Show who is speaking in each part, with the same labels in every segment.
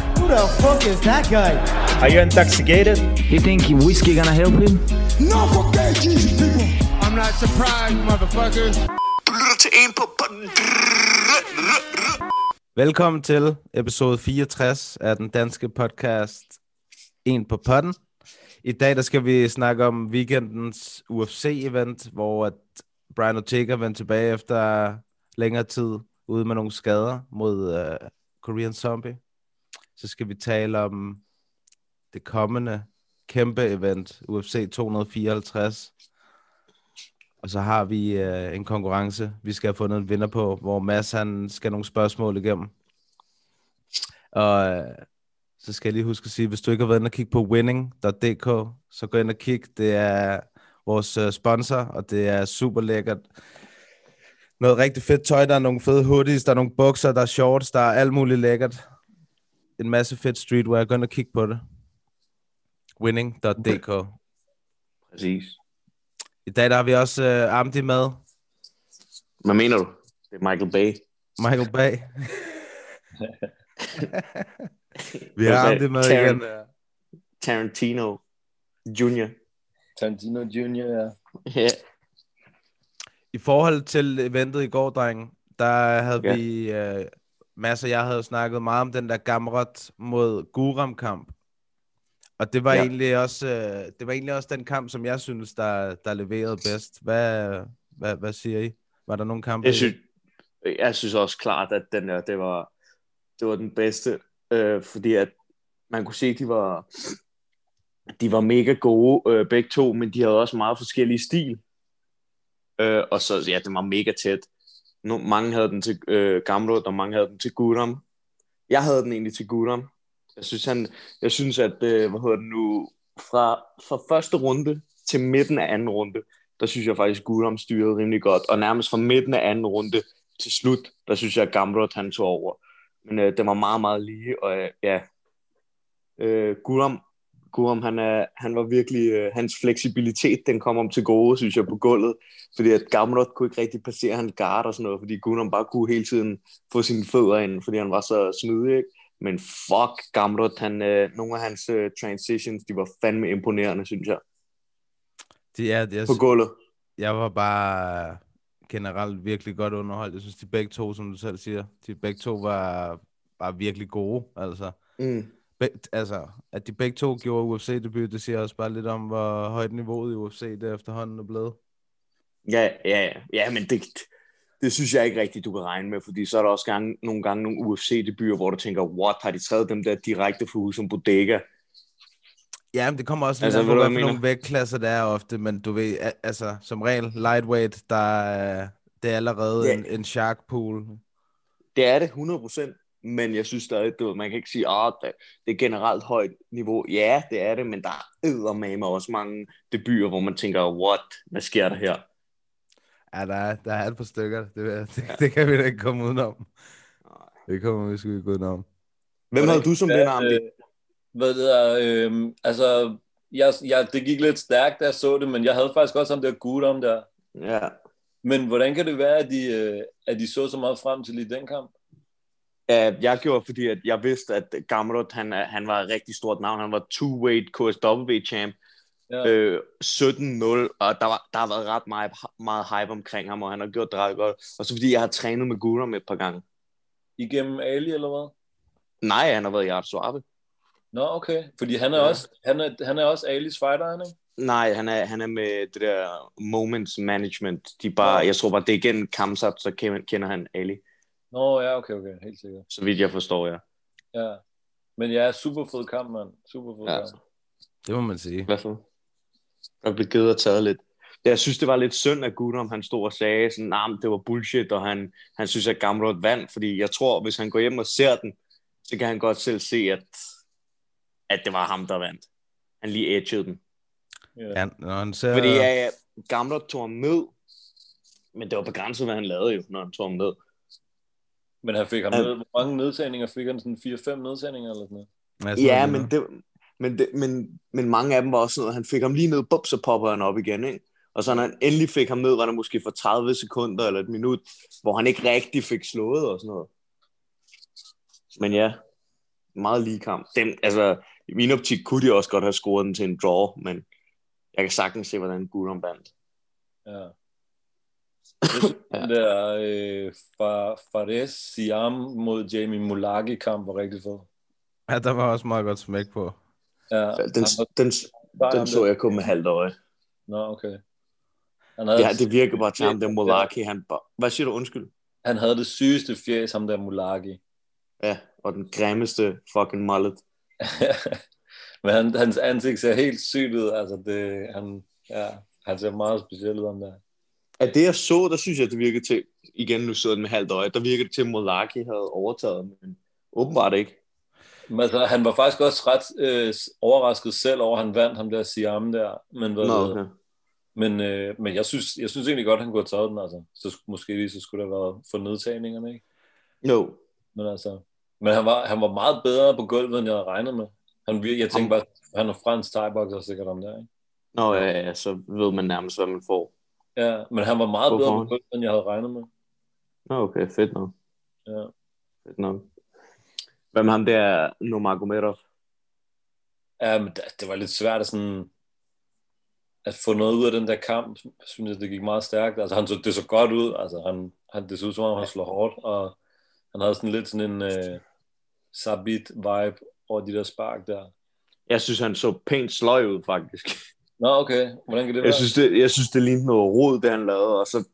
Speaker 1: the fuck is that guy?
Speaker 2: Are you intoxicated?
Speaker 3: You think whiskey gonna help him?
Speaker 4: No, forget Jesus, people.
Speaker 5: I'm not surprised, motherfuckers.
Speaker 6: Du lytter til en på... på-
Speaker 7: Velkommen til episode 64 af den danske podcast En på potten. I dag der skal vi snakke om weekendens UFC-event, hvor at Brian Ortega vendte tilbage efter længere tid ude med nogle skader mod uh, Korean Zombie. Så skal vi tale om det kommende kæmpe event, UFC 254. Og så har vi øh, en konkurrence, vi skal have fundet en vinder på, hvor Mads han skal nogle spørgsmål igennem. Og øh, så skal jeg lige huske at sige, hvis du ikke har været inde og kigge på winning.dk, så gå ind og kig. Det er vores øh, sponsor, og det er super lækkert. Noget rigtig fedt tøj, der er nogle fede hoodies, der er nogle bukser, der er shorts, der er alt muligt lækkert. En masse fedt streetwear. Gå ind og kig på det. Winning.dk.
Speaker 8: Præcis.
Speaker 7: I dag der har vi også øh, Amdi med.
Speaker 8: Hvad mener du? Det er Michael Bay.
Speaker 7: Michael Bay. vi har ham det med
Speaker 8: Tarant-
Speaker 7: igen.
Speaker 8: Tarantino Junior.
Speaker 5: Tarantino Jr., ja.
Speaker 8: Ja.
Speaker 7: I forhold til eventet i går, dreng, der havde
Speaker 8: Ja.
Speaker 7: yeah. vi... Øh, Mads og jeg havde jo snakket meget om den der Gamrot mod Guram-kamp. Og det var,
Speaker 8: Ja.
Speaker 7: yeah. egentlig også, øh, det var egentlig også den kamp, som jeg synes, der, der leverede bedst. Hvad, hvad, hvad siger I? Var der nogle kampe?
Speaker 8: Jeg
Speaker 7: I-
Speaker 8: synes, jeg synes også klart, at den der, det var, det var den bedste, øh, fordi at man kunne se, at de var, de var mega gode øh, begge to, men de havde også meget forskellige stil. Øh, og så, ja, den var mega tæt. No, mange havde den til øh, Gamrud, og mange havde den til Gudam. Jeg havde den egentlig til Gudam. Jeg synes, han, jeg synes at, øh, hvad hedder det nu, fra, fra første runde til midten af anden runde, der synes jeg faktisk, Gudam styrede rimelig godt. Og nærmest fra midten af anden runde til slut, der synes jeg, at Gamrot han tog over. Men øh, det var meget, meget lige, og øh, ja, øh, Gudam, Gudam han, er, han var virkelig, øh, hans fleksibilitet, den kom om til gode, synes jeg, på gulvet. Fordi at Gamrot kunne ikke rigtig passere hans guard og sådan noget, fordi Gudam bare kunne hele tiden få sine fødder ind, fordi han var så smidig, ikke? Men fuck, Gamrot, han, øh, nogle af hans øh, transitions, de var fandme imponerende, synes jeg,
Speaker 7: de, ja, jeg,
Speaker 8: på gulvet.
Speaker 7: jeg var bare generelt virkelig godt underholdt. Jeg synes, de begge to, som du selv siger, de begge to var, var virkelig gode. Altså,
Speaker 8: Mm.
Speaker 7: Be- altså, at de begge to gjorde UFC-debut, det siger også bare lidt om, hvor højt niveauet i UFC det efterhånden er blevet.
Speaker 8: Ja, ja, ja. ja men det, det synes jeg ikke rigtigt, du kan regne med, fordi så er der også gange, nogle gange nogle UFC-debuter, hvor du tænker, what, har de taget dem der direkte fra Husum Bodega?
Speaker 7: Ja, men det kommer også lidt
Speaker 8: Altså,
Speaker 7: altså, an på,
Speaker 8: ved du,
Speaker 7: hvad
Speaker 8: hvad
Speaker 7: for
Speaker 8: jeg
Speaker 7: nogle vægtklasser der er ofte, men du ved, a- altså, som regel, lightweight, der er, det er allerede
Speaker 8: Ja.
Speaker 7: en, en shark pool.
Speaker 8: Det er det 100%, men jeg synes stadig, du, ved, man kan ikke sige, at det er generelt højt niveau. Ja, det er det, men der er eddermame også mange debuter, hvor man tænker, what, hvad sker der her?
Speaker 7: Ja, der er, der er et par stykker, det, vil- det, det kan vi da ikke komme udenom. Det kommer vi sgu ikke udenom.
Speaker 8: Hvem havde du som
Speaker 5: Hvad,
Speaker 8: vinder, Amdi?
Speaker 5: øh, Hvad det er, øh, altså, jeg, jeg, det gik lidt stærkt, da jeg så det, men jeg havde faktisk også ham der Gudam der.
Speaker 8: Ja.
Speaker 5: Men hvordan kan det være, at de, øh, at de så så meget frem til lige den kamp?
Speaker 8: Uh, jeg gjorde, fordi at jeg vidste, at Gamrot, han, er- han var et rigtig stort navn. Han var two-weight KSW-champ,
Speaker 5: Ja.
Speaker 8: øh, 17-0, og der, var, der har været ret meget, meget hype omkring ham, og han har gjort det ret godt. Og så fordi jeg har trænet med Guram et par gange.
Speaker 5: Igennem Ali eller hvad?
Speaker 8: Nej, han har været i Art Suave.
Speaker 5: Nå, okay. Fordi han er,
Speaker 8: Ja.
Speaker 5: også, han er, han er også Alis fighter, han, ikke?
Speaker 8: Nej, han er, han er med det der moments management. De er bare, jeg tror bare, det er igen Kamsat, så kender- kender han Ali,
Speaker 5: Nå, ja, okay, okay. Helt sikkert.
Speaker 8: så vidt jeg forstår, ja.
Speaker 5: Ja. Men ja, super fed kamp, mand. Super fed
Speaker 8: Ja.
Speaker 5: ja. kamp.
Speaker 7: Det må man sige.
Speaker 8: Hvad for? Der blev givet og taget lidt. Jeg synes, det var lidt synd, at Gudom han stod og sagde, sådan, nah, men det var bullshit, og han, han synes, at Gamrot vandt, fordi jeg tror, hvis han går hjem og ser den, så kan han godt selv se, at, at det var ham, der vandt. Han lige edgede den.
Speaker 5: Ja.
Speaker 7: Ja, når han ser...
Speaker 8: Fordi ja, Gamrot tog ham ned, men det var begrænset, hvad han lavede jo, når han tog ham ned.
Speaker 5: Men han fik ham
Speaker 8: Ja.
Speaker 5: ned. Hvor mange nedtagninger fik han? Sådan 4-5 nedtagninger eller sådan noget?
Speaker 7: Altså,
Speaker 8: Ja, men, det, men, det, men, men mange af dem var også sådan noget, han fik ham lige ned, bup, så popper han op igen, ikke? Og så når han endelig fik ham ned, var der måske for 30 sekunder eller et minut, hvor han ikke rigtig fik slået og sådan noget. Men ja, meget lige kamp. Den, altså, I min optik kunne de også godt have scoret den til en draw, men jeg kan sagtens se, hvordan Guram vandt.
Speaker 5: Ja. Jeg synes, den der øh, Fa- Fares Siam mod Jamie Mulagi kamp var rigtig fed.
Speaker 7: Ja, der var også meget godt smæk på.
Speaker 5: Ja,
Speaker 8: Den,
Speaker 5: han var-
Speaker 8: den,
Speaker 5: var-
Speaker 8: den så jeg kun med halvt øje.
Speaker 5: Nå, okay. Han havde,
Speaker 8: Ja, det virker bare til ham, den Molaki, han bare... Hvad siger du, undskyld?
Speaker 5: han havde det sygeste fjæs, ham der Mulagi.
Speaker 8: Ja, og den grimmeste fucking mullet.
Speaker 5: Men han, hans ansigt ser helt sygt ud. Altså, det, han, ja, han ser meget speciel ud, ham der.
Speaker 8: Af det, jeg så, der synes jeg, det virkede til... Igen, nu sidder den med halvt øje. Der virkede det til, at Molaki havde overtaget, men åbenbart ikke.
Speaker 5: Men altså, han var faktisk også ret øh, overrasket selv over, at han vandt ham der Siam der. Men, hvad
Speaker 8: Nå,
Speaker 5: ved-
Speaker 8: okay.
Speaker 5: men, øh, men jeg, synes, jeg synes egentlig godt, at han kunne have taget den. Altså. Så sk- måske lige så skulle der have været for nedtagningerne, ikke?
Speaker 8: Jo,
Speaker 5: Men, altså, men han, var, han var meget bedre på gulvet, end jeg havde regnet med. Han, vir- jeg tænkte bare, han er fransk thai sikkert om der, ikke?
Speaker 8: Nå ja, ja, så ved man nærmest, hvad man får.
Speaker 5: Ja, men han var meget
Speaker 8: Hvorfor?
Speaker 5: bedre på gulvet, end jeg havde regnet med.
Speaker 8: Nå okay, fedt nok.
Speaker 5: Ja.
Speaker 8: Fedt nok. Hvad med ham der, Nurmagomedov?
Speaker 5: Ja, men det, det var lidt svært at, sådan, at få noget ud af den der kamp. Jeg synes, at det gik meget stærkt. Altså, han så, det så godt ud. Altså, han, han, det så ud som om, han slår hårdt, og han havde sådan lidt sådan en øh, Sabit-vibe over de der spark der.
Speaker 8: Jeg synes, han så pænt sløj ud, faktisk.
Speaker 5: Nå, okay. Hvordan kan det være?
Speaker 8: Jeg synes, det, jeg synes, det lignede noget rod, det han lavede, og så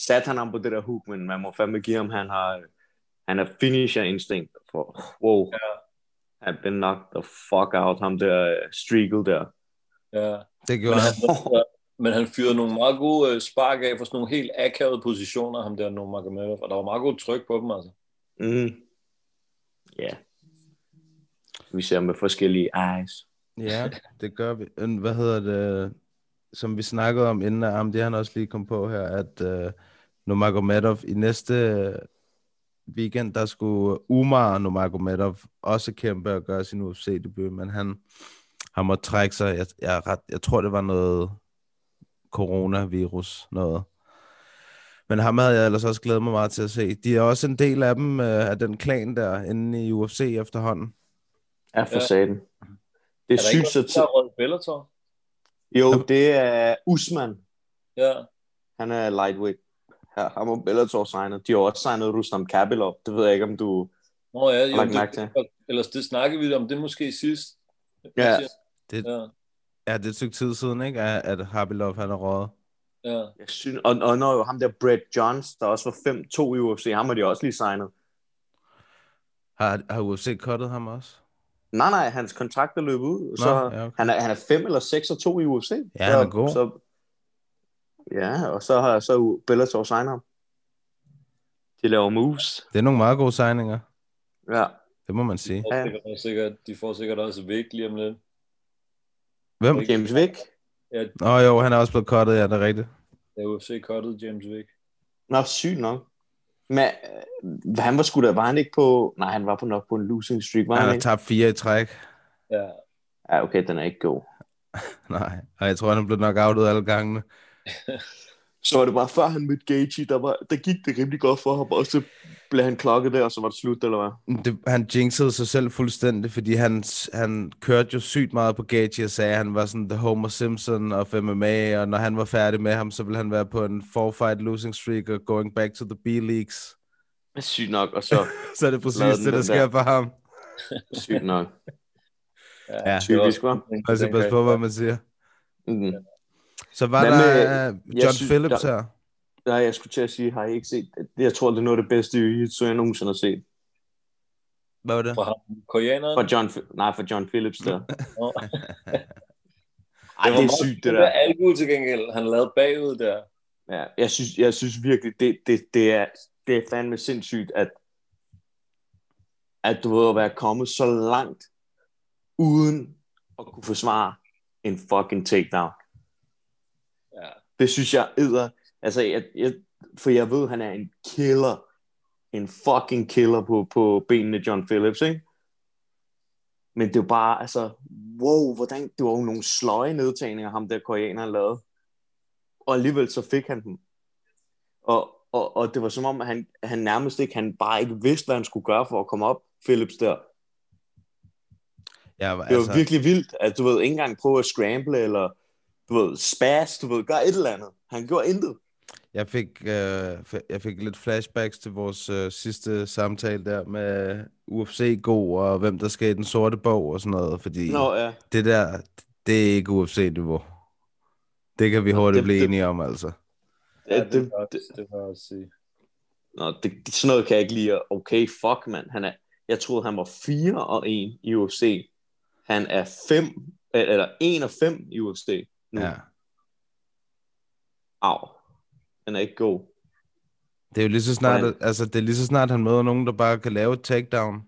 Speaker 8: satte han ham på det der hook, men man må fandme give ham, han har, han har finisher instinkt for, wow, ja. han blev knocked the fuck out, ham der øh, streakel der.
Speaker 5: Ja.
Speaker 7: Det gjorde
Speaker 5: Men,
Speaker 7: han.
Speaker 5: han, men han fyrede nogle meget gode øh, spark af fra sådan nogle helt akavede positioner, ham der Nurmagomedov, og der var meget god tryk på dem, altså.
Speaker 8: Mm. Ja. Yeah. Vi ser med forskellige eyes.
Speaker 7: Ja, det gør vi. Øh, Hvad hedder det? Som vi snakkede om inden, og det han også lige kom på her, at øh, Nurmagomedov i næste øh, weekend, der skulle Umar Nurmagomedov også kæmpe og gøre sin UFC-debut, men han har måttet trække sig. Jeg, jeg, er ret, jeg tror, det var noget coronavirus, noget. Men ham havde jeg ellers også glædet mig meget til at se. De er også en del af dem, øh, af den klan der, inde i UFC efterhånden.
Speaker 8: Ja, for
Speaker 5: Ja.
Speaker 8: satan. Det er,
Speaker 5: Er der ikke
Speaker 8: sygt så
Speaker 5: noget,
Speaker 8: tid.
Speaker 5: der er Rød Bellator?
Speaker 8: Jo, det er Usman.
Speaker 5: Ja.
Speaker 8: Han er lightweight. Her, ham og Bellator signer. De har også signet Rustam Kabilov. Det ved jeg ikke, om du...
Speaker 5: Nå ja,
Speaker 8: lagt
Speaker 5: jo,
Speaker 8: mærke
Speaker 5: det,
Speaker 8: til.
Speaker 5: ellers det snakkede vi om det måske sidst.
Speaker 8: Ja.
Speaker 5: Det.
Speaker 7: Det-
Speaker 5: Ja,
Speaker 7: Ja, det er et stykke tid siden, ikke? At, at Harbilov, han er røget.
Speaker 5: ja.
Speaker 8: Jeg synes, og, og når jo ham der Brett Johns, der også var 5-2 i UFC, ham har de også lige signet.
Speaker 7: Har, har UFC kottet ham også?
Speaker 8: Nej, nej, hans kontrakt er løbet ud. Så
Speaker 7: ja, okay.
Speaker 8: han, er, han er 5 eller 6 og 2 i UFC. Ja, så,
Speaker 7: han er god.
Speaker 8: Så, ja, og så har så Bellator signet ham. De laver moves.
Speaker 7: Det er nogle meget gode signinger.
Speaker 8: Ja.
Speaker 7: Det må man sige.
Speaker 5: De, får
Speaker 8: Ja.
Speaker 5: sikkert, også sikkert, de får sikkert også væk lige om lidt.
Speaker 7: Hvem?
Speaker 8: James Vick.
Speaker 7: Nå oh, jo, han er også blevet kottet, ja, det er rigtigt.
Speaker 5: Da UFC cuttede James Vick.
Speaker 8: Nå, sygt nok. Men øh, han var sgu da, var han ikke på... Nej, han var på nok på en losing streak, var han,
Speaker 7: Han
Speaker 8: han
Speaker 7: har
Speaker 8: ikke?
Speaker 7: tabt fire i træk.
Speaker 5: Ja,
Speaker 8: Ja, okay, den er ikke god.
Speaker 7: Nej, og jeg tror, han er blevet nok outet alle gangene.
Speaker 8: Så var det bare før han mødte Gaethje, der, var, der gik det rimelig godt for ham, og så blev han klokket der, og så var det slut, eller hvad?
Speaker 7: Det, han jinxede sig selv fuldstændig, fordi han, han kørte jo sygt meget på Gaethje og sagde, at han var sådan The Homer Simpson of MMA, og når han var færdig med ham, så ville han være på en four-fight losing streak og going back to the B-leagues.
Speaker 8: Men sygt nok, og så
Speaker 7: Så er det præcis
Speaker 8: Lavede den
Speaker 7: det, der
Speaker 8: den
Speaker 7: sker
Speaker 8: der.
Speaker 7: for ham.
Speaker 8: sygt nok.
Speaker 5: ja,
Speaker 7: Ja.
Speaker 8: Typisk, hva'?
Speaker 7: Man skal passe på, hvad man siger.
Speaker 8: Mm.
Speaker 7: Så var
Speaker 8: Hvad
Speaker 7: der
Speaker 8: med-
Speaker 7: øh,
Speaker 8: jeg
Speaker 7: John
Speaker 8: synes,
Speaker 7: Phillips
Speaker 8: der-
Speaker 7: her.
Speaker 8: Nej, jeg skulle til at sige, har I ikke set? Jeg tror, det er noget af det bedste jiu-jitsu, jeg nogensinde har set.
Speaker 7: Hvad var det?
Speaker 5: Fra ham, koreaneren.
Speaker 8: For John, nej, for John Phillips der.
Speaker 5: Nå.
Speaker 8: Ej, det er
Speaker 5: meget
Speaker 8: sygt, det
Speaker 5: Der
Speaker 8: der.
Speaker 5: er albu til gengæld, han lavede bagud der.
Speaker 8: Ja, jeg, synes, jeg synes virkelig, det, det, det, er, det er fandme sindssygt, at, at du ved at være kommet så langt, uden at kunne forsvare en fucking takedown.
Speaker 5: Ja.
Speaker 8: Det synes jeg æder. Altså, jeg, jeg, for jeg ved, han er en killer. En fucking killer på, på benene, John Phillips, ikke? Men det er jo bare, altså, wow, hvordan, det var jo nogle sløje nedtagninger, ham der koreaner lavede. Og alligevel så fik han dem. Og, og, og det var som om, at han, han nærmest ikke, han bare ikke vidste, hvad han skulle gøre for at komme op, Phillips der.
Speaker 7: Ja, altså,
Speaker 8: Det var virkelig vildt, at du ved, ikke engang prøve at scramble, eller du ved, spas, du ved, gør et eller andet. Han gjorde intet.
Speaker 7: Jeg fik, øh, f- jeg fik lidt flashbacks til vores øh, sidste samtale der med UFC god og hvem der skal i den sorte bog og sådan noget, fordi
Speaker 8: Nå, ja.
Speaker 7: det der, det er ikke UFC-niveau. Det kan vi hurtigt
Speaker 8: det-
Speaker 7: blive
Speaker 8: det-
Speaker 7: enige om, altså.
Speaker 8: ja
Speaker 5: det,
Speaker 8: det,
Speaker 5: vil jeg
Speaker 8: det,
Speaker 5: også- det, vil jeg også sige.
Speaker 8: nå, det, det, sådan noget kan jeg ikke lide. og Okay, fuck, mand. Han er, jeg troede, han var 4 og 1 i UFC. Han er 5, eller 1 og 5 i UFC. Nu.
Speaker 7: Ja.
Speaker 8: Au. Han er ikke god.
Speaker 7: Det er jo lige så snart,
Speaker 8: Hvordan-
Speaker 7: altså det er lige så snart, han møder nogen, der bare kan lave et takedown.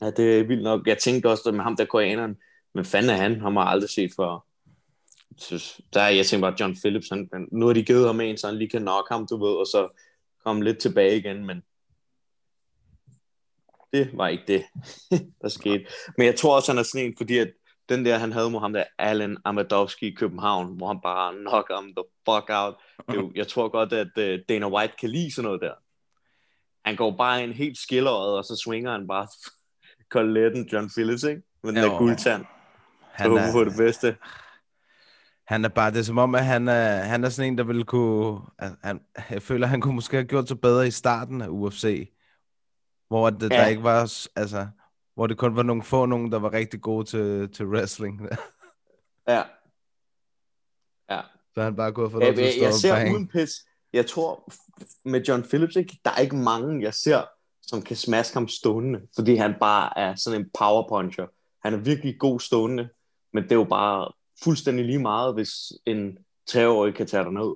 Speaker 8: Ja, det er vildt nok. Jeg tænkte også, at med ham der koreaneren, men fanden er han? Ham har jeg aldrig set før. Jeg Synes, der er, jeg tænkte bare, John Phillips, han, han, nu har de givet ham en, så han lige kan nok ham, du ved, og så komme lidt tilbage igen, men det var ikke det, der skete. Men jeg tror også, han er sådan en, fordi at den der, han havde mod ham der, Allen Amadovski i København, hvor han bare knock ham the fuck out. Det er jo, jeg tror godt, at øh, Dana White kan lide sådan noget der. Han går bare en helt skilleret, og så swinger han bare Colletten John Phillips, ikke? Med den
Speaker 7: Jo.
Speaker 8: der guldtand. Jeg
Speaker 7: Han
Speaker 8: håber på
Speaker 7: er,
Speaker 8: det bedste.
Speaker 7: han er bare, det er som om, at han er, han er sådan en, der ville kunne, at han, jeg føler, han kunne måske have gjort sig bedre i starten af UFC, hvor det, ja. der
Speaker 8: Ja.
Speaker 7: ikke var, s- altså, hvor det kun var nogle få nogen, der var rigtig gode til, til wrestling.
Speaker 8: Ja. Ja.
Speaker 7: Så han bare kunne have fået lov
Speaker 8: Jeg,
Speaker 7: til at
Speaker 8: jeg,
Speaker 7: stå
Speaker 8: jeg
Speaker 7: og
Speaker 8: ser
Speaker 7: bang.
Speaker 8: uden pis. Jeg tror, f- med John Phillips, ikke, der er ikke mange, jeg ser, som kan smaske ham stående. Fordi han bare er sådan en power puncher. Han er virkelig god stående. Men det er jo bare fuldstændig lige meget, hvis en treårig kan tage dig ned.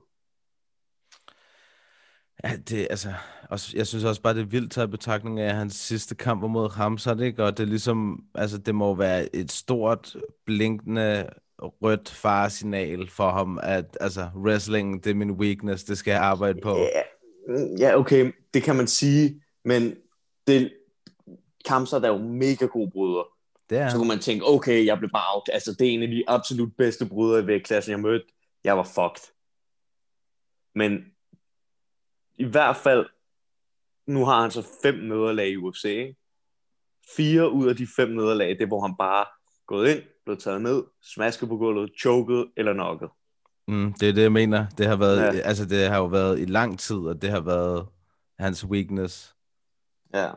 Speaker 7: Ja, det, altså, også, jeg synes også bare, det er vildt taget i betragtning af, at hans sidste kamp var mod Hamzat, ikke? Og det er ligesom, altså, det må være et stort, blinkende, rødt faresignal for ham, at altså, wrestling, det er min weakness, det skal jeg arbejde på.
Speaker 8: Ja, ja, okay, det kan man sige, men det, Kamsat er jo mega god bryder.
Speaker 7: Det er
Speaker 8: Så
Speaker 7: han.
Speaker 8: kunne man tænke, okay, jeg blev bare out. Altså, det er en af de absolut bedste brydere i vægtklassen, jeg mødte. Jeg var fucked. Men i hvert fald, nu har han så fem nederlag i UFC, ikke? Fire ud af de fem nederlag, det er, hvor han bare gået ind, blev taget ned, smasket på gulvet, choket eller knocket.
Speaker 7: Mm, det er det, jeg mener. Det har været,
Speaker 8: Ja.
Speaker 7: ja. altså, det har jo været i lang tid, og det har været hans weakness.
Speaker 8: Ja.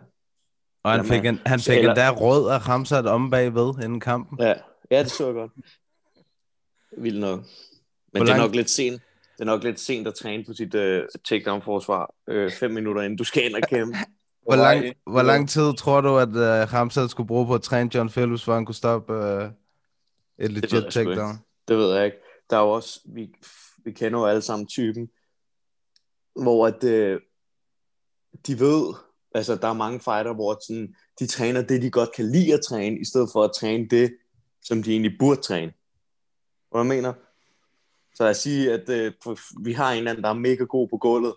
Speaker 7: Og han
Speaker 8: Jamen,
Speaker 7: fik, en, han fik
Speaker 8: eller-
Speaker 7: endda råd af Hamzat om bagved inden kampen.
Speaker 8: Ja, ja det så jeg godt. Vildt nok. Men
Speaker 7: Hvor
Speaker 8: det er
Speaker 7: lang-
Speaker 8: nok lidt sent. Det er nok lidt sent at træne på sit uh, takedown-forsvar øh, fem minutter inden du skal ind og kæmpe.
Speaker 7: Hvor
Speaker 5: vej
Speaker 7: lang,
Speaker 5: ind.
Speaker 7: hvor lang tid tror du, at uh, Ramsad skulle bruge på at træne John Phillips, for han kunne stoppe uh, et
Speaker 8: Det ved jeg
Speaker 7: legit
Speaker 8: sgu ikke.
Speaker 7: takedown?
Speaker 8: Det ved jeg ikke. Der er jo også, vi, vi kender jo alle sammen typen, hvor at, øh, de ved, altså der er mange fighter, hvor sådan, de træner det, de godt kan lide at træne, i stedet for at træne det, som de egentlig burde træne. Hvad jeg mener? Så jeg sige, at øh, for- vi har en eller anden, der er mega god på gulvet,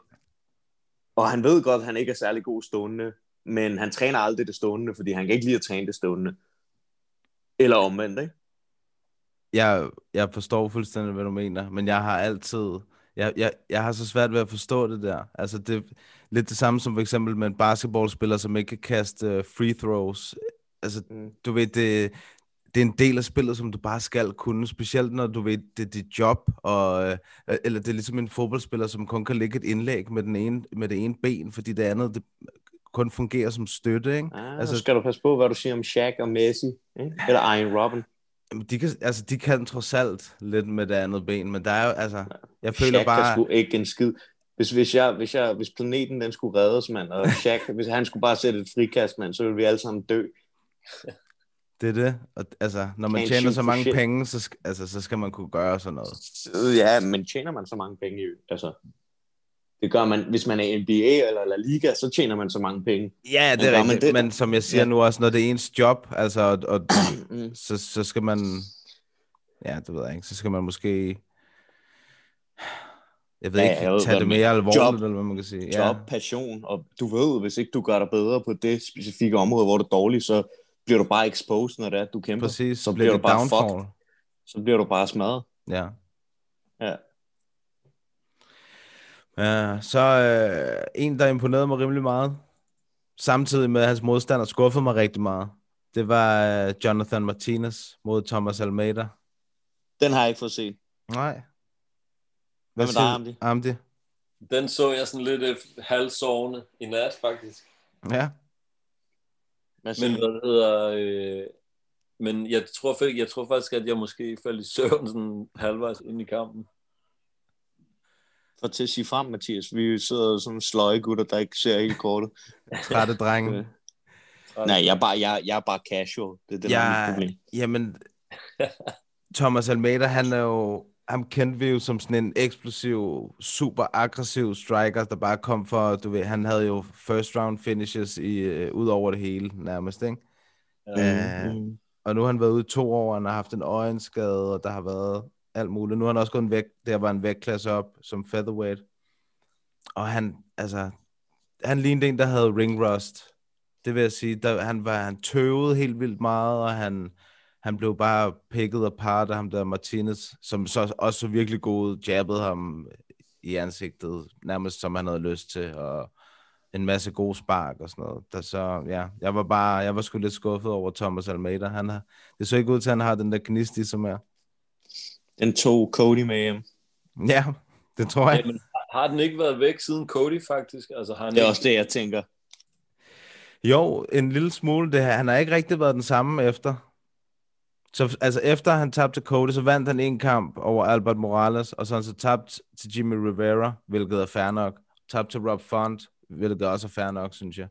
Speaker 8: og han ved godt, at han ikke er særlig god stående, men han træner aldrig det stående, fordi han kan ikke lide at træne det stående. Eller omvendt, ikke?
Speaker 7: Jeg, jeg forstår fuldstændig, hvad du mener, men jeg har altid... Jeg, jeg, jeg har så svært ved at forstå det der. Altså, det er lidt det samme som for eksempel med en basketballspiller, som ikke kan kaste øh, free throws. Altså,
Speaker 8: Mm.
Speaker 7: du ved, det, det er en del af spillet, som du bare skal kunne, specielt når du ved, det er dit job, og, øh, eller det er ligesom en fodboldspiller, som kun kan lægge et indlæg med, den ene, med det ene ben, fordi det andet det kun fungerer som støtte, ikke?
Speaker 8: Ah,
Speaker 7: Altså-
Speaker 8: altså, skal du passe på, hvad du siger om Shaq og Messi, ikke? eller Iron Robin.
Speaker 7: Jamen, De kan, altså, de kan trods alt lidt med det andet ben, men der er jo, altså, jeg føler
Speaker 8: Shaq kan
Speaker 7: bare,
Speaker 8: sgu ikke en skid. Hvis, hvis, jeg, hvis, jeg, hvis planeten den skulle reddes, mand, og Shaq, hvis han skulle bare sætte et frikast, mand, så ville vi alle sammen dø.
Speaker 7: det er det, og, altså, når man
Speaker 8: Can't
Speaker 7: tjener
Speaker 8: shoot
Speaker 7: så
Speaker 8: for
Speaker 7: mange
Speaker 8: shit.
Speaker 7: penge, så, sk- altså, så skal man kunne gøre sådan noget.
Speaker 8: Øh, Ja, men tjener man så mange penge? i øvrigt? Altså, det gør man, hvis man er NBA eller La Liga, så tjener man så mange penge.
Speaker 7: Ja, det
Speaker 8: Men
Speaker 7: er
Speaker 8: gør man
Speaker 7: rigtigt,
Speaker 8: det?
Speaker 7: men som jeg siger
Speaker 8: Ja.
Speaker 7: nu også, når det er ens job, altså, og, og
Speaker 8: Mm.
Speaker 7: så, så skal man... Ja, det ved jeg ikke. Så skal man måske... Jeg ved
Speaker 8: Ja,
Speaker 7: ikke,
Speaker 8: jeg ved,
Speaker 7: tage
Speaker 8: hvad
Speaker 7: det
Speaker 8: man-
Speaker 7: mere alvorligt,
Speaker 8: Job.
Speaker 7: eller hvad man kan sige.
Speaker 8: Job, passion, og du ved, hvis ikke du gør dig bedre på det specifikke område, hvor du er dårlig, så bliver du bare exposed, når det er, at du
Speaker 7: Ja,
Speaker 8: kæmper.
Speaker 7: præcis.
Speaker 8: Så
Speaker 7: Så
Speaker 8: bliver
Speaker 7: bliver
Speaker 8: du
Speaker 7: det
Speaker 8: bare
Speaker 7: downfall.
Speaker 8: Så bliver du bare smadret.
Speaker 7: Ja.
Speaker 8: Ja.
Speaker 7: ja. Så øh, en, der imponerede mig rimelig meget, samtidig med, at hans modstander skuffede mig rigtig meget, Det var øh, Jonathan Martinez mod Thomas Almeida.
Speaker 8: Den har jeg ikke fået set.
Speaker 7: Nej.
Speaker 8: Hvad med
Speaker 7: siger
Speaker 8: dig,
Speaker 7: du,
Speaker 8: Amdi?
Speaker 7: Amdi?
Speaker 5: Den så jeg sådan lidt øh, halvsovende i nat, faktisk.
Speaker 7: Ja.
Speaker 8: Hvad siger
Speaker 5: Men
Speaker 8: du?
Speaker 5: hvad hedder... Øh, men jeg tror, fa- jeg tror faktisk, at jeg måske faldt i søvn sådan halvvejs ind i kampen.
Speaker 8: For til at sige frem, Mathias. Vi sidder jo sådan sløje gutter, der ikke ser helt kortet.
Speaker 7: Trætte drenge.
Speaker 8: Nej, jeg er, bare, jeg, jeg er bare casual. Det er det, der er mit
Speaker 7: jeg,
Speaker 8: problem.
Speaker 7: Jamen, Thomas Almeida, han er jo, ham kendte vi jo som sådan en eksplosiv, super aggressiv striker, der bare kom for, du ved, han havde jo first round finishes i, øh, ud over det hele nærmest, ikke? Ja.
Speaker 8: Mm.
Speaker 7: Øh, Og nu har han været ude i to år, og han har haft en øjenskade, og der har været alt muligt. Nu har han også gået en vægt, der var en vægtklasse op som featherweight. Og han, altså, han lignede en, der havde ring rust. Det vil jeg sige, der, han, var, han tøvede helt vildt meget, og han, han blev bare picket apart af ham der Martinez, som så også så virkelig god jabbede ham i ansigtet, nærmest som han havde lyst til, og en masse gode spark og sådan noget. Der så, ja, jeg var bare, jeg var sgu lidt skuffet over Thomas Almeida. Han har, det så ikke ud til, at han har den der gnist i som er.
Speaker 8: Den tog Cody med hjem.
Speaker 7: Ja, det tror jeg.
Speaker 5: Jamen, har den ikke været væk siden Cody, faktisk? Altså, har han
Speaker 8: Det er
Speaker 5: ikke-
Speaker 8: også det, jeg tænker.
Speaker 7: Jo, en lille smule. Det her. Han har ikke rigtig været den samme efter. Så altså efter han tabte til Cody, så vandt han en kamp over Albert Morales, og så har han så tabt til Jimmy Rivera, hvilket er fair nok. Tabt til Rob Font, hvilket også er fair nok, synes jeg.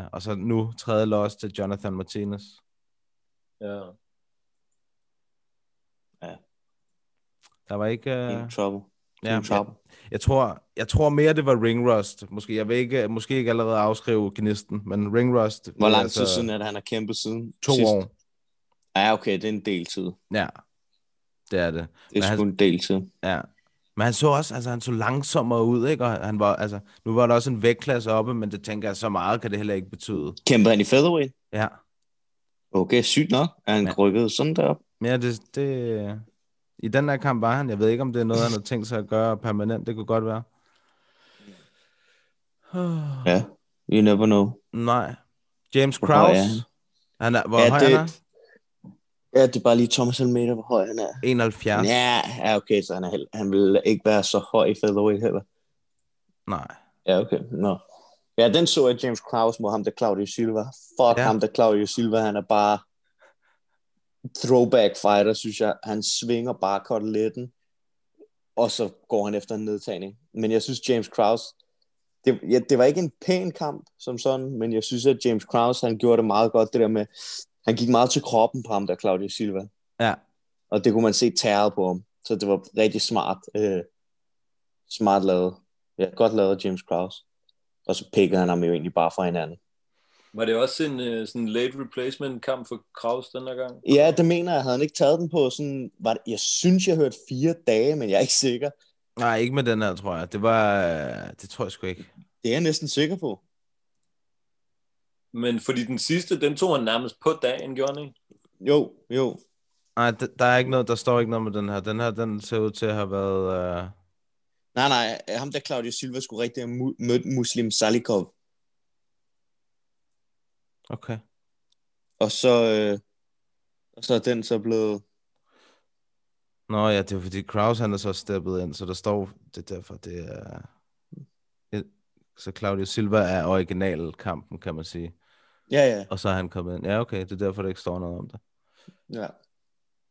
Speaker 7: Uh, og så nu tredje loss til Jonathan Martinez.
Speaker 5: Ja.
Speaker 7: Der var ikke... Uh...
Speaker 8: In trouble.
Speaker 7: Ja,
Speaker 8: In trouble.
Speaker 7: Jeg tror, jeg tror mere, det var Ring Rust. Måske, jeg vil ikke, måske ikke allerede afskrive gnisten, men Ring Rust...
Speaker 8: Hvor
Speaker 7: det er
Speaker 8: lang tid siden er det, han har kæmpet siden?
Speaker 7: altså To
Speaker 8: sidst?
Speaker 7: år.
Speaker 8: Ja, okay, det er en del tid.
Speaker 7: Ja, det er det.
Speaker 8: Det er
Speaker 7: Men
Speaker 8: sgu en del tid.
Speaker 7: Ja. Men han så også, altså han så langsommere ud, ikke? Og han var, altså, nu var der også en vægtklasse oppe, men det tænker jeg, så meget kan det heller ikke betyde.
Speaker 8: Kæmpede han i featherweight?
Speaker 7: Ja.
Speaker 8: Okay, sygt nok. Er han
Speaker 7: Ja.
Speaker 8: ja. rykket sådan derop?
Speaker 7: Men ja, det, det, i den her kamp var han, jeg ved ikke, om det er noget, han har tænkt sig at gøre permanent, det kunne godt være.
Speaker 8: Ja, you never know.
Speaker 7: Nej. James
Speaker 8: Hvor høj er
Speaker 7: Krause, han er, hvor
Speaker 8: Ja,
Speaker 7: høj
Speaker 8: det-
Speaker 7: han er?
Speaker 8: Ja, det er bare lige Thomas Almeida, hvor høj han er.
Speaker 7: 71.
Speaker 8: Ja, ja okay, så han, er, hel- han vil ikke være så høj i featherweight heller.
Speaker 7: Nej.
Speaker 8: Ja, okay, nå. Ja, den så jeg James Kraus mod ham, der Claudio Silva. Fuck
Speaker 7: Ja.
Speaker 8: ja. ham, der Claudio Silva, han er bare throwback fighter, synes jeg. Han svinger bare koteletten, og så går han efter en nedtagning. Men jeg synes, James Kraus, det, ja, det var ikke en pæn kamp som sådan, men jeg synes, at James Kraus, han gjorde det meget godt, det der med, han gik meget til kroppen på ham, der Claudio Silva.
Speaker 7: Ja.
Speaker 8: Og det kunne man se tæret på ham. Så det var rigtig smart, øh, smart lavet. Ja, godt lavet James Kraus. Og så pikker han ham jo egentlig bare fra hinanden.
Speaker 5: Var det også en øh, sådan late replacement kamp for Kraus den her gang?
Speaker 8: Ja, det mener jeg. Havde han ikke taget den på sådan... Var det, jeg synes, jeg hørte fire dage, men jeg er ikke sikker.
Speaker 7: Nej, ikke med den her, tror jeg. Det var, øh, det tror jeg sgu ikke.
Speaker 8: Det er jeg næsten sikker på.
Speaker 5: Men fordi den sidste, den tog han nærmest på dagen, gjorde han ikke?
Speaker 8: Jo, jo.
Speaker 7: Nej, d- der er ikke noget, der står ikke noget med den her. Den her, den ser ud til at have været... Øh,
Speaker 8: Nej, nej. Ham der Claudio Silva skulle rigtig have mu- mødt Muslim Salikov.
Speaker 7: okay.
Speaker 8: Og så... Øh, og så er den så blevet...
Speaker 7: Nå ja, det er fordi Kraus han er så steppet ind, så der står, det er derfor, det er... øh, Et- Så Claudio Silva er originalkampen, kan man sige.
Speaker 8: Ja, ja.
Speaker 7: Og så er han kommet ind. Ja, okay, det er derfor, der ikke står noget om det.
Speaker 8: ja.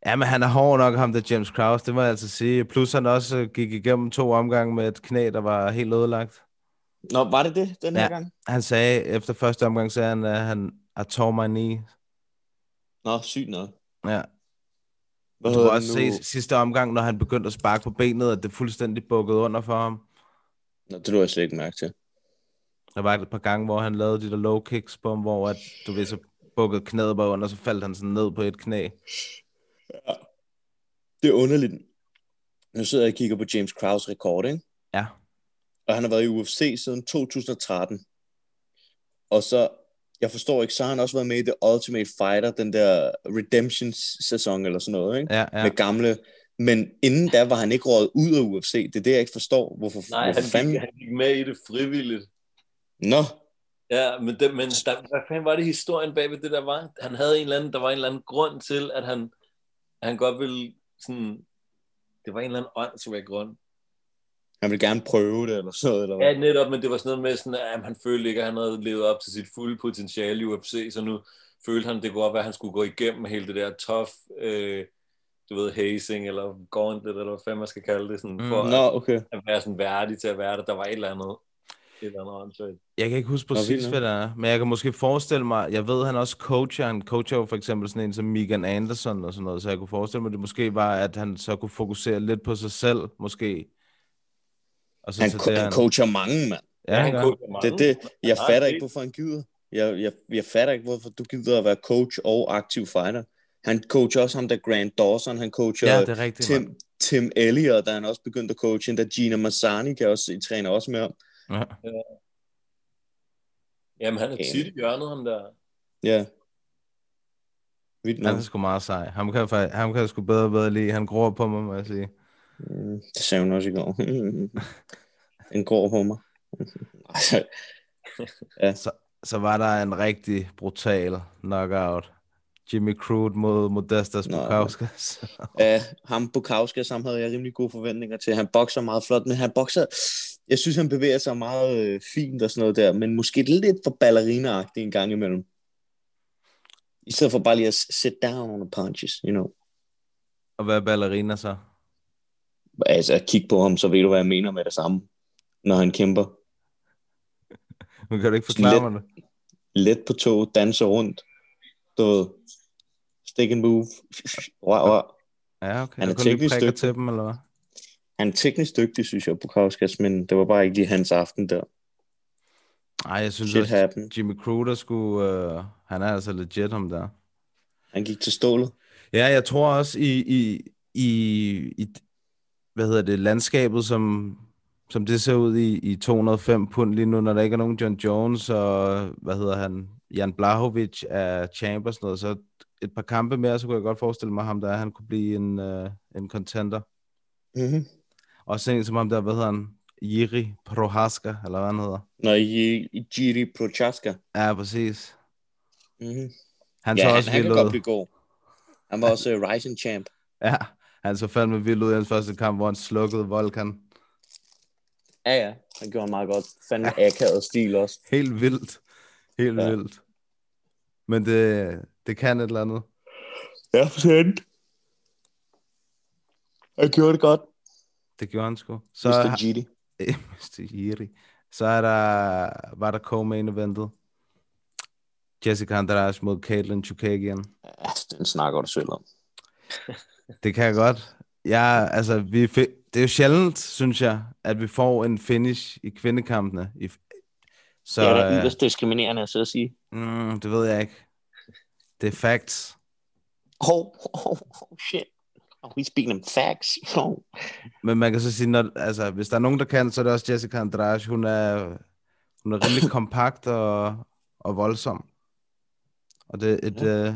Speaker 7: Ja, men han er hård nok, ham der James Kraus, det må jeg altså sige. Plus han også øh, gik igennem to omgange med et knæ, der var helt ødelagt.
Speaker 8: Nå, var det det den her
Speaker 7: Ja.
Speaker 8: ja. gang?
Speaker 7: Han sagde, efter første omgang, sagde han, at han I tore my knee.
Speaker 8: Nå, sygt nok.
Speaker 7: Ja,
Speaker 8: Hvad
Speaker 7: Du kan
Speaker 8: hedder
Speaker 7: også
Speaker 8: den nu?
Speaker 7: se sidste omgang, når han begyndte at sparke på benet, at det fuldstændig bukkede under for ham.
Speaker 8: Nå, det lå jeg slet ikke mærke til.
Speaker 7: Der var et par gange, hvor han lavede de der low kicks på ham, hvor at, du ved, så bukkede knæet bare under, så faldt han sådan ned på et knæ.
Speaker 8: Det er underligt. Nu sidder jeg og kigger på James Kraus rekord, ikke?
Speaker 7: Ja.
Speaker 8: Og han har været i UFC siden 2013. Og så, jeg forstår ikke, så har han også været med i The Ultimate Fighter, den der Redemption-sæson eller sådan noget, ikke?
Speaker 7: Ja,
Speaker 8: Ja.
Speaker 7: ja.
Speaker 8: Med gamle... Men inden da var han ikke røget ud af UFC. Det er det, jeg ikke forstår. Hvorfor,
Speaker 5: Nej,
Speaker 8: hvorfor
Speaker 5: han gik, han gik med i det frivilligt.
Speaker 8: Nå,
Speaker 5: Ja, men, det, men der, hvad fanden var det historien bag ved det der var? Han havde en eller anden, der var en eller anden grund til, at han, han godt ville sådan... Det var en eller anden åndssvær grund.
Speaker 8: Han vil gerne prøve det, eller sådan noget, eller hvad?
Speaker 5: Ja, netop, men det var sådan noget med, sådan, at jamen, han følte ikke, at han havde levet op til sit fulde potentiale i UFC, så nu følte han, det kunne godt være, at han skulle gå igennem hele det der tough, øh, du ved, hazing, eller gauntlet, eller hvad fanden man skal kalde det, sådan,
Speaker 7: Mm.
Speaker 5: mm. for
Speaker 8: Nå,
Speaker 5: at,
Speaker 8: okay.
Speaker 5: at være sådan værdig til at være der. Der var et eller andet, et eller andet åndssvagt.
Speaker 7: Jeg kan ikke huske
Speaker 8: Nå, vildt
Speaker 7: præcis,
Speaker 8: nok.
Speaker 7: hvad det er, men jeg kan måske forestille mig, jeg ved, han også coacher, han coacher jo for eksempel sådan en som Megan Anderson og sådan noget, så jeg kunne forestille mig, det måske var, at han så kunne fokusere lidt på sig selv, måske. Og så
Speaker 8: Han,
Speaker 7: tage
Speaker 8: co- han coacher mange, mand.
Speaker 7: ja, han
Speaker 5: han
Speaker 7: gør.
Speaker 5: coacher mange.
Speaker 8: Det, er det, jeg
Speaker 5: Nej, det-
Speaker 8: fatter ikke, hvorfor han gider. Jeg, jeg, jeg fatter ikke, hvorfor du gider at være coach og aktiv fighter. Han coacher også ham der Grant Dawson, han coacher
Speaker 7: ja,
Speaker 8: ja,
Speaker 7: det er rigtigt.
Speaker 8: Tim, Tim Elliott, der han også begyndt at coache, der Gina Mazzani kan jeg også se, træner også med om.
Speaker 7: mand. Ja.
Speaker 5: Jamen, han er tit i hjørnet, ham der.
Speaker 8: Ja. Vildt
Speaker 7: Han
Speaker 8: nok.
Speaker 7: er sgu meget sej. Ham kan, jeg, fa- ham kan jeg sgu bedre og bedre lide. Han gror på mig, må jeg sige.
Speaker 8: Mm, Det sagde hun også i går. Den går på mig. Altså,
Speaker 7: Så var der en rigtig brutal knockout. Jimmy Crude mod Modestas
Speaker 8: Nå.
Speaker 7: Bukauskas.
Speaker 8: Ja, ham Bukowski, ham havde jeg rimelig gode forventninger til. Han bokser meget flot, men han bokser... Jeg synes, han bevæger sig meget øh, fint og sådan noget der, men måske lidt for ballerinaagtigt en gang imellem. I stedet for bare lige at s- sit down on the punches, you know.
Speaker 7: Og hvad er ballerina så?
Speaker 8: Altså, kig på ham, så ved du, hvad jeg mener med det samme, når han kæmper.
Speaker 7: Nu kan du ikke forklare
Speaker 8: Lidt.
Speaker 7: mig det.
Speaker 8: Let på tog, danser rundt. Du ved, stick and move. Rør, rør.
Speaker 7: Ja, okay.
Speaker 8: Han
Speaker 7: Han
Speaker 8: er
Speaker 7: er kun lige
Speaker 8: teknisk
Speaker 7: prikker
Speaker 8: dygtig.
Speaker 7: til dem, eller hvad?
Speaker 8: Han er teknisk dygtig, synes jeg, Bukowskis, men det var bare ikke lige hans aften der.
Speaker 7: Nej, jeg synes
Speaker 8: Shit
Speaker 7: også,
Speaker 8: happened.
Speaker 7: Jimmy Crude er sgu... Øh, han er altså legit, ham der.
Speaker 8: Han gik til stålet.
Speaker 7: Ja, jeg tror også i, i, i, i hvad hedder det, landskabet, som, som det ser ud i, i 205 pund lige nu, når der ikke er nogen John Jones og, hvad hedder han, Jan Blahovic er champ og sådan noget, så et par kampe mere, så kunne jeg godt forestille mig ham der, han kunne blive en, øh, en contender.
Speaker 8: Mm-hmm.
Speaker 7: Også en som ham der, hvad hedder han, Jiri Prohaska, eller hvad han hedder.
Speaker 8: Når I, I Giri Prochaska.
Speaker 7: Ja, præcis.
Speaker 8: Mm-hmm.
Speaker 7: Han
Speaker 8: Ja,
Speaker 7: så
Speaker 8: han,
Speaker 7: også
Speaker 8: han kan
Speaker 7: vild
Speaker 8: godt
Speaker 7: ud.
Speaker 8: blive god. Han var også uh, Rising Champ.
Speaker 7: Ja, han så fandme vild ud i hans første kamp, hvor han slukkede Volkan.
Speaker 8: Ja, ja. Han gjorde en meget godt. Fandme akavet stil også.
Speaker 7: Helt vildt. Helt
Speaker 8: Ja.
Speaker 7: ja. vildt. Men det, det kan et eller andet.
Speaker 8: Ja, for sandt. Han gjorde det godt.
Speaker 7: Det gjorde han sgu. Så,
Speaker 8: Så... Mr.
Speaker 7: har-
Speaker 8: Giri.
Speaker 7: Mr. Jiri. Så er der, var der co-main eventet. Jessica Andrade mod Caitlin Chukagian.
Speaker 8: Ja, den snakker du selv om.
Speaker 7: Det kan jeg godt. Jeg, altså, vi fik, det er jo sjældent, synes jeg, at vi får en finish i kvindekampene. I, så,
Speaker 8: Så, det er da
Speaker 7: øh,
Speaker 8: yderst diskriminerende, så at sige.
Speaker 7: mm, det ved jeg ikke. Det er facts.
Speaker 8: Oh, oh, oh shit. Oh, he's speaking them facts. Oh.
Speaker 7: Men man kan så sige, når, altså, hvis der er nogen, der kan, så er det også Jessica Andrade. Hun er, hun er rimelig kompakt og, og voldsom. Og det er et, ja. øh,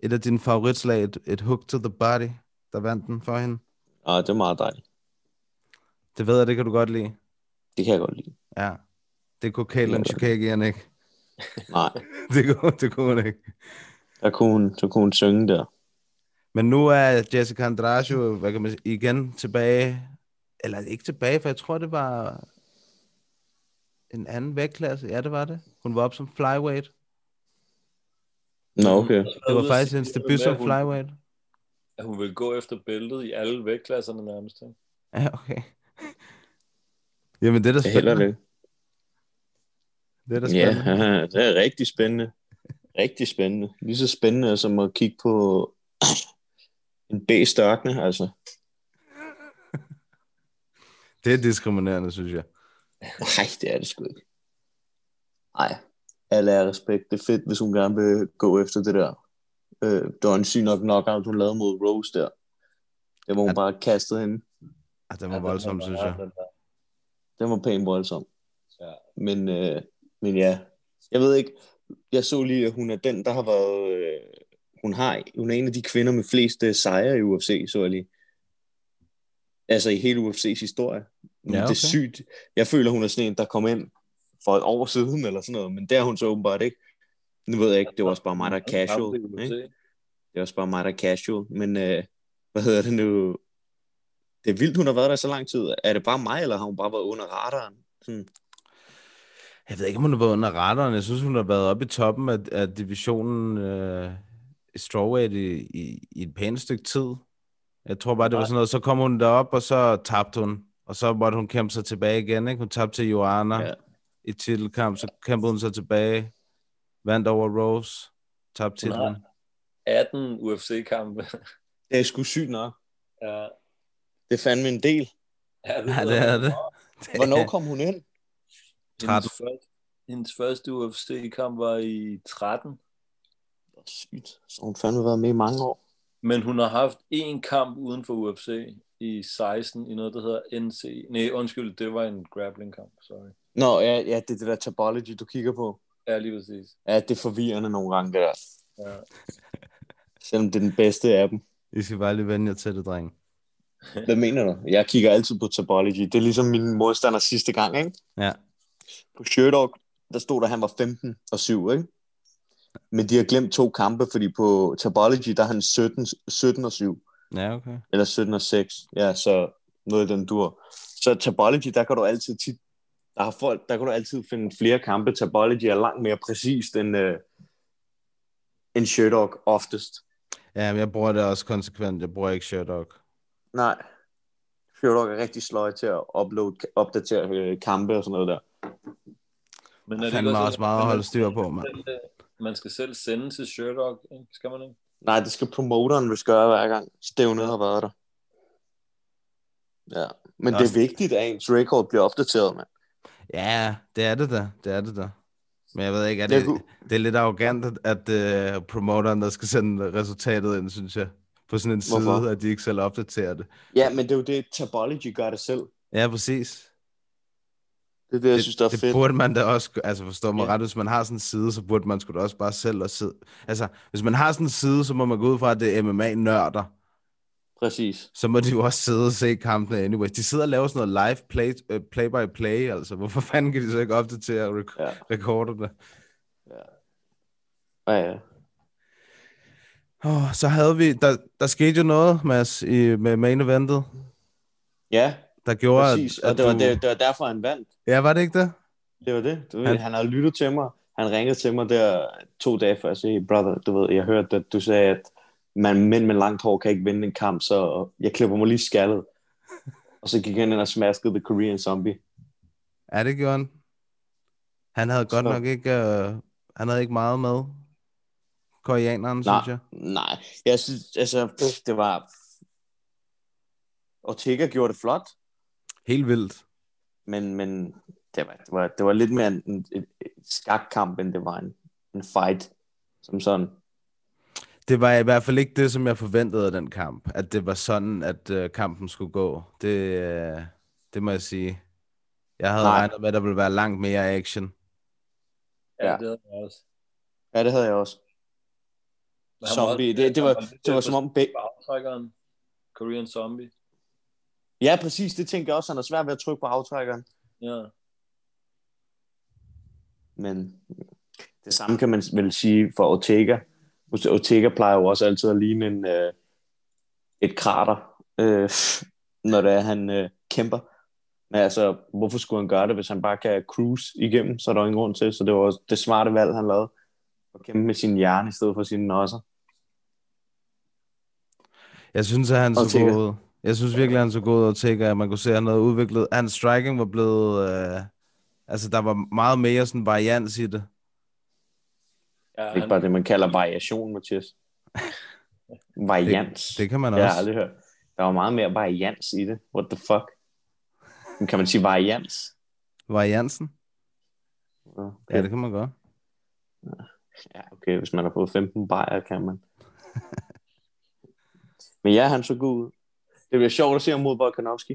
Speaker 7: et af dine favoritslag, et, et hook to the body, der vandt den for hende.
Speaker 8: Ah, det er meget dejligt.
Speaker 7: Det ved jeg, det kan du godt lide.
Speaker 8: Det kan jeg godt lide.
Speaker 7: Ja. Det kunne Caitlin Chukagian ikke.
Speaker 8: Nej,
Speaker 7: Det kunne, det kunne hun ikke.
Speaker 8: der kunne hun, så kunne hun synge der.
Speaker 7: Men nu er Jessica Andrade jo, hvad kan man sige, igen tilbage, eller ikke tilbage, for jeg tror, det var en anden vægtklasse. Ja, det var det. Hun var op som flyweight.
Speaker 8: Nå, okay.
Speaker 7: Det var faktisk hendes debut som flyweight.
Speaker 5: At hun vil gå efter bæltet i alle vægtklasserne nærmest. ikke?
Speaker 7: Ja, okay. Jamen, det er da
Speaker 8: Det hælder
Speaker 7: spændende.
Speaker 8: det.
Speaker 7: Det er da
Speaker 8: Ja,
Speaker 7: spændende.
Speaker 8: det er rigtig spændende. Rigtig spændende. Lige så spændende som at kigge på en bæst ørkne, altså.
Speaker 7: Det er diskriminerende, synes jeg.
Speaker 8: Nej, det er det sgu ikke. Nej, alle er respekt. Det er fedt, hvis hun gerne vil gå efter det der. Øh, det var en syg nok knockout, hun lavede mod Rose der. Det var hun
Speaker 7: Ja.
Speaker 8: bare kastet hende.
Speaker 7: At Altså, den
Speaker 5: Ja,
Speaker 7: var
Speaker 5: den
Speaker 7: voldsom,
Speaker 5: der-
Speaker 7: synes jeg.
Speaker 5: den der.
Speaker 8: Den var pænt voldsom.
Speaker 5: Ja.
Speaker 8: Men, øh, men ja, jeg ved ikke, jeg så lige, at hun er den, der har været, øh, hun har, hun er en af de kvinder med flest øh, sejre i UFC, så jeg lige. Altså i hele UFC's historie.
Speaker 7: Ja,
Speaker 8: Det er
Speaker 7: okay.
Speaker 8: sygt. Jeg føler, hun er sådan en, der kom ind for et år siden, eller sådan noget, men det er hun så åbenbart ikke. Nu ved jeg ikke, det var også bare mig, der er casual.
Speaker 5: Det kan man
Speaker 8: Ikke?
Speaker 5: se.
Speaker 8: Det er også bare mig, der er casual. Men øh, hvad hedder det nu? Det er vildt, hun har været der så lang tid. Er det bare mig, eller har hun bare været under radaren? Sådan.
Speaker 7: Jeg ved ikke, om hun har været under radaren. Jeg synes, hun har været oppe i toppen af, af divisionen øh, i strawweight i, i, i et pænt stykke tid. Jeg tror bare, det var sådan noget. Så kom hun derop, og så tabte hun. Og så måtte hun kæmpe sig tilbage igen. Ikke? Hun tabte til Joanna
Speaker 8: Ja.
Speaker 7: ja. i titelkamp. Så kæmpede hun sig tilbage. Vandt over Rose. Tabte
Speaker 5: Hun
Speaker 7: til
Speaker 5: har 18 UFC-kampe.
Speaker 8: Det er sgu sygt nok.
Speaker 5: ja.
Speaker 8: Det er fandme en del.
Speaker 7: Ja, det er det.
Speaker 8: Hvornår kom hun ind?
Speaker 5: Hendes første, hendes første UFC-kamp var i 13.
Speaker 8: Sygt. Så har hun fandme været med i mange år.
Speaker 5: Men hun har haft én kamp uden for UFC i 16 i noget, der hedder NC. Nej, undskyld, det var en grappling-kamp, sorry.
Speaker 8: Nå, ja, ja det er det der tabology, du kigger på.
Speaker 5: Ja, lige præcis.
Speaker 8: Ja, det er forvirrende nogle gange, det der.
Speaker 5: Ja.
Speaker 8: Selvom det er den bedste af dem.
Speaker 7: I skal bare lige vende jer til det, dreng.
Speaker 8: Hvad mener du? Jeg kigger altid på tabology. Det er ligesom min modstander sidste gang, ikke?
Speaker 7: Ja.
Speaker 8: På Sherdog, der stod der, at han var 15 og 7, ikke? Men de har glemt to kampe, fordi på tabology, der er han 17, 17 og 7.
Speaker 7: Ja, okay.
Speaker 8: eller 17 og 6, ja, så noget i den dur. Så Tabology, der kan du altid tit, der, har folk, der kan du altid finde flere kampe. Tabology er langt mere præcist end, øh, end Sherdog oftest.
Speaker 7: Ja, men jeg bruger det også konsekvent. Jeg bruger ikke Sherdog.
Speaker 8: Nej, Sherdog er rigtig sløj til at upload, opdatere øh, kampe og sådan noget der.
Speaker 5: Men
Speaker 7: Der er fandme også meget at holde styr på,
Speaker 5: man.
Speaker 7: mand.
Speaker 5: skal selv- Man skal selv sende til Sherdog, ikke? skal man ikke?
Speaker 8: Nej, det skal promoteren vist gøre hver gang. Stævnet har været der. Ja, men det
Speaker 7: Også-
Speaker 8: er vigtigt, at ens record bliver opdateret, mand.
Speaker 7: Ja, det er det da. Det er det da. Men jeg ved ikke, er
Speaker 8: Jeg
Speaker 7: det,
Speaker 8: kunne-
Speaker 7: det er lidt arrogant, at, at uh, promoteren, der skal sende resultatet ind, synes jeg. På sådan en side,
Speaker 8: Hvorfor?
Speaker 7: at de ikke selv opdaterer det.
Speaker 8: Ja, men det er jo det, Tabology gør det selv.
Speaker 7: Ja, præcis.
Speaker 8: Det er det, jeg
Speaker 7: det,
Speaker 8: synes, der er
Speaker 7: det
Speaker 8: fedt.
Speaker 7: burde man da også, gø- altså forstå mig
Speaker 8: Ja.
Speaker 7: ja. ret, hvis man har sådan en side, så burde man sgu da også bare selv at sidde. Altså, hvis man har sådan en side, så må man gå ud fra, at det er MMA-nørder.
Speaker 8: Præcis.
Speaker 7: Så må de jo også sidde og se kampene anyways. De sidder og laver sådan noget live play, øh, play-by-play, altså. Hvorfor fanden kan de så ikke opdatere rek-
Speaker 8: Ja.
Speaker 7: ja. rekorderne?
Speaker 8: Ja, ja.
Speaker 7: Oh, så havde vi, der, der skete jo noget, Mads, i, med main eventet,
Speaker 8: Ja,
Speaker 7: der gjorde,
Speaker 8: præcis. Og det var,
Speaker 7: du...
Speaker 8: det, det var derfor, han vandt.
Speaker 7: Ja, var det ikke det?
Speaker 8: Det var det. Du ved, han...
Speaker 7: Han-
Speaker 8: han havde lyttet til mig. Han ringede til mig der to dage før og sagde, brother, du ved, jeg hørte, at du sagde, at man, mænd med langt hår kan ikke vinde en kamp, så jeg klipper mig lige skaldet. og så gik han ind og smaskede The Korean Zombie.
Speaker 7: Ja, det gjorde han. Han havde godt
Speaker 8: Så-
Speaker 7: nok ikke, øh, han havde ikke meget med koreaneren,
Speaker 8: Nej,
Speaker 7: synes jeg.
Speaker 8: nej. Jeg synes, altså, pff, det var... Ortega gjorde det flot,
Speaker 7: Helt vildt.
Speaker 8: men, men det, var, det, var, det var lidt mere en, en, en skakkamp, end det var en, en fight, som sådan.
Speaker 7: Det var i hvert fald ikke det, som jeg forventede af den kamp, at det var sådan, at øh, kampen skulle gå. Det, øh, det må jeg sige. Jeg havde
Speaker 8: Nej.
Speaker 7: regnet med, at der ville være langt mere action.
Speaker 5: Ja,
Speaker 8: Ja.
Speaker 5: det havde jeg også.
Speaker 8: Ja, det havde jeg også.
Speaker 5: Men han
Speaker 8: Zombie,
Speaker 5: også-
Speaker 8: det, det, var,
Speaker 5: han lidt
Speaker 8: det var
Speaker 5: på
Speaker 8: som om beg-
Speaker 5: bagtrækkeren. Korean Zombie.
Speaker 8: Ja, præcis, det tænker jeg også, han er svært ved at trykke på aftrækkeren.
Speaker 5: Ja.
Speaker 8: Men det samme kan man vel sige for Ortega. Ortega plejer jo også altid at ligne en, øh, et krater, øh, når det er, han øh, kæmper. Men altså, hvorfor skulle han gøre det, hvis han bare kan cruise igennem, så er der jo ingen grund til. Så det var også det smarte valg, han lavede. At kæmpe med sin hjerne i stedet for sine nosser.
Speaker 7: Jeg synes, at han så
Speaker 8: Ortega.
Speaker 7: god ud. Jeg synes virkelig, at han så god ud og tænker, at man kunne se, at han havde udviklet. Hans striking var blevet... Øh, altså, der var meget mere sådan varians i det.
Speaker 5: ja
Speaker 8: Ikke bare det, man kalder variation, Mathias. Varians.
Speaker 7: Det kan man
Speaker 8: Det har jeg
Speaker 7: også.
Speaker 8: aldrig hørt. Der var meget mere varians i det. What the fuck? Men Kan man sige varians?
Speaker 7: Variansen?
Speaker 8: Okay.
Speaker 7: Ja, det kan man godt.
Speaker 8: ja, okay. Hvis man har fået 15 bajer, kan man. Men ja, han så god ud. Det bliver sjovt at se ham mod Volkanovski.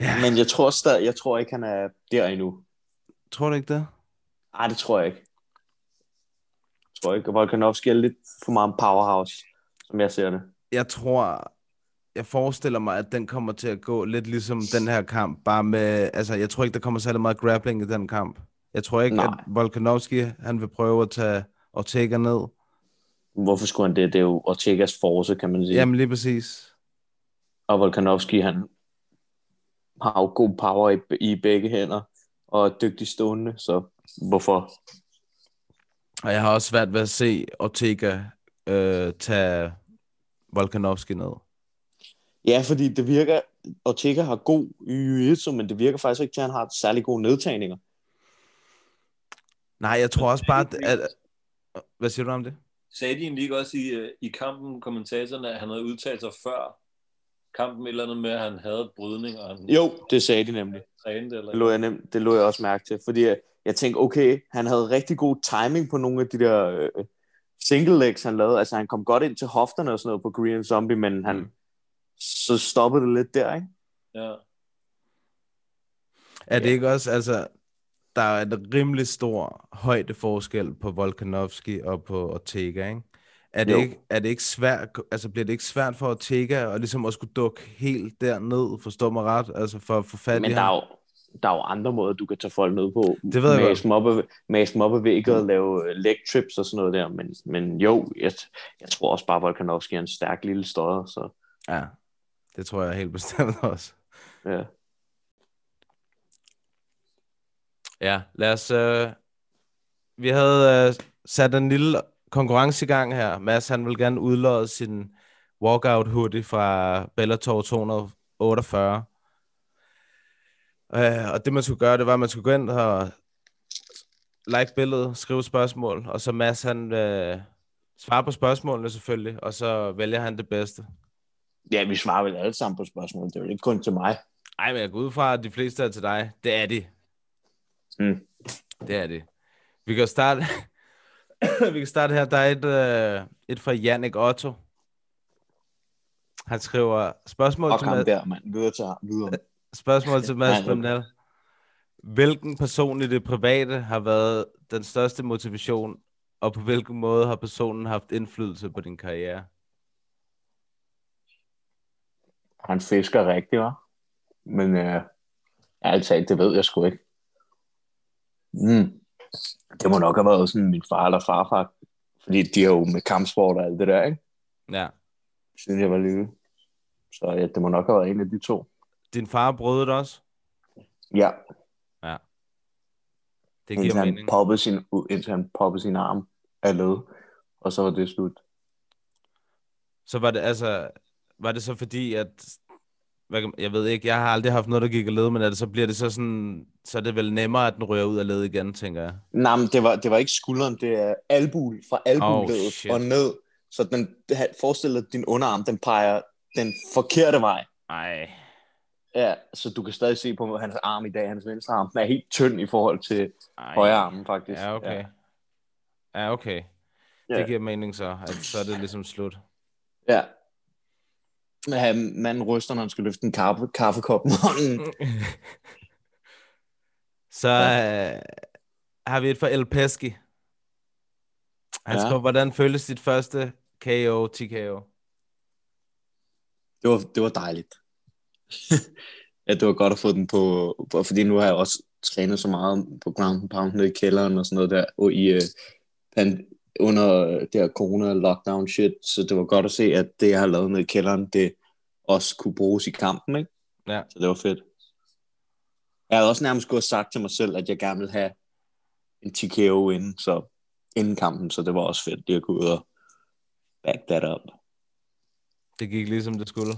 Speaker 7: Ja.
Speaker 8: Men jeg tror stadig, jeg tror ikke, han er der endnu.
Speaker 7: Tror du ikke det?
Speaker 8: Nej, det tror jeg ikke. Jeg tror ikke, at Volkanovski er lidt for meget en powerhouse, som jeg ser det.
Speaker 7: Jeg tror... jeg forestiller mig, at den kommer til at gå lidt ligesom den her kamp, bare med, altså jeg tror ikke, der kommer særlig meget grappling i den kamp. Jeg tror ikke, Nej.
Speaker 8: Nej.
Speaker 7: at Volkanovski, han vil prøve at tage Ortega ned.
Speaker 9: Hvorfor skulle han det? Det er jo Ortegas force, kan man sige. Jamen.
Speaker 7: Jamen lige præcis.
Speaker 9: Og Volkanovski, han har jo god power i, i begge hænder, og er dygtig stående, så hvorfor?
Speaker 7: Og jeg har også svært ved at se Ortega øh, tage Volkanovski ned.
Speaker 8: Ja, fordi det virker, Ortega har god jiu-jitsu, men det virker faktisk ikke til, at han har særlig gode nedtagninger.
Speaker 7: Nej, jeg tror også bare, at, at... Hvad siger du om det?
Speaker 5: Sagde de egentlig ikke også i, øh, i kampen, kommentatorerne, at han havde udtalt sig før kampen et eller andet med, at han havde brydning, og han
Speaker 8: Jo, det sagde de nemlig.
Speaker 5: trænede? Eller...
Speaker 8: Det lå jeg, nem, det lå jeg også mærke til, fordi jeg, jeg tænkte, okay, han havde rigtig god timing på nogle af de der øh, single legs, han lavede. Altså, han kom godt ind til hofterne og sådan noget på Korean Zombie, men han,
Speaker 7: Mm.
Speaker 8: mm. så stoppede det lidt der, ikke?
Speaker 5: Ja.
Speaker 7: Er det ikke også, altså, der er en rimelig stor højdeforskel på Volkanovski og på Ortega, ikke? Er det,
Speaker 8: Jo.
Speaker 7: ikke, er det ikke svært, altså bliver det ikke svært for Ortega at ligesom at skulle dukke helt derned, forstå mig ret, altså for at få fat
Speaker 9: Men
Speaker 7: i
Speaker 9: der er,
Speaker 7: ham?
Speaker 9: jo, der er jo andre måder, du kan tage folk ned på.
Speaker 7: Det ved jeg godt. Mm.
Speaker 9: mase dem op og, mase dem op og vægge og lave øh, leg trips og sådan noget der. Men, men jo, jeg, jeg tror også bare, Volkanovski er en stærk lille støder. Så,
Speaker 7: Ja, det tror jeg helt bestemt også.
Speaker 9: ja.
Speaker 7: Ja, lad os... Øh... Vi havde øh, sat en lille konkurrence i gang her. Mads, han vil gerne udlåde sin walkout hoodie fra Bellator 248. Øh, og det, man skulle gøre, det var, at man skulle gå ind og like billedet, skrive spørgsmål, og så Mads, han øh, svarer på spørgsmålene selvfølgelig, og så vælger han det bedste.
Speaker 8: Ja, vi svarer vel alle sammen på spørgsmålet. Det er jo ikke kun til mig.
Speaker 7: Ej, men jeg går ud fra, at de fleste er til dig. Det er de.
Speaker 8: Mm.
Speaker 7: Det er det. Vi kan jo starte, vi kan starte her. Der er et, øh, et fra Jannik Otto. Han skriver, spørgsmål
Speaker 8: Og
Speaker 7: til,
Speaker 8: ham
Speaker 7: Mads,
Speaker 8: der, mand. Videre til ham. Videre.
Speaker 7: spørgsmål til Mads
Speaker 8: Nej, okay.
Speaker 7: Brindel. Hvilken person i det private har været den største motivation, og på hvilken måde har personen haft indflydelse på din karriere?
Speaker 9: Han fisker rigtigt, var. Men øh, ærligt talt, det ved jeg sgu ikke. Mm. Det må nok have været sådan min far eller farfar. Fordi de har jo med kampsport og alt det der, ikke?
Speaker 7: Ja.
Speaker 9: Siden jeg var lille. Så ja, det må nok have været en af de to.
Speaker 7: Din far brød det også?
Speaker 9: Ja,
Speaker 7: Det
Speaker 9: indtil
Speaker 7: giver
Speaker 9: han,
Speaker 7: mening.
Speaker 9: poppede sin, indtil han poppede sin arm af led, og så var det slut.
Speaker 7: Så var det altså, var det så fordi, at, hvad, kan- jeg ved ikke, jeg har aldrig haft noget, der gik af led, men er det, så bliver det så sådan, så er det vel nemmere, at den rører ud af led igen, tænker jeg.
Speaker 8: Nej, men det var, det var ikke skulderen. Det er albuen fra
Speaker 7: Oh,
Speaker 8: albuledet
Speaker 7: shit.
Speaker 8: oh, og ned. Så den, forestil dig, at din underarm, den peger den forkerte vej.
Speaker 7: Ej.
Speaker 8: Ja, så du kan stadig se på hans arm i dag. Hans venstre arm den er helt tynd i forhold til
Speaker 7: Ej.
Speaker 8: højre armen, faktisk.
Speaker 7: Ja, okay. Ja, okay.
Speaker 8: Ja.
Speaker 7: Det giver mening så, at så er det ligesom slut.
Speaker 8: Ja. ja. Han, manden ryster, når han skal løfte en kaffe, kaffekop med hånden.
Speaker 7: så øh, har vi et fra El Pesci. Han
Speaker 8: Ja.
Speaker 7: skriver, hvordan føles dit første KO, TKO?
Speaker 8: Det var, det var dejligt. ja, det var godt at få den på, på, fordi nu har jeg også trænet så meget på ground and pound nede i kælderen og sådan noget der, og i, øh, pan, under øh, det her corona-lockdown shit, så det var godt at se, at det, jeg har lavet nede i kælderen, det også kunne bruges i kampen, ikke?
Speaker 7: Ja.
Speaker 8: Så det var fedt. Jeg havde også nærmest gået og sagt til mig selv, at jeg gerne ville have en TKO inden, så, inden kampen, så det var også fedt, lige at gå ud og back that up.
Speaker 7: Det gik ligesom det skulle.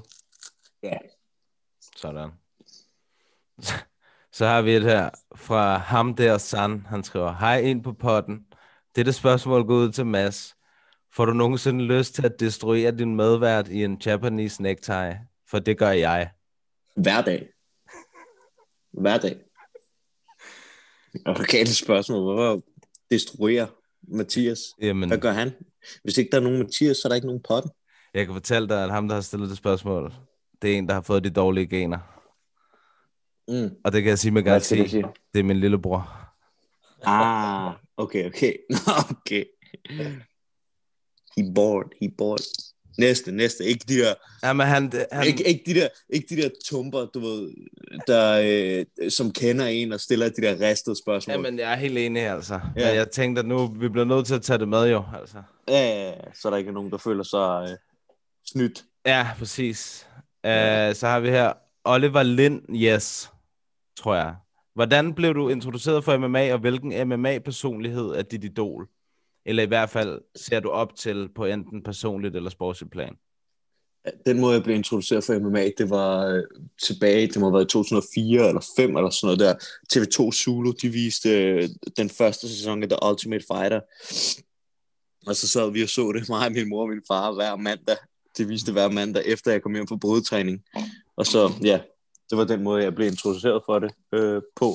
Speaker 8: Ja.
Speaker 7: Sådan. Så har vi et her fra ham der, San. Han skriver, hej ind på potten. Dette spørgsmål går ud til Mads. Får du nogensinde lyst til at destruere din medvært i en Japanese necktie? For det gør jeg.
Speaker 8: Hver dag. Hver dag. Og lokale spørgsmål. Hvorfor destruerer Mathias?
Speaker 7: Jamen,
Speaker 8: Hvad gør han? Hvis ikke der er nogen Mathias, så er der ikke nogen potten.
Speaker 7: jeg kan fortælle dig, at ham, der har stillet det spørgsmål, det er en, der har fået de dårlige gener.
Speaker 8: Mm.
Speaker 7: Og det kan jeg sige med
Speaker 9: Hvad skal
Speaker 7: garanti,
Speaker 9: det sige?
Speaker 7: det er min lillebror.
Speaker 8: Ah, okay, okay. Nå, okay. He bored, he bored. næste, næste. Ikke de der,
Speaker 7: Jamen, han, han,
Speaker 8: han... ikke, ikke, de der, ikke de der tumper, du ved, der, øh, som kender en og stiller de der ristede spørgsmål.
Speaker 7: Jamen, jeg er helt enig, altså.
Speaker 8: Ja.
Speaker 7: Ja. Jeg tænkte, at nu vi bliver nødt til at tage det med, jo. Altså.
Speaker 8: Ja, ja, ja, så er der ikke er nogen, der føler sig øh, snydt.
Speaker 7: Ja, præcis. Uh, så har vi her Oliver Lind, yes, tror jeg. Hvordan blev du introduceret for MMA, og hvilken MMA-personlighed er dit idol? Eller i hvert fald ser du op til på enten personligt eller sportsligt plan?
Speaker 8: Den måde, jeg blev introduceret for MMA, det var øh, tilbage, det må have været i 2004 eller 5 eller sådan noget der. TV2 Zulu, de viste øh, den første sæson af The Ultimate Fighter. Og så sad vi og så det, mig, min mor og min far, hver mandag. Det viste det hver mandag, efter jeg kom hjem fra brydetræning. Og så, ja, det var den måde, jeg blev introduceret for det øh, på.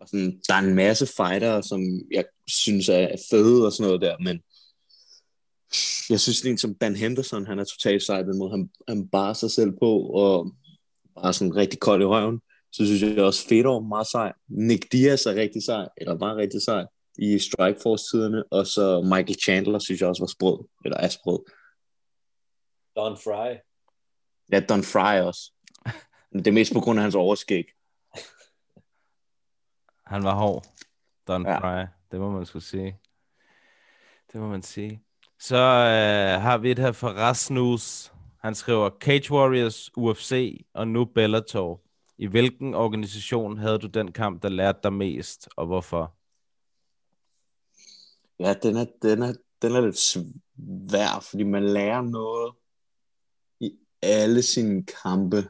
Speaker 8: Og sådan, der er en masse fightere, som jeg synes er fede og sådan noget der, men jeg synes sådan en som Dan Henderson, han er totalt sej, den måde han, han barer sig selv på, og bare sådan rigtig kold i røven. Så synes jeg også Fedor er meget sej. Nick Diaz er rigtig sej, eller var rigtig sej i Strikeforce-tiderne, og så Michael Chandler synes jeg også var sprød, eller er sprød.
Speaker 5: Don Fry.
Speaker 8: Ja, Don Fry også. Men det er mest på grund af hans overskæg.
Speaker 7: Han var hård. Don
Speaker 8: Ja.
Speaker 7: ja. Fry. Det må man skulle sige. Det må man sige. Så øh, har vi et her fra Rasmus. Han skriver, Cage Warriors, UFC og nu Bellator. I hvilken organisation havde du den kamp, der lærte dig mest, og hvorfor?
Speaker 8: Ja, den er, den er, den er lidt svær, fordi man lærer noget i alle sine kampe.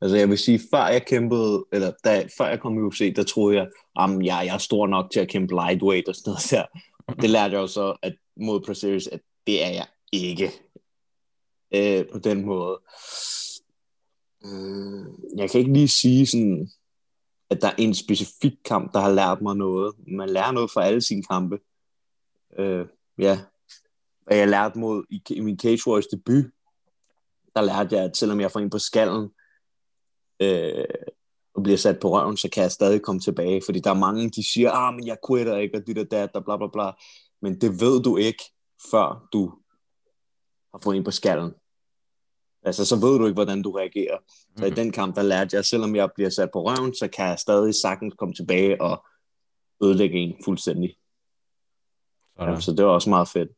Speaker 8: Altså jeg vil sige, før jeg kæmpede, eller da, før jeg kom i UFC, der troede jeg, at jeg, jeg er stor nok til at kæmpe lightweight og sådan noget der. Det lærte jeg jo så at, mod Pro Series, at det er jeg ikke øh, på den måde. Mm, Jeg kan ikke lige sige sådan, at der er en specifik kamp, der har lært mig noget. Man lærer noget fra alle sine kampe. Øh, ja. Hvad jeg lærte mod i, i min Cage Warriors debut, der lærte jeg, at selvom jeg får en på skallen øh, og bliver sat på røven, så kan jeg stadig komme tilbage. Fordi der er mange, de siger, ah, men jeg quitter ikke, og dit og dat, og bla bla bla. Men det ved du ikke, før du har fået en på skallen. Altså, så ved du ikke, hvordan du reagerer. Så i den kamp, der lærte jeg, at selvom jeg bliver sat på røven, så kan jeg stadig sagtens komme tilbage og ødelægge en fuldstændig.
Speaker 7: Sådan.
Speaker 8: Så det var også meget fedt.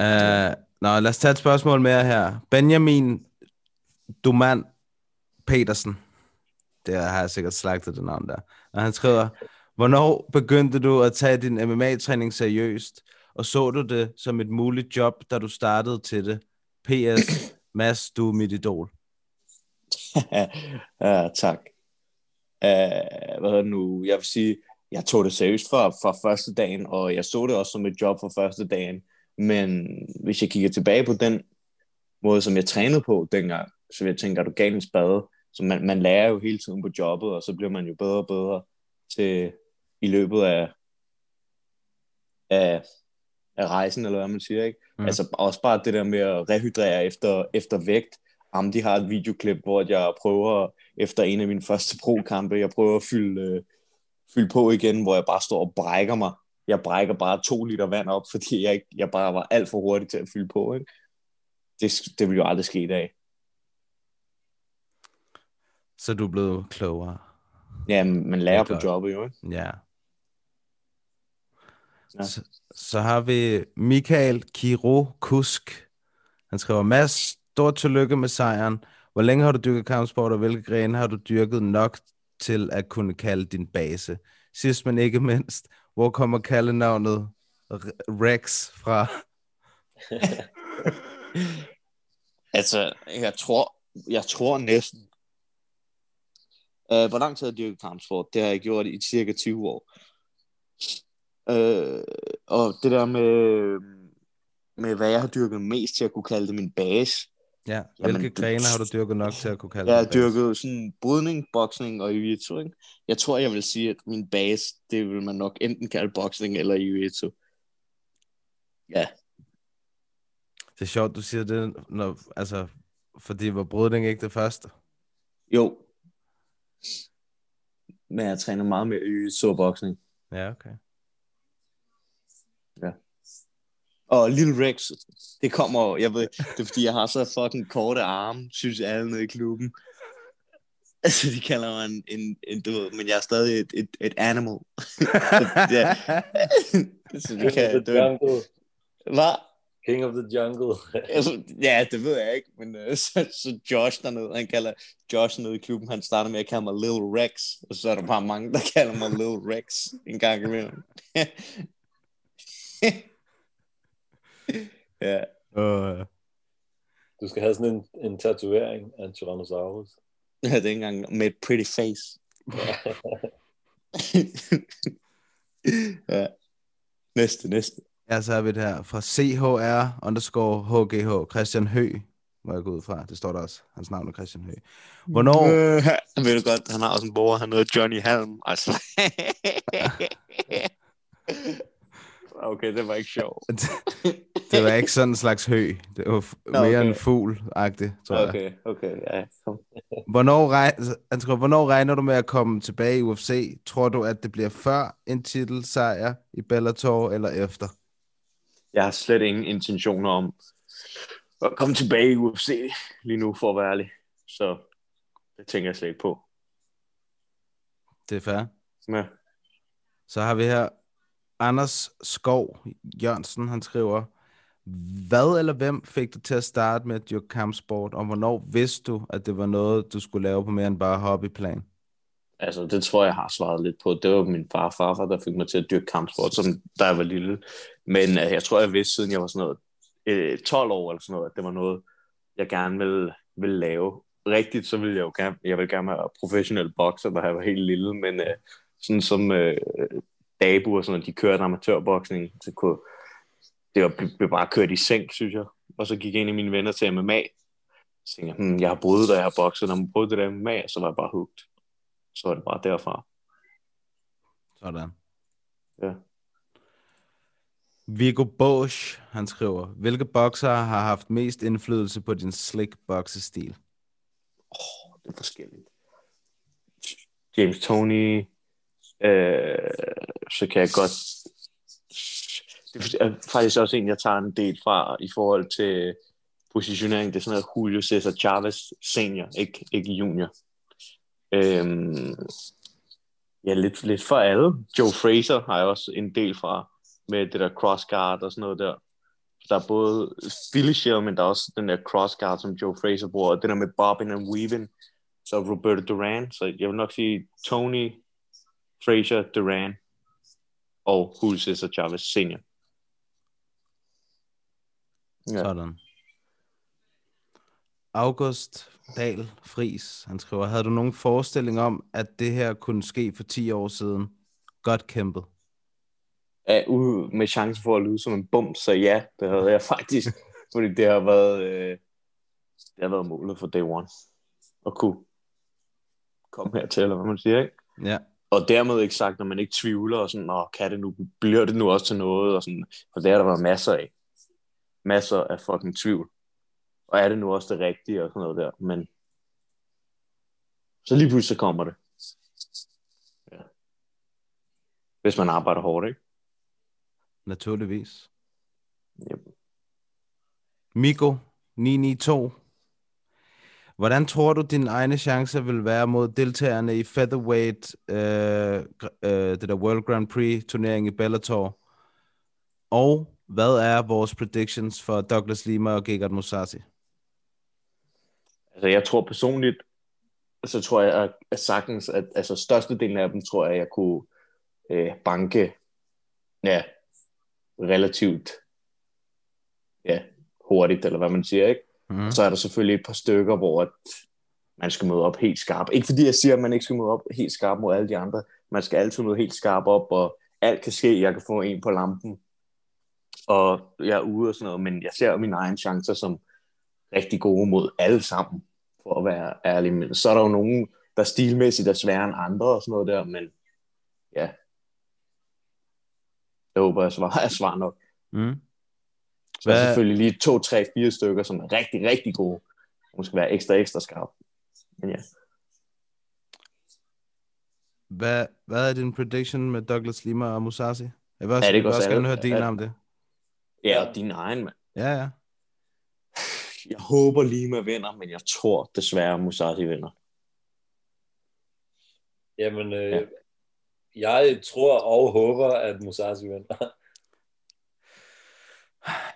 Speaker 7: Uh, nå, lad os tage et spørgsmål mere her. Benjamin Duman Petersen. Det har jeg sikkert slagtet det navn der. Og han skriver, hvornår begyndte du at tage din MMA-træning seriøst, og så du det som et muligt job, da du startede til det? P.S. Mads, du er mit idol.
Speaker 8: ja, tak. Uh, hvad hedder det nu? Jeg vil sige, jeg tog det seriøst fra, fra første dagen, og jeg så det også som et job fra første dagen. Men hvis jeg kigger tilbage på den måde, som jeg trænede på dengang, så vil jeg tænke, at du gav en spade. Så man, man lærer jo hele tiden på jobbet, og så bliver man jo bedre og bedre til, i løbet af, af, af rejsen, eller hvad man siger. Ikke? Mm.
Speaker 7: Mm.
Speaker 8: Altså også bare det der med at rehydrere efter, efter vægt. Jamen, de har et videoklip, hvor jeg prøver, efter en af mine første pro-kampe, jeg prøver at fylde, øh, fylde på igen, hvor jeg bare står og brækker mig. Jeg brækker bare to liter vand op, fordi jeg, ikke, jeg bare var alt for hurtig til at fylde på. Ikke? Det, det ville jo aldrig ske i dag.
Speaker 7: Så du er blevet klogere.
Speaker 8: Ja, man lærer
Speaker 7: Det er
Speaker 8: på
Speaker 7: klart.
Speaker 8: jobbet jo, ikke?
Speaker 7: Ja.
Speaker 8: Ja.
Speaker 7: Så, så har vi Michael Kiro Kusk. Han skriver, Mads, stort tillykke med sejren. Hvor længe har du dyrket kampsport, og hvilke grene har du dyrket nok til at kunne kalde din base? Sidst men ikke mindst, hvor kommer kaldenavnet R- Rex fra?
Speaker 8: Altså, jeg tror, jeg tror næsten. Øh, hvor lang tid har jeg dyrket kampsport? Det har jeg gjort i cirka 20 år. Øh, og det der med, med, hvad jeg har dyrket mest til at kunne kalde det min base.
Speaker 7: Ja,
Speaker 8: Jamen,
Speaker 7: hvilke
Speaker 8: det-
Speaker 7: grene har du dyrket nok til at kunne kalde
Speaker 8: Jeg har
Speaker 7: din base?
Speaker 8: dyrket sådan brydning, boksning og jiu-jitsu. Ikke? Jeg tror, jeg vil sige, at min base, det vil man nok enten kalde boksning eller jiu-jitsu.
Speaker 7: Det er sjovt, du siger det, når, altså, fordi var brydning ikke det første?
Speaker 8: Jo. Men jeg træner meget mere jiu-jitsu og boksning.
Speaker 7: Ja, okay.
Speaker 8: Ja.
Speaker 10: Og Lille Rex, det kommer, jeg ved, det er fordi, jeg har så fucking korte arme, synes alle nede i klubben. Altså, de kalder mig en, en, en du ved, men jeg er stadig et, et, et animal. ja. så det kan jeg,
Speaker 5: King of
Speaker 10: det
Speaker 5: the
Speaker 10: var,
Speaker 5: Jungle.
Speaker 10: Hvad?
Speaker 5: King of the Jungle.
Speaker 10: Altså, ja, det ved jeg ikke, men øh, så, så Josh dernede, han kalder Josh nede i klubben, han starter med at kalde mig Lil Rex, og så er der bare mange, der kalder mig Lil Rex en gang imellem. ja,
Speaker 7: Uh,
Speaker 5: Du skal have sådan en, en tatovering af en Tyrannosaurus.
Speaker 10: jeg havde ikke engang med et pretty face. ja. Næste, næste.
Speaker 7: ja, så er vi det her fra CHR underscore HGH Christian Hø, hvor jeg går ud fra. Det står der også. Hans navn er Christian Hø. Hvornår,
Speaker 10: Øh, ved du godt, han har også en bror, han hedder Johnny Halm. Altså. okay, det var ikke sjovt.
Speaker 7: det var ikke sådan en slags hø. Det var f-
Speaker 10: Nå,
Speaker 7: mere
Speaker 10: okay.
Speaker 7: en fugl-agtigt, tror jeg.
Speaker 10: Okay, okay, ja. Kom.
Speaker 7: Hvornår, regner, han skriver, hvornår regner du med at komme tilbage i UFC? Tror du, at det bliver før en titelsejr i Bellator eller efter?
Speaker 8: Jeg har slet ingen intentioner om at komme tilbage i UFC lige nu, for at være ærlig. Så det tænker jeg slet ikke på.
Speaker 7: Det er fair.
Speaker 8: Ja.
Speaker 7: Så har vi her Anders Skov Jørgensen, han skriver, hvad eller hvem fik dig til at starte med at dyrke kampsport, og hvornår vidste du, at det var noget, du skulle lave på mere end bare hobbyplan?
Speaker 8: Altså, det tror jeg, jeg har svaret lidt på. Det var min far og farfar, der fik mig til at dyrke kampsport, som da jeg var lille. Men øh, jeg tror, jeg vidste, siden jeg var sådan noget, øh, 12 år eller sådan noget, at det var noget, jeg gerne ville, ville lave. Rigtigt, så ville jeg jo gerne, jeg ville gerne være professionel bokser, da jeg var helt lille, men øh, sådan som øh, Dabu og sådan noget, de kørte amatørboksning, så kunne, det var, blev bare kørt i seng, synes jeg. Og så gik jeg ind i mine venner til MMA, så tænkte jeg, hmm, jeg har boet der, jeg har bokset, og man prøvede det der MMA, og så var jeg bare hooked så er det bare derfra.
Speaker 7: Sådan.
Speaker 8: Ja.
Speaker 7: Viggo Bosch, han skriver, hvilke boksere har haft mest indflydelse på din slick boksestil?
Speaker 8: Det er forskelligt. James Tony, øh, så kan jeg godt... Det er faktisk også en, jeg tager en del fra i forhold til positionering. Det er sådan noget Julio Cesar Chavez senior, ikke, ikke junior. Øhm, ja, lidt, lidt for alle. Joe Fraser har jeg også en del fra med det der crossguard og sådan noget der. Der er både Filisher, men der er også den der crossguard, som Joe Fraser bruger, og det der med bobbing and weaving, så Roberto Duran, så jeg vil nok sige Tony, Fraser, Duran Oh, og Julio Cesar Chavez senior.
Speaker 7: Ja.
Speaker 8: Ja.
Speaker 7: Sådan. August Dahl Fris, han skriver, havde du nogen forestilling om, at det her kunne ske for 10 år siden? Godt kæmpet.
Speaker 8: er ude uh, med chancen for at lyde som en bum, så ja, det havde jeg faktisk, fordi det har været, øh, det har været målet for day one, at kunne komme hertil, eller hvad man siger, ikke?
Speaker 7: Ja,
Speaker 8: Og dermed ikke sagt, når man ikke tvivler, og sådan, Nå, kan det nu, bliver det nu også til noget, og sådan, for det har der været masser af. Masser af fucking tvivl. Og er det nu også det rigtige, og sådan noget der, men så lige pludselig så kommer det. Ja. Hvis man arbejder hårdt, ikke?
Speaker 7: naturligvis.
Speaker 8: Yep.
Speaker 7: Miko 992. Hvordan tror du, dine egne chancer vil være mod deltagerne i featherweight, øh, gr- øh, det der World Grand Prix turnering i Bellator? Og hvad er vores predictions for Douglas Lima og Gegard Mousasi?
Speaker 8: Altså, jeg tror personligt, så tror jeg at sagtens, at altså, størstedelen af dem, tror jeg, jeg kunne øh, banke ja, relativt ja, hurtigt, eller hvad man siger, ikke?
Speaker 7: Mm.
Speaker 8: Mm. Så er der selvfølgelig et par stykker, hvor at man skal møde op helt skarp. Ikke fordi jeg siger, at man ikke skal møde op helt skarp mod alle de andre. Man skal altid møde helt skarp op, og alt kan ske. Jeg kan få en på lampen, og jeg er ude og sådan noget, men jeg ser mine egne chancer som rigtig gode mod alle sammen, for at være ærlig. Men så er der jo nogen, der stilmæssigt er sværere end andre og sådan noget der, men ja. Jeg håber, jeg svarer, jeg svarer nok.
Speaker 7: Mm.
Speaker 8: Så er
Speaker 7: Hvad-
Speaker 8: selvfølgelig lige to, tre, fire stykker, som er rigtig, rigtig gode. Hun skal være ekstra, ekstra skarp. Men ja.
Speaker 7: Hvad, hvad er din prediction med Douglas Lima og Musasi? Jeg vil også,
Speaker 8: Er det
Speaker 7: jeg
Speaker 8: ikke
Speaker 7: vil
Speaker 8: også
Speaker 7: også
Speaker 8: alle?
Speaker 7: gerne høre din
Speaker 8: Er-
Speaker 7: om det.
Speaker 9: Ja, og din egen, mand.
Speaker 7: Ja, ja.
Speaker 9: Jeg håber lige med vinder, men jeg tror desværre, Musashi vinder.
Speaker 5: Jamen, øh, jeg tror og håber, at Musashi vinder.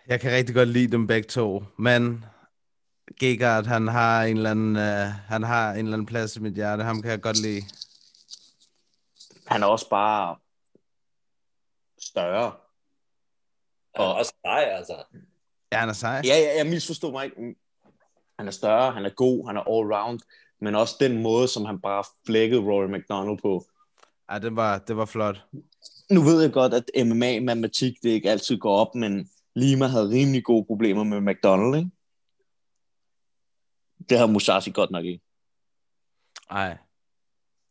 Speaker 7: Jeg kan rigtig godt lide dem begge to, men Gegard, han har en eller anden, øh, han har en eller anden plads i mit hjerte. Ham kan jeg godt lide.
Speaker 9: Han er også bare større.
Speaker 5: Og også dig, altså.
Speaker 7: Ja, han er sej.
Speaker 9: Ja, ja, jeg misforstod mig
Speaker 8: Mm.
Speaker 9: ikke. Han er større, han er god, han er all-round, men også den måde, som han bare flækkede Rory McDonald på.
Speaker 7: Ej, det var, det var flot.
Speaker 8: nu ved jeg godt, at MMA-matematik, det ikke altid går op, men Lima havde rimelig gode problemer med McDonald, ikke? Det havde Musashi godt nok ikke.
Speaker 7: Nej,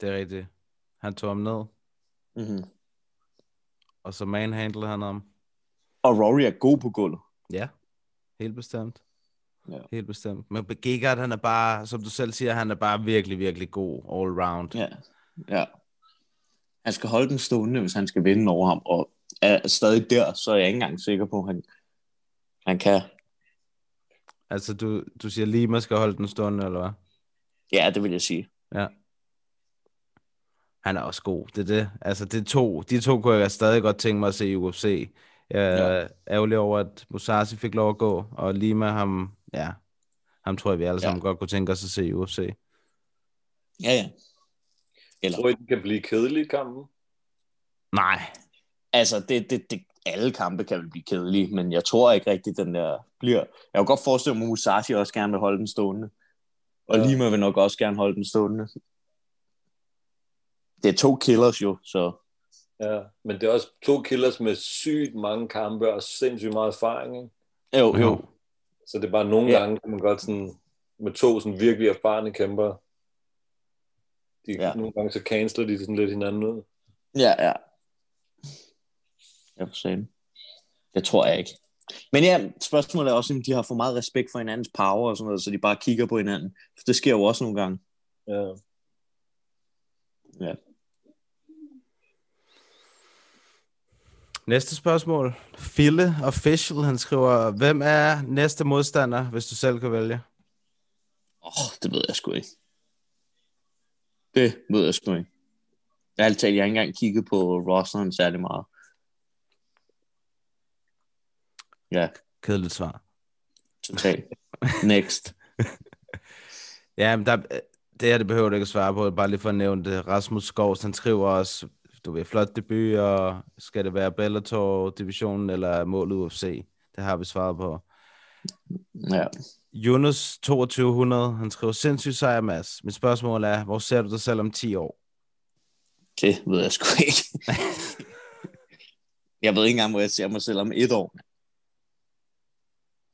Speaker 7: det er rigtigt. Han tog ham ned,
Speaker 8: Mm-hmm.
Speaker 7: og så manhandlede han ham.
Speaker 8: Og Rory er god på gulvet.
Speaker 7: Ja, helt bestemt.
Speaker 8: Ja.
Speaker 7: Helt bestemt. Men Gegard, han er bare, som du selv siger, han er bare virkelig, virkelig god all round.
Speaker 8: Ja. ja. Han skal holde den stående, hvis han skal vinde over ham, og er stadig der, så er jeg ikke engang sikker på, at han, han kan.
Speaker 7: Altså, du, du siger lige, man skal holde den stående, eller hvad?
Speaker 8: Ja, det vil jeg sige.
Speaker 7: Han er også god, det er det. Altså, det er to. De to kunne jeg stadig godt tænke mig at se i UFC. Jeg er ja. ærgerlig over, at Musashi fik lov at gå, og Lima, ham, ja, ham tror jeg, vi alle sammen ja. godt kunne tænke os at se i UFC.
Speaker 8: Ja, ja.
Speaker 5: Jeg tror I, den kan blive kedelig i kampen?
Speaker 7: Nej,
Speaker 8: Altså, det, det, det, alle kampe kan vel blive kedelige, men jeg tror ikke rigtig, den der bliver... Jeg kan godt forestille mig, at Musashi også gerne vil holde den stående. Og
Speaker 5: Ja.
Speaker 8: ja. Lima vil nok også gerne holde den stående. Det er to killers jo, så...
Speaker 5: Ja. Men det er også to killers med sygt mange kampe og sindssygt meget erfaring. Ikke?
Speaker 8: Jo, jo.
Speaker 7: Jo.
Speaker 5: Så det er bare nogle
Speaker 8: Ja.
Speaker 5: gange, kan man godt sådan, med to sådan virkelig erfarne kæmper, de,
Speaker 8: Ja.
Speaker 5: ja. nogle gange så canceler de sådan lidt hinanden ud.
Speaker 8: Ja, ja. Jeg for sagen. Det tror jeg ikke. Men ja, spørgsmålet er også, om de har for meget respekt for hinandens power og sådan noget, så de bare kigger på hinanden. For det sker jo også nogle gange.
Speaker 5: Ja.
Speaker 7: Næste spørgsmål. Fille Official, han skriver, hvem er næste modstander, hvis du selv kan vælge?
Speaker 8: Åh, oh, det ved jeg sgu ikke. Det ved jeg sgu ikke. Ærligt talt, jeg har ikke engang kigget på rosteren særlig meget. Ja,
Speaker 7: Kedeligt svar.
Speaker 8: totalt. Next.
Speaker 7: Ja, men der, det her, det behøver du ikke at svare på, bare lige for at nævne det. Rasmus Skovs, han skriver også, du ved, flot debut, og skal det være Bellator-divisionen eller målet UFC? Det har vi svaret på.
Speaker 8: Ja.
Speaker 7: Jonas 2200, han skriver, sindssygt sejr, Mads. Mit spørgsmål er, hvor ser du dig selv om 10 år?
Speaker 8: Det ved jeg sgu ikke. jeg ved ikke engang, hvor jeg ser mig selv om et år.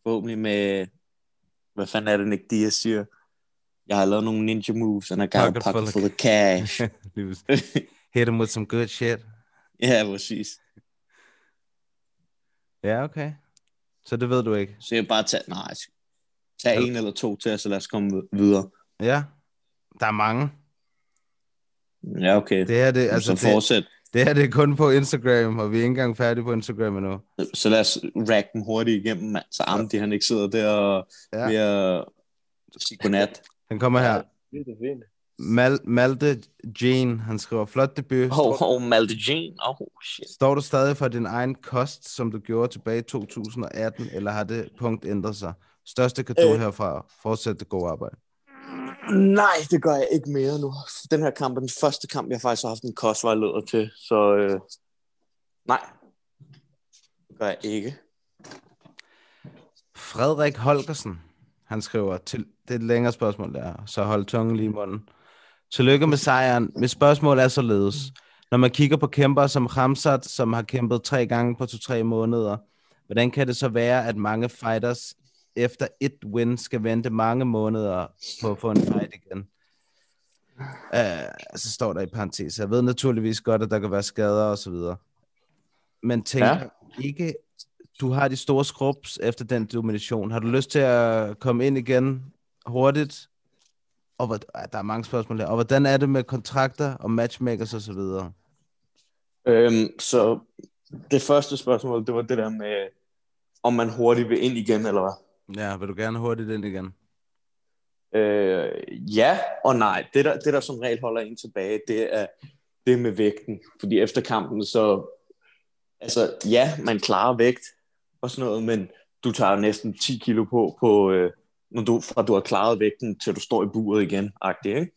Speaker 8: Forhåbentlig med... Hvad fanden er det, Nick Diaz siger? Jeg har lavet nogle ninja moves, and I got
Speaker 7: Pocket
Speaker 8: a
Speaker 7: full
Speaker 8: pocket
Speaker 7: of-
Speaker 8: full of cash.
Speaker 7: Lige præcis. Hit him with some good shit.
Speaker 8: ja, præcis.
Speaker 7: Ja, okay. Så det ved du ikke.
Speaker 8: Så jeg bare tage... Nej, tag en eller to til, og så lad os komme videre.
Speaker 7: Ja, der er mange.
Speaker 8: Ja, okay.
Speaker 7: Det her, det,
Speaker 8: altså,
Speaker 7: altså,
Speaker 8: så
Speaker 7: det,
Speaker 8: fortsæt.
Speaker 7: det her det er kun på Instagram, og vi er ikke engang færdige på Instagram endnu.
Speaker 8: Så lad os rack dem hurtigt igennem, mand. Så Amdi, han ikke sidder der og
Speaker 7: Ja.
Speaker 8: ja. ved at sige godnat.
Speaker 7: Den kommer her.
Speaker 5: Det er fint.
Speaker 7: Mal, Malte Jean, han skriver, flot debut.
Speaker 8: Hov, hov, Malte Jean. Åh, oh, shit.
Speaker 7: Står du stadig for din egen kost, som du gjorde tilbage i 2018, eller har det punkt ændret sig? Største gave øh.
Speaker 8: Øh.
Speaker 7: herfra. Fortsæt det gode arbejde.
Speaker 8: Nej, det gør jeg ikke mere nu. Den her kamp er den første kamp, jeg faktisk har haft en kostvejleder til, så øh, nej, det gør jeg ikke.
Speaker 7: Frederik Holgersen, han skriver, til, det er et længere spørgsmål der, så hold tungen lige i munden. Tillykke med sejren. Mit spørgsmål er således. Når man kigger på kæmper som Ramsat, som har kæmpet tre gange på to-tre måneder, hvordan kan det så være, at mange fighters efter et win skal vente mange måneder på at få en fight igen? Uh, så står der i parentes. Jeg ved naturligvis godt, at der kan være skader og så videre. Men tænker ja.
Speaker 9: Ja.
Speaker 7: ikke, du har de store skrubs efter den domination. Har du lyst til at komme ind igen hurtigt? Og hvor, ah, der er mange spørgsmål der. Og hvordan er det med kontrakter og matchmakers og så videre?
Speaker 8: Øhm, så det første spørgsmål, det var det der med, om man hurtigt vil ind igen, eller hvad?
Speaker 7: Ja, vil du gerne hurtigt ind igen?
Speaker 8: Øh, ja og nej. Det der, det, der som regel holder en tilbage, det er det med vægten. Fordi efter kampen, så... Altså, ja, man klarer vægt og sådan noget, men du tager jo næsten 10 kilo på, på øh, når du, fra du har klaret vægten, til du står i buret igen, agtig, ikke?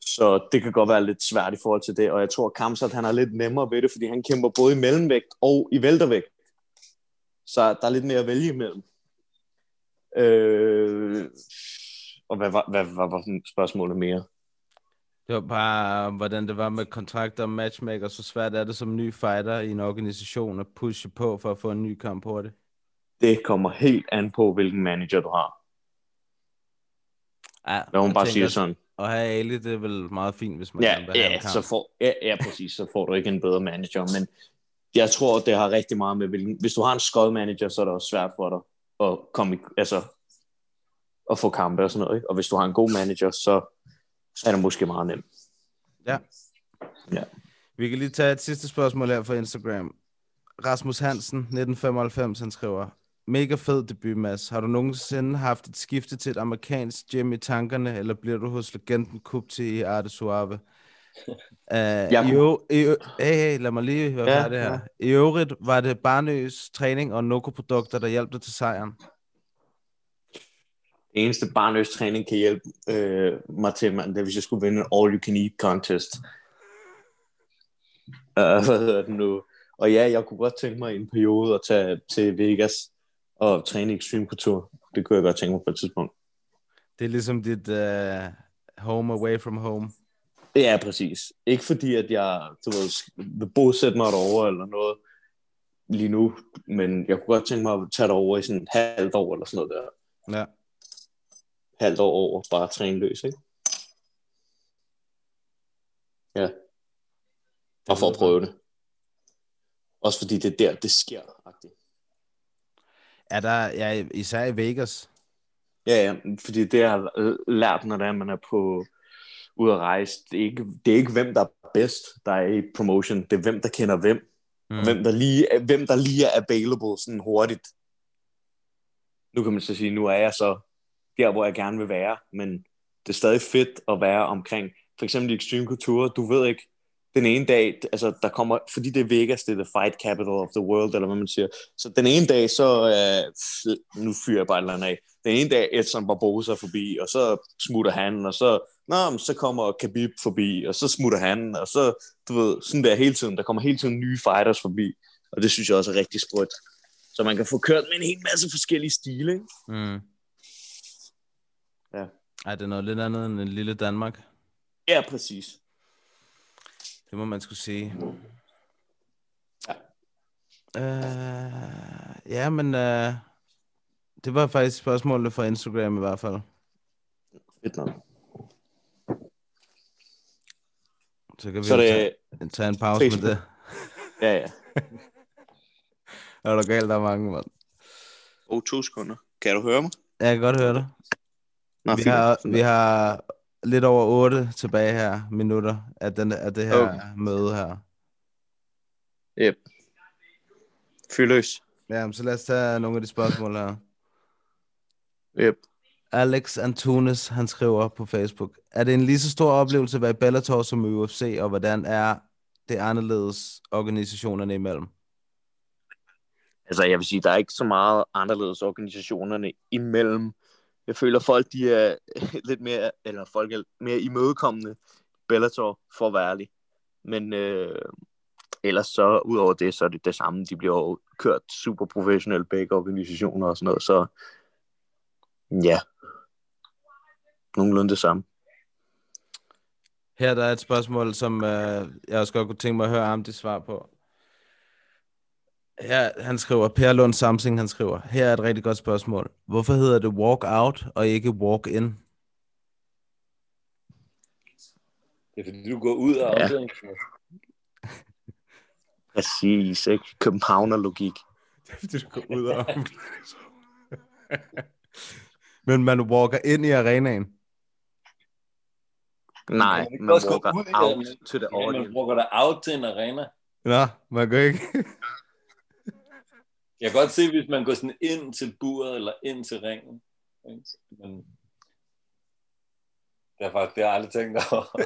Speaker 8: Så det kan godt være lidt svært i forhold til det, og jeg tror, Kamsat, han er lidt nemmere ved det, fordi han kæmper både i mellemvægt og i væltervægt. Så der er lidt mere at vælge imellem. Øh, og hvad var, hvad, hvad var sådan spørgsmålet mere?
Speaker 7: Det var bare, hvordan det var med kontrakter og matchmaker. Så svært er det som ny fighter i en organisation at pushe på for at få en ny kamp hurtigt.
Speaker 8: Det kommer helt an på, hvilken manager du har.
Speaker 7: Ja,
Speaker 8: Lad hun
Speaker 7: jeg
Speaker 8: bare
Speaker 7: tænker
Speaker 8: sige
Speaker 7: også,
Speaker 8: sådan.
Speaker 7: At have Ali, det er vel meget fint, hvis man
Speaker 8: Ja,
Speaker 7: gerne vil have
Speaker 8: ja,
Speaker 7: en kamp.
Speaker 8: så får, ja, ja, præcis, så får du ikke en bedre manager, men jeg tror, det har rigtig meget med, hvilken, hvis du har en skød manager, så er det også svært for dig at komme, i, altså, at få kampe og sådan noget, ikke? og hvis du har en god manager, så er det måske meget nemt.
Speaker 7: Vi kan lige tage et sidste spørgsmål her fra Instagram. Rasmus Hansen, 1995, han skriver, Mega fed debut, Mads. Har du nogensinde haft et skifte til et amerikansk gym i tankerne, eller bliver du hos legenden Kupti i Arte Suave? Uh, i,
Speaker 8: kunne-
Speaker 7: øv- i, ø- hey, hey, lad mig lige være
Speaker 8: Ja,
Speaker 7: ja, færdig her.
Speaker 8: ja.
Speaker 7: I øvrigt var det Barnøs træning og Noko-produkter, der hjalp dig til sejren.
Speaker 8: Det eneste barnløs træning kan hjælpe øh, mig til, mand, det er, hvis jeg skulle vinde en all-you-can-eat contest. Uh, hvad hedder det nu? Og ja, jeg kunne godt tænke mig i en periode at tage til Vegas og træne ekstrem kultur. Det kunne jeg godt tænke mig på et tidspunkt.
Speaker 7: Det er ligesom dit uh, home away from home.
Speaker 8: Ja, præcis. Ikke fordi, at jeg du ved, sk- vil bosætte mig derovre eller noget lige nu, men jeg kunne godt tænke mig at tage derover i sådan et halvt år eller sådan noget der.
Speaker 7: Ja.
Speaker 8: halvt år over, bare at træne løs, ikke? Ja. Bare for at prøve det. Også fordi det er der, det sker. agtigt.
Speaker 7: Er der, ja, især i Vegas.
Speaker 8: Ja, ja, fordi det jeg har lært, når det er, man er på ude at rejse, det er, ikke, det er ikke hvem, der er bedst, der er i promotion. Det er hvem, der kender hvem. Mm. Og hvem der, lige, hvem der lige er available sådan hurtigt. Nu kan man så sige, nu er jeg så der, hvor jeg gerne vil være, men det er stadig fedt at være omkring, for eksempel i Extreme Couture, du ved ikke, den ene dag, altså der kommer, fordi det er Vegas, det er the fight capital of the world, eller hvad man siger, så den ene dag, så, øh, f- nu fyrer jeg bare et eller andet af, den ene dag, Edson Barbosa forbi, og så smutter han, og så, nå, men så kommer Khabib forbi, og så smutter han, og så, du ved, sådan der hele tiden, der kommer hele tiden nye fighters forbi, og det synes jeg også er rigtig sprødt. Så man kan få kørt med en hel masse forskellige stile, ikke?
Speaker 7: Mm.
Speaker 8: Ja.
Speaker 7: Ej, det er noget lidt andet end en lille Danmark.
Speaker 8: Ja, præcis.
Speaker 7: Det må man skulle sige. Øh, ja, men øh, det var faktisk spørgsmålet fra Instagram i hvert fald.
Speaker 8: Fedt nok.
Speaker 7: Så kan vi
Speaker 8: Så
Speaker 7: så
Speaker 8: er
Speaker 7: det...
Speaker 8: det,
Speaker 7: tage, tage en pause Facebook. med
Speaker 8: Facebook.
Speaker 7: det.
Speaker 8: ja, ja.
Speaker 7: Er du galt, der er mange, mand.
Speaker 8: Oh, to sekunder. Kan du høre mig?
Speaker 7: Ja, Jeg kan godt høre dig.
Speaker 8: Nå,
Speaker 7: Vi
Speaker 8: fint.
Speaker 7: har, vi har lidt over 8 tilbage her minutter af, den, af det her
Speaker 8: Okay.
Speaker 7: okay. møde her.
Speaker 8: Yep. Fyr løs.
Speaker 7: Ja, men så lad os tage nogle af de spørgsmål her.
Speaker 8: Yep.
Speaker 7: Alex Antunes, han skriver på Facebook, er det en lige så stor oplevelse at være i Bellator som i UFC, og hvordan er det anderledes organisationerne imellem?
Speaker 8: Altså, jeg vil sige, der er ikke så meget anderledes organisationerne imellem. Jeg føler, folk de er lidt mere, eller folk er mere imødekommende Bellator, for at være ærlig. Men øh, ellers så, udover det, så er det det samme. De bliver jo kørt super professionelt begge organisationer og sådan noget, så ja, nogenlunde det samme.
Speaker 7: Her der er et spørgsmål, som øh, jeg også godt kunne tænke mig at høre om det svar på. Her, han skriver, Per Lund Samsing, han skriver, her er et rigtig godt spørgsmål. Hvorfor hedder det walk out og ikke walk in?
Speaker 5: Det er fordi, du går ud af
Speaker 8: Ja.
Speaker 5: afdelingen.
Speaker 8: Præcis, ikke? Københavner-logik.
Speaker 7: Det går ud af Men man walker ind i arenaen.
Speaker 8: Nej,
Speaker 5: kan ikke
Speaker 8: man
Speaker 5: også gå
Speaker 8: walker
Speaker 5: ud i
Speaker 8: out
Speaker 5: den.
Speaker 8: til det
Speaker 5: Ja, man
Speaker 8: audience.
Speaker 5: bruger dig out til en arena.
Speaker 7: Nå, man kan ikke.
Speaker 5: Jeg kan godt se, hvis man går sådan ind til buret, eller ind til ringen. ikke? Men det har faktisk det har jeg aldrig tænkt over.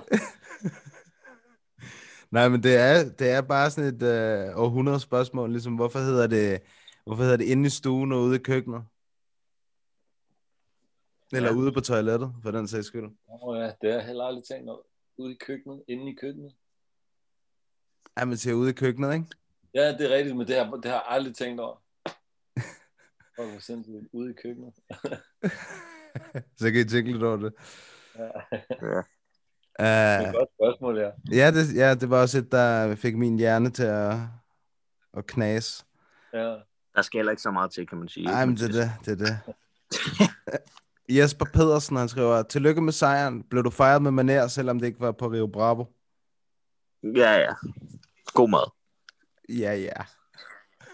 Speaker 7: Nej, men det er, det er bare sådan et øh, århundrede spørgsmål, ligesom hvorfor hedder det, hvorfor hedder det inde i stuen og ude i køkkenet? Eller
Speaker 5: Ja.
Speaker 7: ude på toilettet, for den sags skyld.
Speaker 5: Nå ja, det har jeg heller aldrig tænkt over. Ude i køkkenet, inde i køkkenet.
Speaker 7: Ja, man siger ude i køkkenet, ikke?
Speaker 5: Ja, det er rigtigt, men det har, det har jeg aldrig tænkt over. Fuck, hvor sindssygt. Ude i køkkenet.
Speaker 7: Så kan I tænke lidt over det.
Speaker 5: Ja. Det er
Speaker 7: Uh,
Speaker 5: et godt spørgsmål, ja.
Speaker 7: ja, det, ja, det var også et, der fik min hjerne til at, at knase.
Speaker 5: ja.
Speaker 8: Der skal heller ikke så meget til, kan man sige.
Speaker 7: Nej, men det er det, det er det. Jesper Pedersen, han skriver, Tillykke med sejren. Blev du fejret med manér, selvom det ikke var på Rio Bravo?
Speaker 8: Ja, ja. God mad.
Speaker 7: Ja, ja.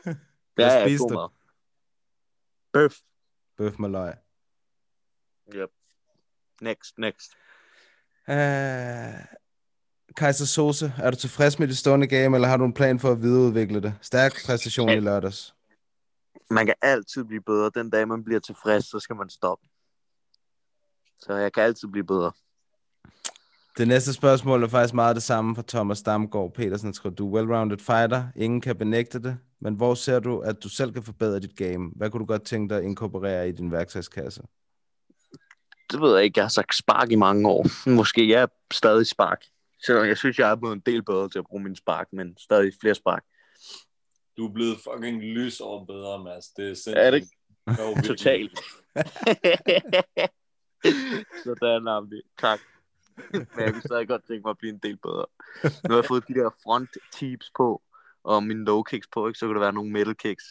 Speaker 8: Ja,
Speaker 7: Hvad
Speaker 8: ja,
Speaker 7: spiste
Speaker 8: god
Speaker 7: du?
Speaker 8: mad. Bøf.
Speaker 7: Bøf med løg.
Speaker 8: Yep. Next, next.
Speaker 7: Øh, Kaiser Sose, er du tilfreds med det stående game, eller har du en plan for at videreudvikle det? Stærk præstation i lørdags.
Speaker 8: Man kan altid blive bedre. Den dag, man bliver tilfreds, så skal man stoppe. Så jeg kan altid blive bedre.
Speaker 7: Det næste spørgsmål er faktisk meget det samme fra Thomas Damgaard Petersen. Han skriver, du er well-rounded fighter, ingen kan benægte det, men hvor ser du, at du selv kan forbedre dit game? Hvad kunne du godt tænke dig at inkorporere i din værktøjskasse?
Speaker 8: Det ved jeg ikke. Jeg har sagt spark i mange år. Måske jeg er stadig spark. Selvom jeg synes, jeg er blevet en del bedre til at bruge min spark, men stadig flere spark.
Speaker 5: Du er blevet fucking lys over bedre, Mads. Det er sindssygt.
Speaker 8: Er det ikke?
Speaker 5: Jo, virkelig.
Speaker 8: Totalt. Sådan, Ambi. Tak. Men jeg kunne stadig godt tænke mig at blive en del bedre. Nu har jeg fået de der front tips på, og mine low kicks på, ikke? så kunne der være nogle middle kicks.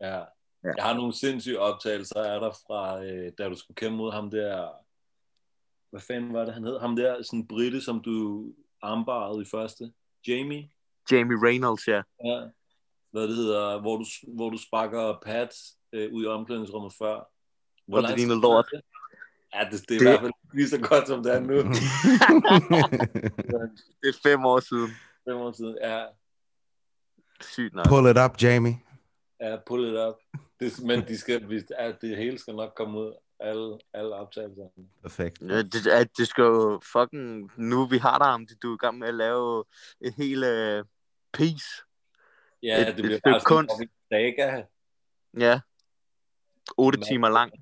Speaker 5: Ja.
Speaker 8: Ja.
Speaker 5: Jeg har nogle sindssyge optagelser af dig fra, øh, da du skulle kæmpe mod ham der... Hvad fanden var det, han hed? Ham der, sådan en brite, som du armbarede i første. Jamie?
Speaker 8: Jamie Reynolds, ja.
Speaker 5: Ja. Hvad det hedder, hvor du, hvor du sparker Pat øh, ud i omklædningsrummet før. Hvor
Speaker 8: Og det ligner lort.
Speaker 5: Ja, det, det er det... i
Speaker 8: Det-
Speaker 5: hvert fald lige så godt, som det er nu.
Speaker 8: Det er fem år siden.
Speaker 5: Fem år siden. Ja,
Speaker 8: Sygt nok.
Speaker 7: Pull it up, Jamie.
Speaker 5: ja pull it up. Det, men de skal, vi- ja, det hele skal nok komme ud. Alle, alle optagelser.
Speaker 7: Perfekt.
Speaker 8: Ja, det, ja, det skal jo fucking... Nu vi har dig, Amdi, du er i gang med at lave et helt uh, piece.
Speaker 5: Ja,
Speaker 8: Et-
Speaker 5: det
Speaker 8: et
Speaker 5: bliver
Speaker 8: stykke
Speaker 5: bare sådan
Speaker 8: kunst.
Speaker 5: en saga.
Speaker 8: Ja. 8
Speaker 5: Nå.
Speaker 8: timer lang.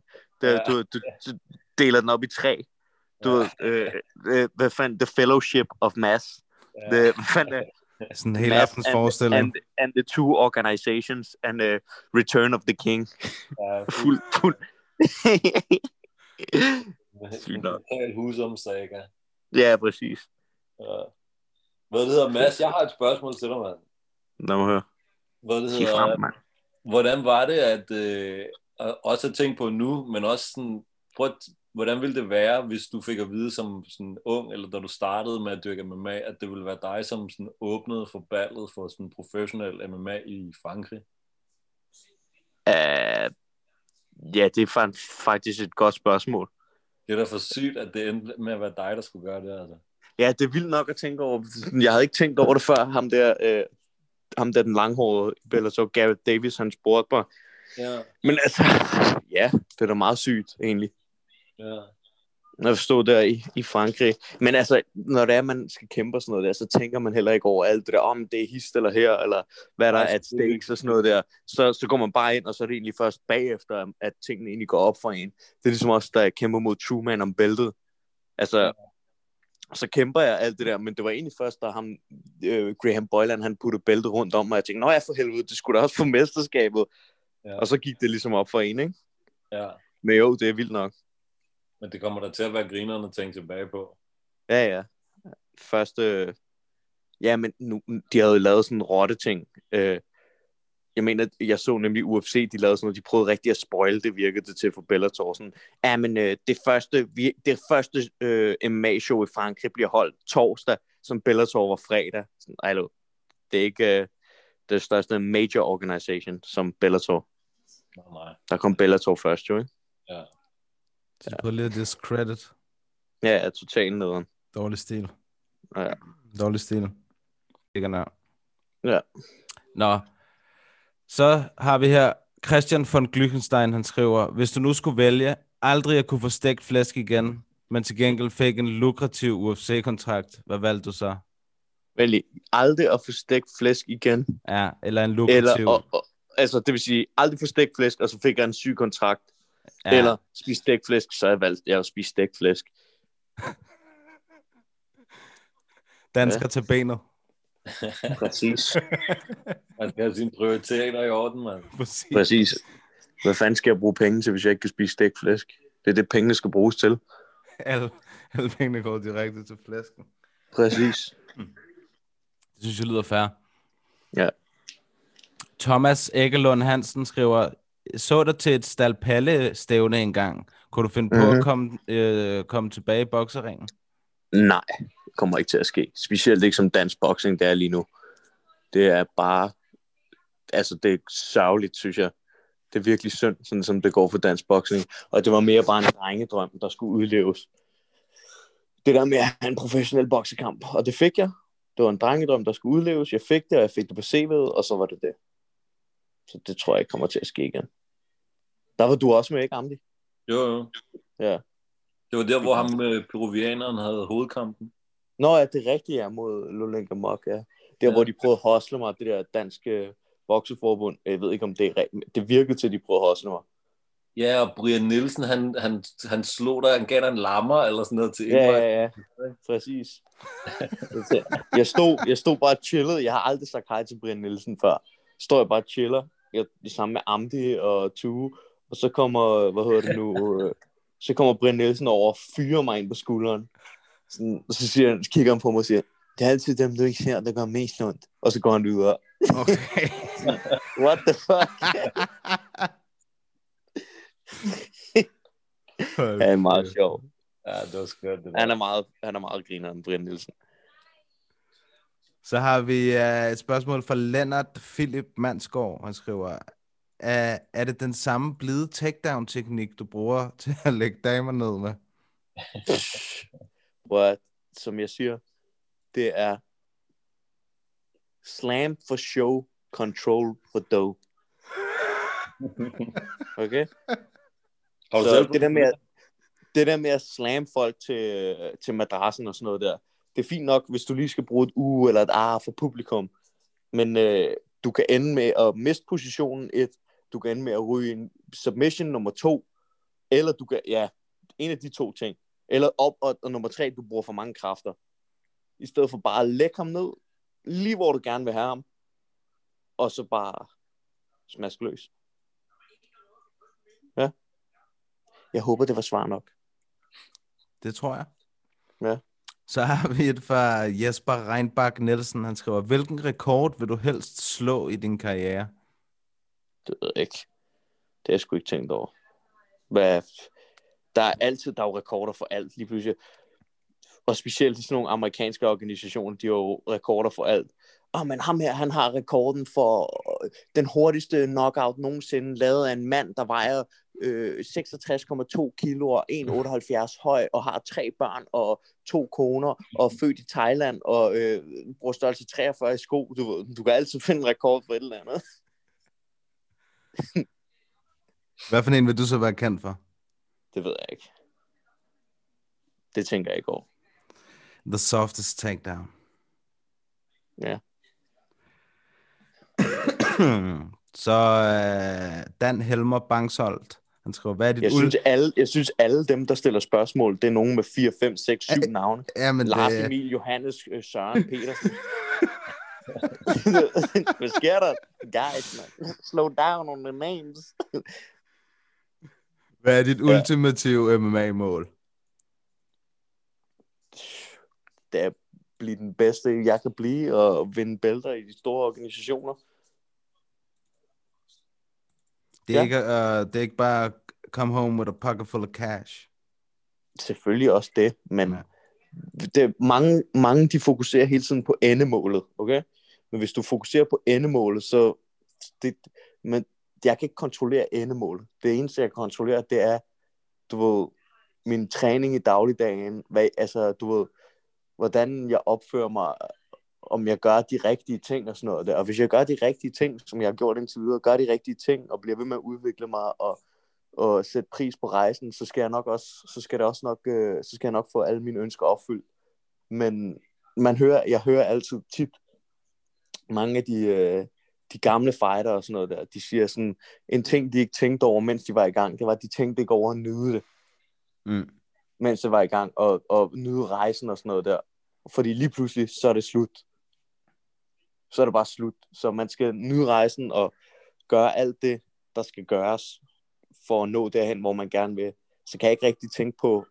Speaker 8: Det,
Speaker 5: Ja.
Speaker 8: du, du, du deler den op i tre. Du
Speaker 5: Ja.
Speaker 8: ved, øh, øh, hvad fanden, The Fellowship of Mass.
Speaker 5: Ja.
Speaker 8: The, hvad fanden, er-
Speaker 7: Sådan en hel
Speaker 8: Mads
Speaker 7: aftens forestilling.
Speaker 8: and, and the two organizations and the Return of the King.
Speaker 5: Ja,
Speaker 8: Fuld, fuld. Sygt nok.
Speaker 5: fuld husomsaga.
Speaker 8: ja, præcis.
Speaker 5: Ja. Hvad det hedder, Mads? Jeg har et spørgsmål til dig, mand.
Speaker 8: Lad mig høre.
Speaker 5: Hvad det
Speaker 8: Sig
Speaker 5: hedder,
Speaker 8: frem, mand.
Speaker 5: hvordan var det, at øh, og- også at tænke på nu, men også sådan, prøv at, hvordan ville det være, hvis du fik at vide som sådan ung, eller da du startede med at dyrke MMA, at det ville være dig, som sådan åbnede for ballet for sådan professionel MMA i Frankrig?
Speaker 8: Uh, ja, det er fa- faktisk et godt spørgsmål.
Speaker 5: Det er da for sygt, at det endte med at være dig, der skulle gøre det, altså.
Speaker 8: Ja, det er vildt nok at tænke over. Jeg havde ikke tænkt over det før. Ham der, øh, ham der den langhårede, eller så Gareth Davis, han spurgte mig.
Speaker 5: Ja,
Speaker 8: Men altså, ja, det er da meget sygt egentlig.
Speaker 5: ja.
Speaker 8: Når vi stod der i, i Frankrig. Men altså, når det er, man skal kæmpe og sådan noget der, så tænker man heller ikke over alt det der, om det er hist eller her, eller hvad der
Speaker 5: Nej,
Speaker 8: er at
Speaker 5: selvfølgelig.
Speaker 8: stakes og sådan noget der. Så, så går man bare ind, og så er det egentlig først bagefter, at tingene egentlig går op for en. Det er ligesom også, da jeg kæmper mod Truman om bæltet. Altså,
Speaker 5: Ja.
Speaker 8: så kæmper jeg alt det der, men det var egentlig først, da ham, øh, Graham Boylan, han puttede bæltet rundt om, og jeg tænkte, nå ja, for helvede, det skulle da også få mesterskabet.
Speaker 5: Ja.
Speaker 8: Ja. Og så gik det ligesom op for en, ikke?
Speaker 5: ja.
Speaker 8: Men jo, det er vildt nok.
Speaker 5: Men det kommer der til at være grinerne at tænke tilbage på.
Speaker 8: Ja, ja. Første... Ja, men nu, de havde jo lavet sådan en rotte ting. Øh, jeg mener, jeg så nemlig UFC, de lavede sådan noget, de prøvede rigtig at spoil det, virkede det til for Bellator. Sådan, ja, men øh, det første, vi, det første øh, MMA-show i Frankrig bliver holdt torsdag, som Bellator var fredag. Sådan, ej, lo, det er ikke øh, det største major organization som Bellator.
Speaker 5: Nej, nej.
Speaker 8: Der kom Bellator først, jo, ikke?
Speaker 7: Så du prøver lige at discredit.
Speaker 8: Ja, ja, totalt nederen.
Speaker 7: Dårlig stil.
Speaker 8: Ja.
Speaker 7: Dårlig stil. Ikke nær.
Speaker 8: Ja.
Speaker 7: Nå. Så har vi her Christian von Glückenstein, han skriver, hvis du nu skulle vælge aldrig at kunne få stegt flæsk igen, men til gengæld fik en lukrativ UFC-kontrakt, hvad valgte du så?
Speaker 9: Vælg aldrig at få stegt flæsk igen.
Speaker 7: Ja, eller en lukrativ...
Speaker 9: Eller, og, og, altså, det vil sige, aldrig få stegt flæsk, og så fik jeg en syg kontrakt.
Speaker 7: ja,
Speaker 9: Ja. Eller spise stegt flæsk, så har jeg valgt jeg at spise stegt flæsk.
Speaker 7: dansker til benet.
Speaker 9: Præcis.
Speaker 5: Man skal have sine prioriteringer i orden, mand.
Speaker 7: Præcis.
Speaker 9: Præcis. Hvad fanden skal jeg bruge penge til, hvis jeg ikke kan spise stegt flæsk? Det er det, pengene skal bruges til.
Speaker 7: Alle, alle pengene går direkte til flæsken.
Speaker 9: Præcis.
Speaker 7: Det synes jeg lyder fair.
Speaker 9: Ja.
Speaker 7: Thomas Ækkelund Hansen skriver, så dig til et stalpalle-stævne engang. Kunne du finde på mm-hmm.
Speaker 9: Mhm.
Speaker 7: at komme, øh, komme tilbage i bokseringen?
Speaker 9: Nej, det kommer ikke til at ske. Specielt ikke som dansk boxing, det er lige nu. Det er bare... Altså, det er sørgeligt, synes jeg. Det er virkelig synd, sådan som det går for dansk boxing. Og det var mere bare en drengedrøm, der skulle udleves. Det der med at have en professionel boksekamp. Og det fik jeg. Det var en drengedrøm, der skulle udleves. Jeg fik det, og jeg fik det på CV'et, og så var det det. Så det tror jeg ikke kommer til at ske igen. Der var du også med, ikke, Amdi?
Speaker 5: Jo, jo.
Speaker 9: Ja.
Speaker 5: Det var der, hvor ham med peruvianeren havde hovedkampen.
Speaker 8: Nå, ja, det rigtige er mod Lulenka Mok, ja. Der, ja.
Speaker 5: Ja.
Speaker 8: hvor de prøvede at hosle mig, det der danske bokseforbund. Jeg ved ikke, om det er rigtigt. men Det virkede til, at de prøvede at hosle mig.
Speaker 5: Ja, og Brian Nielsen, han, han, han slog dig, han gav dig en lammer eller sådan noget til
Speaker 8: Ja,
Speaker 5: Ingvar.
Speaker 8: ja, ja. Præcis. Jeg stod, jeg stod bare og chillede. Jeg har aldrig sagt hej til Brian Nielsen før. Står jeg bare og chiller. Jeg er sammen med Amdi og Tue. Og så kommer, hvad hedder det nu, øh, så kommer Brian Nielsen over og fyrer mig ind på skulderen. Sådan, og så siger han, kigger han på mig og siger, det er altid dem, du ikke ser, der gør mest ondt. Og så går han videre.
Speaker 7: Okay.
Speaker 8: What the fuck? Han er meget sjov.
Speaker 5: ja, det var skørt. Det var.
Speaker 8: Han er meget, han er meget grineren, Brian Nielsen.
Speaker 7: Så har vi uh, et spørgsmål fra Lennart Philip Mansgaard. Han skriver, "Er- er det den samme blide takedown-teknik, du bruger til at lægge damer ned med?
Speaker 8: hvor at, som jeg siger, det er slam for show, control for dough. Okay?
Speaker 5: Har du
Speaker 8: Så
Speaker 5: selv
Speaker 8: det der med, at, det der med at slamme folk til, til madrassen og sådan noget der, det er fint nok, hvis du lige skal bruge et u eller et ar for publikum, men øh, du kan ende med at miste positionen et, du kan ende med at ryge en submission nummer to, eller du kan, ja, en af de to ting, eller op, og, og nummer tre, du bruger for mange kræfter. I stedet for bare at lægge ham ned, lige hvor du gerne vil have ham, og så bare smask løs. Jeg håber, det var svar nok.
Speaker 7: Det tror jeg.
Speaker 8: Ja.
Speaker 7: Så har vi et fra Jesper Reinbach Nielsen. Han skriver, hvilken rekord vil du helst slå i din karriere?
Speaker 8: Det ved jeg ikke. Det har jeg sgu ikke tænkt over. Hvad? Der er altid der er jo rekorder for alt lige pludselig. Og specielt i sådan nogle amerikanske organisationer, de har jo rekorder for alt. Åh, men ham her, han har rekorden for øh, den hurtigste knockout nogensinde lavet af en mand, der vejer øh, 66,2 kilo og 1,78 høj og har tre børn og to koner og er født i Thailand og øh, bruger størrelse 43 i sko. Du, ved, du kan altid finde en rekord for et eller andet.
Speaker 7: Hvad for en vil du så være kendt for?
Speaker 8: Det ved jeg ikke. Det tænker jeg ikke over.
Speaker 7: The softest takedown.
Speaker 8: Ja.
Speaker 7: Så øh, Dan Helmer Bangsholt. Han skriver, hvad er dit
Speaker 8: Jeg
Speaker 7: ul-
Speaker 8: synes, alle, jeg synes, alle dem, der stiller spørgsmål, det er nogen med 4, 5, 6, 7
Speaker 7: Ej,
Speaker 8: navne.
Speaker 7: Ja, men
Speaker 8: Lars
Speaker 7: det,
Speaker 8: Emil, Johannes, øh, Søren, Petersen. Hvad sker der? Guys, man. Slow down on the names.
Speaker 7: hvad er dit
Speaker 8: Ja.
Speaker 7: ultimative MMA-mål?
Speaker 8: Det er at blive den bedste, jeg kan blive, og vinde bælter i de store organisationer.
Speaker 7: Det er,
Speaker 8: Ja.
Speaker 7: ikke, øh, det er ikke bare come home with a pocket full of cash.
Speaker 8: Selvfølgelig også det, men
Speaker 7: Ja.
Speaker 8: det, mange, mange de fokuserer hele tiden på endemålet, okay? Men hvis du fokuserer på endemålet, så... Det, men jeg kan ikke kontrollere endemålet. Det eneste, jeg kan kontrollere, det er, du ved, min træning i dagligdagen, hvad, altså, du ved, hvordan jeg opfører mig om jeg gør de rigtige ting og sådan noget der. Og hvis jeg gør de rigtige ting, som jeg har gjort indtil videre, gør de rigtige ting og bliver ved med at udvikle mig og, og sætte pris på rejsen, så skal jeg nok også, så skal det også nok, øh, så skal jeg nok få alle mine ønsker opfyldt. Men man hører, jeg hører altid tit mange af de, øh, de gamle fighter og sådan noget der, de siger sådan, en ting, de ikke tænkte over, mens de var i gang, det var, at de tænkte ikke over at nyde det,
Speaker 7: Mm.
Speaker 8: mens det var i gang, og, og nyde rejsen og sådan noget der. Fordi lige pludselig, så er det slut. Så er det bare slut. Så man skal nyde rejsen og gøre alt det, der skal gøres, for at nå derhen, hvor man gerne vil. Så kan jeg ikke rigtig tænke på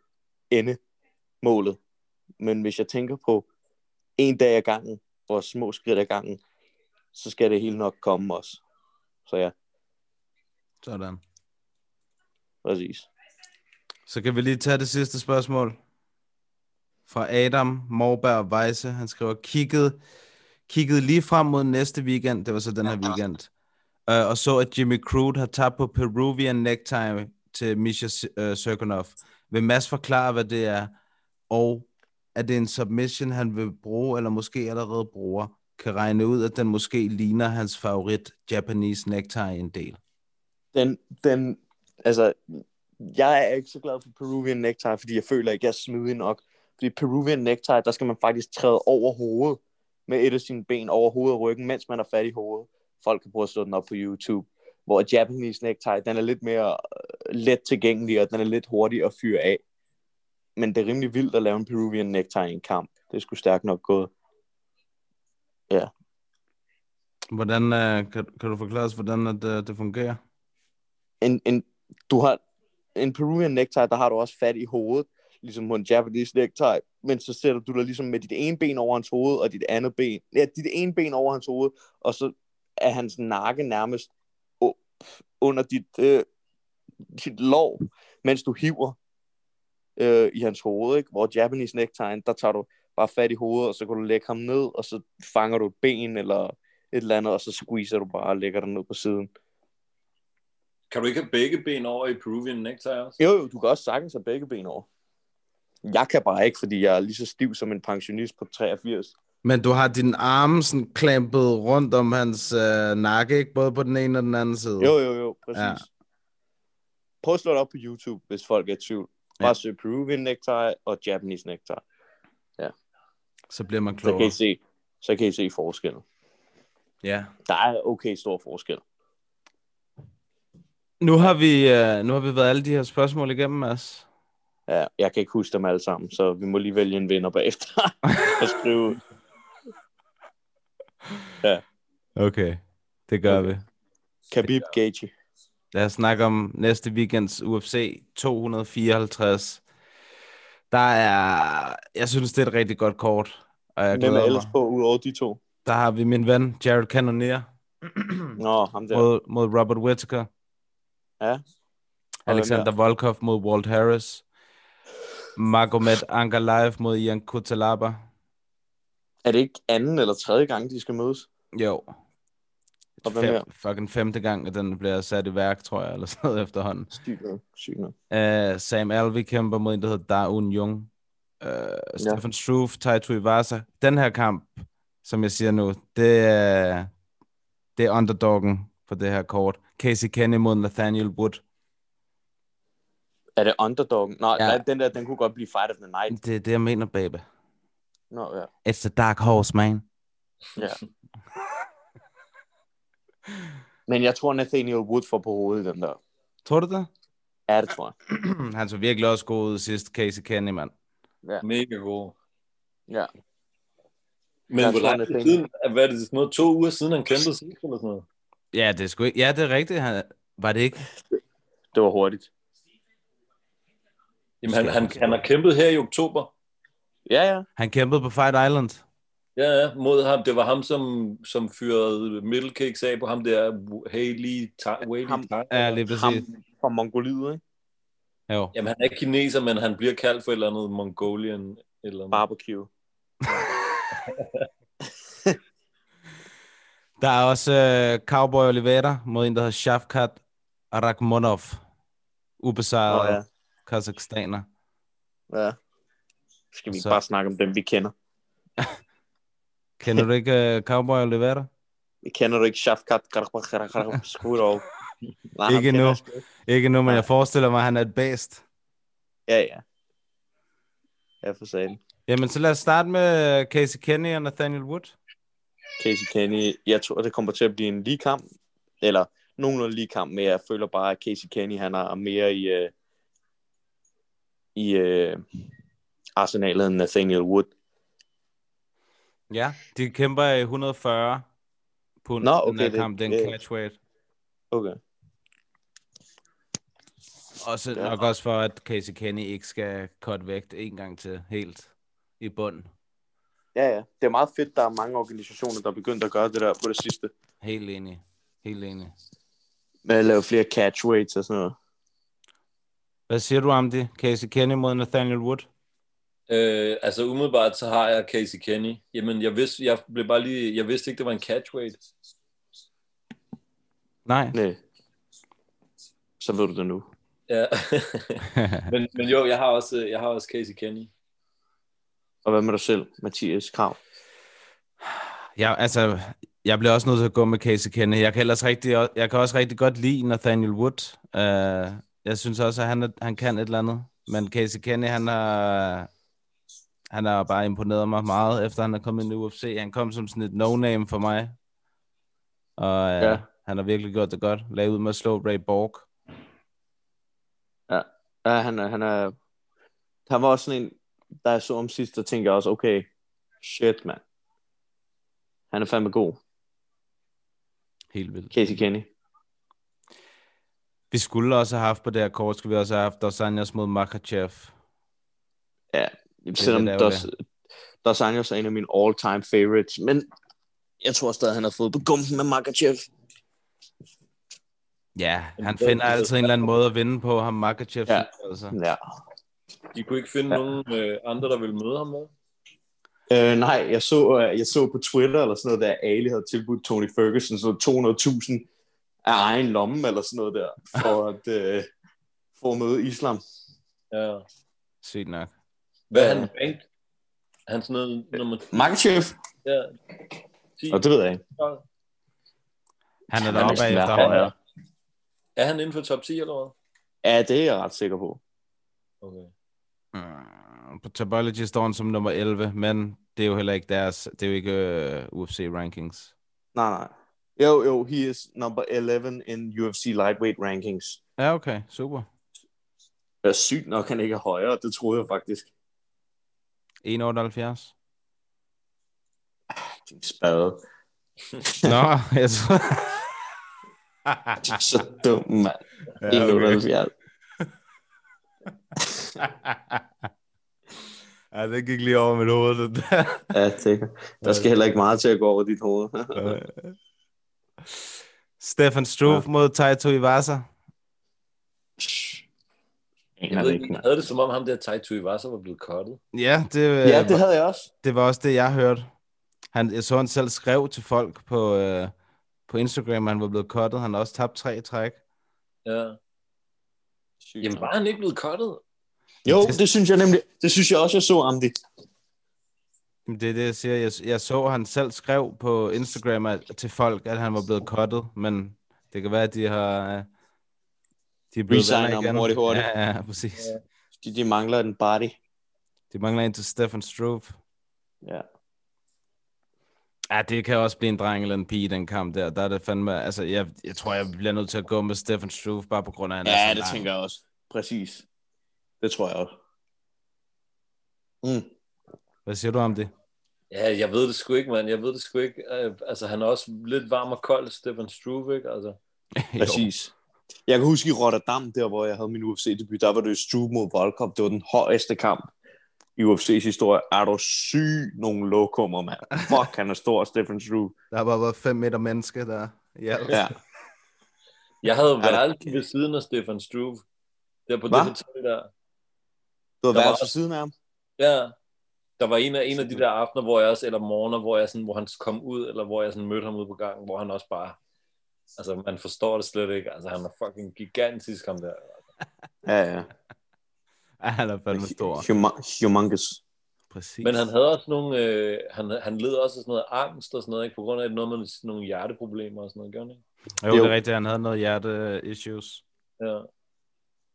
Speaker 8: endemålet. Men hvis jeg tænker på en dag ad gangen, og små skridt ad gangen, så skal det hele nok komme også. Så ja,
Speaker 7: Sådan.
Speaker 8: præcis.
Speaker 7: Så kan vi lige tage det sidste spørgsmål. Fra Adam Morberg Weisse. Han skriver, kiggede, kiggede lige frem mod næste weekend. Det var så den her weekend. Øh, og så, at Jimmy Crude har tabt på Peruvian necktie til Misha uh, Serkinov. Vil Mads forklare, hvad det er? Og er det en submission, han vil bruge, eller måske allerede bruger? Kan regne ud, at den måske ligner hans favorit Japanese necktie en del.
Speaker 8: den, den, altså, jeg er ikke så glad for Peruvian necktie, fordi jeg føler ikke, jeg er smidig nok. Fordi Peruvian necktie, der skal man faktisk træde over hovedet med et af sine ben over hovedet og ryggen, mens man er fat i hovedet. Folk kan prøve at slå den op på YouTube. Hvor Japanese necktie, den er lidt mere øh, let tilgængelig, og den er lidt hurtig at fyre af. Men det er rimelig vildt at lave en Peruvian necktie i en kamp. Det skulle stærkt nok gået.
Speaker 7: Hvordan, uh, kan, kan du forklare os, hvordan at, uh, det fungerer?
Speaker 8: en, en, du har en Peruvian necktie, der har du også fat i hovedet, ligesom på en Japanese necktie, men så sætter du dig ligesom med dit ene ben over hans hoved, og dit andet ben, ja, dit ene ben over hans hoved, og så er hans nakke nærmest op under dit, øh, dit lår, mens du hiver øh, i hans hoved, ikke? hvor Japanese necktie, der tager du bare fat i hovedet, og så kan du lægge ham ned, og så fanger du et ben, eller et eller andet, og så squeezer du bare og lægger dig ned på siden.
Speaker 5: Kan du ikke have begge ben over i Peruvian necktie også?
Speaker 8: Jo, jo, du kan også sagtens have begge ben over. Jeg kan bare ikke, fordi jeg er lige så stiv som en pensionist på 83.
Speaker 7: Men du har din arme sådan klampet rundt om hans øh, nakke, ikke? Både på den ene og den anden side.
Speaker 8: Jo, jo, jo, præcis.
Speaker 7: Ja.
Speaker 8: Ja. Prøv at slå det op på YouTube, hvis folk er i tvivl. Bare
Speaker 7: Ja.
Speaker 8: ja. søg Peruvian necktie og Japanese necktie.
Speaker 7: Så bliver man
Speaker 8: Så kan, I
Speaker 7: klogere.
Speaker 8: se, så kan I se forskellen.
Speaker 7: Ja.
Speaker 8: Der er okay stor forskel.
Speaker 7: Nu har, vi, øh, nu har vi været alle de her spørgsmål igennem, Mads.
Speaker 8: Ja, jeg kan ikke huske dem alle sammen, så vi må lige vælge en vinder bagefter og skrive.
Speaker 7: Okay, det gør okay.
Speaker 8: Okay.
Speaker 7: vi.
Speaker 8: Khabib Gaethje.
Speaker 7: Lad os snakke om næste weekends UFC 254. Der er... Jeg synes, det er et rigtig godt kort. Og jeg
Speaker 8: Hvem er
Speaker 7: glæder mig.
Speaker 8: ellers på, udover de to?
Speaker 7: Der har vi min ven, Jared Cannonier, Hmm.
Speaker 8: Nå, ham der.
Speaker 7: mod, mod Robert Whittaker.
Speaker 8: Ja.
Speaker 7: Alexander Volkov mod Walt Harris. Magomed Ankalaev mod Ian Kutalaba.
Speaker 8: Er det ikke anden eller tredje gang, de skal mødes?
Speaker 7: Jo.
Speaker 8: Og hvem
Speaker 7: Fem,
Speaker 8: her?
Speaker 7: fucking femte gang, at den bliver sat i værk, tror jeg, eller sådan noget efterhånden.
Speaker 8: Sygt nok. Sygt nok.
Speaker 7: Uh, Sam Alvey kæmper mod en, der hedder Daun Jung. Uh, Stefan Struve, Taito Iwasa. Den her kamp, som jeg siger nu, det er, det er underdoggen på det her kort. Casey Kenny mod Nathaniel Wood.
Speaker 8: Er det underdoggen? Nej,
Speaker 7: Ja.
Speaker 8: ja. den der, den kunne godt blive Fight of the Night.
Speaker 7: Det er det, jeg mener, baby.
Speaker 8: Nå, ja.
Speaker 7: It's the dark horse, man.
Speaker 8: Men jeg tror, Nathaniel Wood får på hovedet, den der.
Speaker 7: Tror du det?
Speaker 8: Ja, det tror jeg.
Speaker 7: Hmm, Han så virkelig også god ud sidst, Casey Kenny, mand.
Speaker 5: Mega god.
Speaker 8: Ja.
Speaker 5: Men
Speaker 8: Jeg
Speaker 5: hvor
Speaker 8: tror,
Speaker 5: lang
Speaker 8: han er
Speaker 5: tid
Speaker 8: fin.
Speaker 5: siden, hvad er det, sådan noget, to uger siden, han kæmpede sidst eller sådan noget?
Speaker 7: Ja, det er, sgu ikke... ja, det er rigtigt. Han... Var det ikke?
Speaker 8: Det var hurtigt.
Speaker 5: Jamen, han, han, han har kæmpet her i oktober.
Speaker 8: Ja, ja.
Speaker 7: Han kæmpede på Fight Island.
Speaker 5: Ja, ja, mod ham. Det var ham, som, som fyrede middle kicks af på ham der, Haley Ta- Whaley
Speaker 8: Ham.
Speaker 5: Ta-
Speaker 7: Ja, lige
Speaker 8: Ham
Speaker 7: præcis.
Speaker 8: fra Mongoliet, ikke?
Speaker 7: Jo.
Speaker 5: Jamen, han er kineser, men han bliver kaldt for et eller andet Mongolian. Eller noget.
Speaker 8: Barbecue.
Speaker 7: Der er også øh, Cowboy Oliveira mod en, der hedder Shafkat Rakhmonov. Ubesejret
Speaker 8: Nå, ja.
Speaker 7: kazakhstaner.
Speaker 8: Ja. Skal vi ikke
Speaker 7: Så-
Speaker 8: bare snakke om dem, vi kender?
Speaker 7: Kender du ikke uh, Cowboy Oliveira?
Speaker 8: Kender du ikke Shafkat Skurov? Nej,
Speaker 7: Ikke
Speaker 8: ham kender
Speaker 7: nu.
Speaker 8: jeg sgu ikke.
Speaker 7: Ikke nu, men
Speaker 8: Nej.
Speaker 7: jeg forestiller mig, at han er et bæst.
Speaker 8: Ja, ja. Ja, for satan.
Speaker 7: Jamen, så lad os starte med øh, Casey Kenny og Nathaniel Wood.
Speaker 8: Casey Kenny, jeg tror, det kommer til at blive en lige kamp, eller nogenlunde lige kamp, men jeg føler bare, at Casey Kenny, han er mere i, øh, i øh, arsenalet end Nathaniel Wood.
Speaker 7: Ja. De kæmper i 140 pund
Speaker 8: Nå,
Speaker 7: den
Speaker 8: okay,
Speaker 7: her
Speaker 8: det-
Speaker 7: kamp. Det er
Speaker 8: det-
Speaker 7: en catchweight.
Speaker 8: Okay.
Speaker 7: Også,
Speaker 8: Ja.
Speaker 7: nok også for, at Casey Kenny ikke skal cut vægt en gang til helt i bunden.
Speaker 8: Ja, ja. Det er meget fedt, der er mange organisationer, der er begyndt at gøre det der på det sidste.
Speaker 7: Helt enig. Helt enig.
Speaker 8: Med at lave flere catchweights og sådan noget.
Speaker 7: Hvad siger du om det? Casey Kenny mod Nathaniel Wood?
Speaker 5: Øh, altså umiddelbart, så har jeg Casey Kenny. Jamen, jeg vidste, jeg blev bare lige, jeg vidste ikke, det var en catchweight.
Speaker 7: Nej.
Speaker 8: Nej. Så ved du det nu.
Speaker 5: Ja. men, men jo, jeg har også, øh, jeg har også Casey Kenny.
Speaker 8: Og hvad med dig selv, Mathias Krav?
Speaker 7: Ja, altså, jeg bliver også nødt til at gå med Casey Kenny. Jeg kan, ellers rigtig, jeg kan også rigtig godt lide Nathaniel Wood. Uh, jeg synes også, at han, er- han kan et eller andet. Men Casey Kenny, han har, han har bare imponeret mig meget, efter han er kommet ind i UFC. Han kom som sådan et no-name for mig. Og uh,
Speaker 8: Ja.
Speaker 7: ja. han har virkelig gjort det godt. Lagde ud med at slå Ray Borg.
Speaker 8: Ja, han er, han er... Han var også sådan en, der jeg så om sidst, der tænkte jeg også, okay, shit, mand. Han er fandme god,
Speaker 7: Helt vildt.
Speaker 8: Casey Kenny.
Speaker 7: Vi skulle også have haft på det her kort, skulle vi også have haft Dos Anjos mod Makachev.
Speaker 8: Selvom
Speaker 7: lidt
Speaker 8: Dos, Dos Anjos er en af mine all-time favorites, men jeg tror stadig, han har fået på gumpen med Makachev.
Speaker 7: Ja, han
Speaker 5: det-
Speaker 7: finder
Speaker 5: det-
Speaker 7: altid en eller anden måde at vinde på ham, Makachev.
Speaker 8: Ja.
Speaker 7: Altså.
Speaker 8: Ja.
Speaker 5: De kunne ikke finde ja. nogen øh, andre, der ville møde ham med.
Speaker 8: Øh, nej, jeg så, øh, jeg så på Twitter eller sådan noget der, Ali havde tilbudt Tony Ferguson sådan noget 200.000 af egen lomme eller sådan noget der, for at, øh, for at møde Islam.
Speaker 5: Ja.
Speaker 7: Sygt nok.
Speaker 5: Hvad
Speaker 8: Ja.
Speaker 5: ja. han ranked? Han sådan noget nummer
Speaker 8: Makachev?
Speaker 5: 10. Ja. 10.
Speaker 8: Og det ved jeg ikke.
Speaker 7: Han er
Speaker 8: Han er
Speaker 7: deroppe
Speaker 8: næsten
Speaker 7: af
Speaker 8: hver
Speaker 7: efterhånden.
Speaker 8: højere.
Speaker 5: Er han inden for top 10 eller hvad?
Speaker 8: Ja, det er jeg ret sikker på.
Speaker 5: Okay.
Speaker 7: Mm, På Tabology står han som nummer 11, men det er jo heller ikke deres, det er jo ikke uh, UFC rankings.
Speaker 8: Nej, nej. Jo, jo, he is number 11 in UFC lightweight rankings.
Speaker 7: Ja, okay, super.
Speaker 8: Det er sygt nok, han ikke er højere, det troede jeg faktisk.
Speaker 7: 178.
Speaker 8: Din spade.
Speaker 7: Nå, jeg tror...
Speaker 8: Du er Så dum, mand.
Speaker 7: Ja,
Speaker 8: Ja,
Speaker 7: okay.
Speaker 8: okay.
Speaker 7: ja, det gik lige over mit hoved, det der.
Speaker 8: Ja, det, der skal heller ikke meget til at gå over dit hoved.
Speaker 7: Stefan Struve
Speaker 8: Ja.
Speaker 7: ja. mod Taito Iwasa.
Speaker 5: Jeg ved ikke, jeg havde det som om ham der Taito Iwasa var blevet cuttet.
Speaker 7: Ja, det,
Speaker 8: Ja,
Speaker 7: øh,
Speaker 8: det havde jeg også.
Speaker 7: det var også det, jeg hørte. Han, jeg så, han selv skrev til folk på, øh, på Instagram, at han var blevet cuttet. Han har også tabt tre i træk.
Speaker 5: Ja.
Speaker 8: Sygt
Speaker 5: Jamen,
Speaker 8: nok.
Speaker 5: var han ikke blevet cuttet?
Speaker 8: Jo, det synes jeg nemlig. Det synes jeg også, jeg så Amdi.
Speaker 7: Jamen, Det er det, jeg siger. Jeg, jeg så, han selv skrev på Instagram at, til folk, at han var blevet cuttet, men det kan være, at de har... øh, De er blevet
Speaker 8: Resign
Speaker 7: venner
Speaker 8: ham
Speaker 7: igen.
Speaker 8: hurtigt, hurtigt.
Speaker 7: Ja, ja, præcis.
Speaker 5: Ja.
Speaker 8: De, de mangler en body.
Speaker 7: De mangler en til Stefan Struve.
Speaker 8: Ja.
Speaker 7: Ja, det kan også blive en dreng eller en pige, den kamp der. Der er det fandme... Altså, jeg, jeg tror, jeg bliver nødt til at gå med Stefan Struve, bare på grund af, at han er
Speaker 8: Ja,
Speaker 7: så
Speaker 8: det
Speaker 7: lang.
Speaker 8: tænker jeg også. Præcis. Det tror jeg også. Mm.
Speaker 7: Hvad siger du om det?
Speaker 5: Ja, jeg ved det sgu ikke, mand. Jeg ved det sgu ikke. Øh, altså, han er også lidt varm og kold, Stefan Struve, ikke? Altså,
Speaker 7: Jo.
Speaker 8: Præcis. Jeg kan huske i Rotterdam, der hvor jeg havde min UFC-debut, der var det Struve mod Volkov. Det var den højeste kamp i UFC's historie. Er du syg nogle lokummer, mand? Fuck, han er stor, Stefan Struve.
Speaker 7: Der har bare været fem meter menneske der. Ja.
Speaker 8: Ja.
Speaker 5: jeg havde
Speaker 8: der-
Speaker 5: været ved siden af Stefan Struve. Der på
Speaker 8: Hva?
Speaker 5: det hotel der.
Speaker 8: Du havde
Speaker 5: Der var
Speaker 8: været ved
Speaker 5: også-
Speaker 8: siden af ham.
Speaker 5: Ja. Der var en af, en af de der aftener, hvor jeg også, eller morgener, hvor, jeg sådan, hvor han kom ud, eller hvor jeg sådan mødte ham ude på gangen, hvor han også bare, altså man forstår det slet ikke, altså han er fucking gigantisk, ham der.
Speaker 8: Ja, ja.
Speaker 7: Han er fandme stor.
Speaker 8: Huma- humongous.
Speaker 7: Præcis.
Speaker 5: Men han havde også nogle, øh, han, han led også af sådan noget angst og sådan noget, ikke? på grund af noget med sådan nogle hjerteproblemer og sådan noget, gør han ikke?
Speaker 7: Jo, det
Speaker 8: Jo.
Speaker 7: er rigtigt, han havde noget hjerte-issues.
Speaker 5: Ja.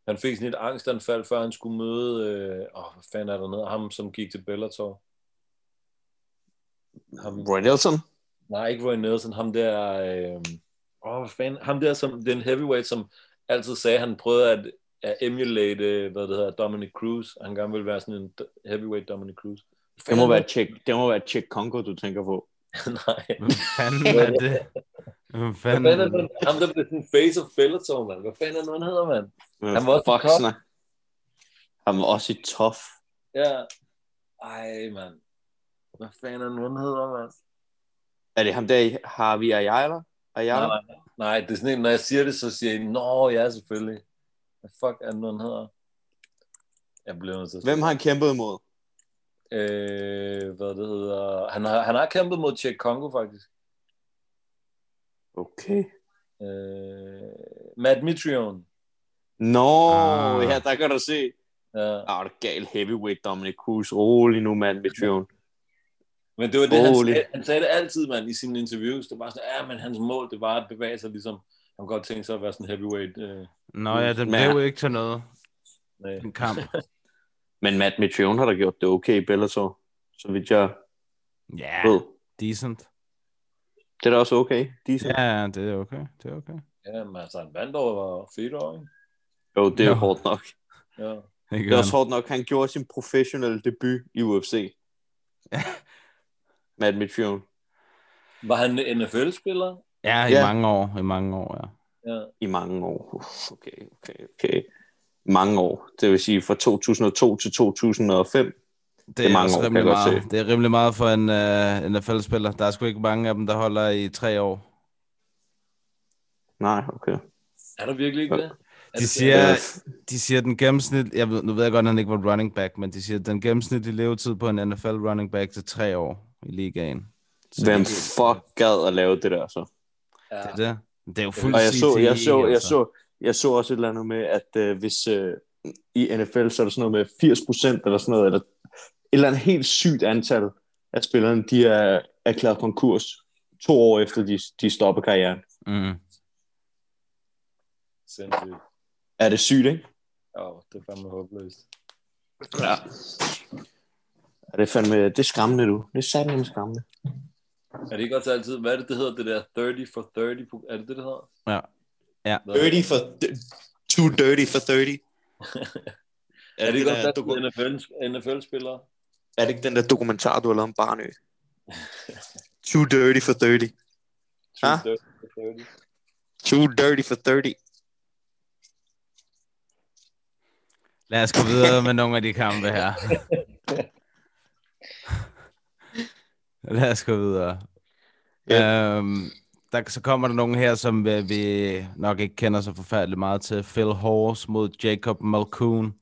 Speaker 5: Han fik sådan et angstanfald, før han skulle møde, øh, åh, hvad fanden er der nede, ham som gik til Bellator. Ham,
Speaker 9: Roy Nelson?
Speaker 5: nej, ikke Roy Nelson, ham der, øh, åh, hvad fanden, ham der, som, den heavyweight, som altid sagde, han prøvede at, at emulate, øh, hvad det hedder, Dominic Cruz. Han gerne ville være sådan en d- heavyweight Dominic Cruz.
Speaker 8: Det må være Czech, det må være Czech Congo, du tænker på.
Speaker 5: nej.
Speaker 7: Hvem fanden er det? Hvem
Speaker 5: Hvad
Speaker 7: fanden
Speaker 5: fanden er
Speaker 7: er det?
Speaker 5: den? Ham der blev sådan face of Bellator, mand. Hvad fanden er den, han hedder, mand?
Speaker 8: Hvad
Speaker 5: Han var også
Speaker 8: fuck
Speaker 5: tough.
Speaker 8: snak. Han var også i tough.
Speaker 5: Ja. Ej, mand. Hvad fanden er den, han hedder, mand?
Speaker 8: Er det ham der i Harvey Ayala? Ayala?
Speaker 5: Nej, nej, nej, det er sådan en, når jeg siger det, så siger jeg, Nå, ja, selvfølgelig. Hvad fuck er den, han hedder? Jeg blev nødt til at-
Speaker 8: Hvem har han kæmpet imod?
Speaker 5: Øh, hvad det hedder... Han har, han har kæmpet mod Tjek Kongo, faktisk.
Speaker 8: Okay.
Speaker 5: Øh, Matt Mitrion.
Speaker 8: Nå,
Speaker 7: Ah.
Speaker 8: ah. ja, der kan du se.
Speaker 5: Ja.
Speaker 8: Ah, det er gal heavyweight, Dominic Cruz. Rolig nu, mand, med Trion.
Speaker 5: Men det var det, han
Speaker 8: Rolig.
Speaker 5: sagde, han sagde det altid, mand, i sine interviews. Det var sådan, ja, men hans mål, det var at bevæge sig ligesom... Han kunne godt tænke sig at være sådan heavyweight. Øh,
Speaker 7: Nå ja, den
Speaker 8: Men-
Speaker 7: blev jo ikke til noget,
Speaker 5: nej.
Speaker 7: den kamp.
Speaker 8: Men Matt Mitrion har da gjort det okay i Bellator, så vidt jeg
Speaker 7: Ja,
Speaker 8: ved.
Speaker 7: decent.
Speaker 8: Det er da også okay. De er ja.
Speaker 7: Ja, det er okay, det er okay.
Speaker 5: Ja, men altså, han vandt over Fedor, ikke?
Speaker 8: Jo, det er jo
Speaker 7: Nå.
Speaker 8: hårdt nok.
Speaker 5: Ja.
Speaker 7: Det
Speaker 8: Det er
Speaker 7: gør
Speaker 8: også hårdt nok, han gjorde sin professionelle debut i UFC. Matt Mitrion.
Speaker 5: Var han NFL-spiller?
Speaker 7: han. Ja, i
Speaker 8: Ja.
Speaker 7: mange år, i mange år, ja.
Speaker 5: Ja.
Speaker 8: I mange år. Uff, Okay, okay, okay. Mange år. Det vil sige fra 2002 til 2005.
Speaker 7: Det,
Speaker 8: er mange
Speaker 7: også
Speaker 8: år, kan
Speaker 7: rimelig
Speaker 8: jeg godt
Speaker 7: meget. Det er rimelig meget for en uh, NFL-spiller. Der er sgu ikke mange af dem, der holder i tre år.
Speaker 8: Nej, okay.
Speaker 5: Er der virkelig ikke det? Altså, Er
Speaker 7: De
Speaker 5: det-
Speaker 7: siger, de siger den gennemsnit... Jeg ved, nu ved jeg godt, at han ikke var running back, men de siger, at den gennemsnitlige levetid på en NFL running back til tre år i ligaen. Så
Speaker 8: Hvem
Speaker 7: det-
Speaker 8: fuck gad at lave det der så?
Speaker 5: Ja.
Speaker 7: Det, er det. det er jo fuldt
Speaker 8: Og jeg så,
Speaker 7: CTE,
Speaker 8: jeg så, jeg
Speaker 7: altså.
Speaker 8: så, jeg så også et eller andet med, at øh, hvis øh, i NFL, så er der sådan noget med 80% eller sådan noget, eller et eller andet helt sygt antal af spillerne, de er erklæret konkurs to år efter, de, de stopper karrieren.
Speaker 7: Mm.
Speaker 5: Sindssygt.
Speaker 8: Er det sygt, ikke?
Speaker 5: Ja, oh, det er fandme håbløst.
Speaker 8: Ja. Er det, fandme, det er skræmmende, du. Det er sandt skræmmende.
Speaker 5: Er det ikke også altid, hvad er det, det hedder, det der 30 for 30? pro- Er det det, det hedder?
Speaker 7: Ja. Ja.
Speaker 8: 30 for... Too dirty for 30.
Speaker 5: Er det ikke
Speaker 8: den
Speaker 5: også
Speaker 8: der,
Speaker 5: altid
Speaker 8: doku-
Speaker 5: NFL, NFL-spillere?
Speaker 8: er det ikke den der dokumentar, du har lavet om Barnø? Too dirty for 30.
Speaker 5: True
Speaker 8: Ah.
Speaker 5: 30 for 30.
Speaker 8: Too dirty for 30.
Speaker 7: Lad os gå videre med nogle af de kampe her. Lad os gå videre. Yeah. Øhm, der, så kommer der nogen her, som vi, vi nok ikke kender så forfærdeligt meget til. Phil Horse mod Jacob Malcoon.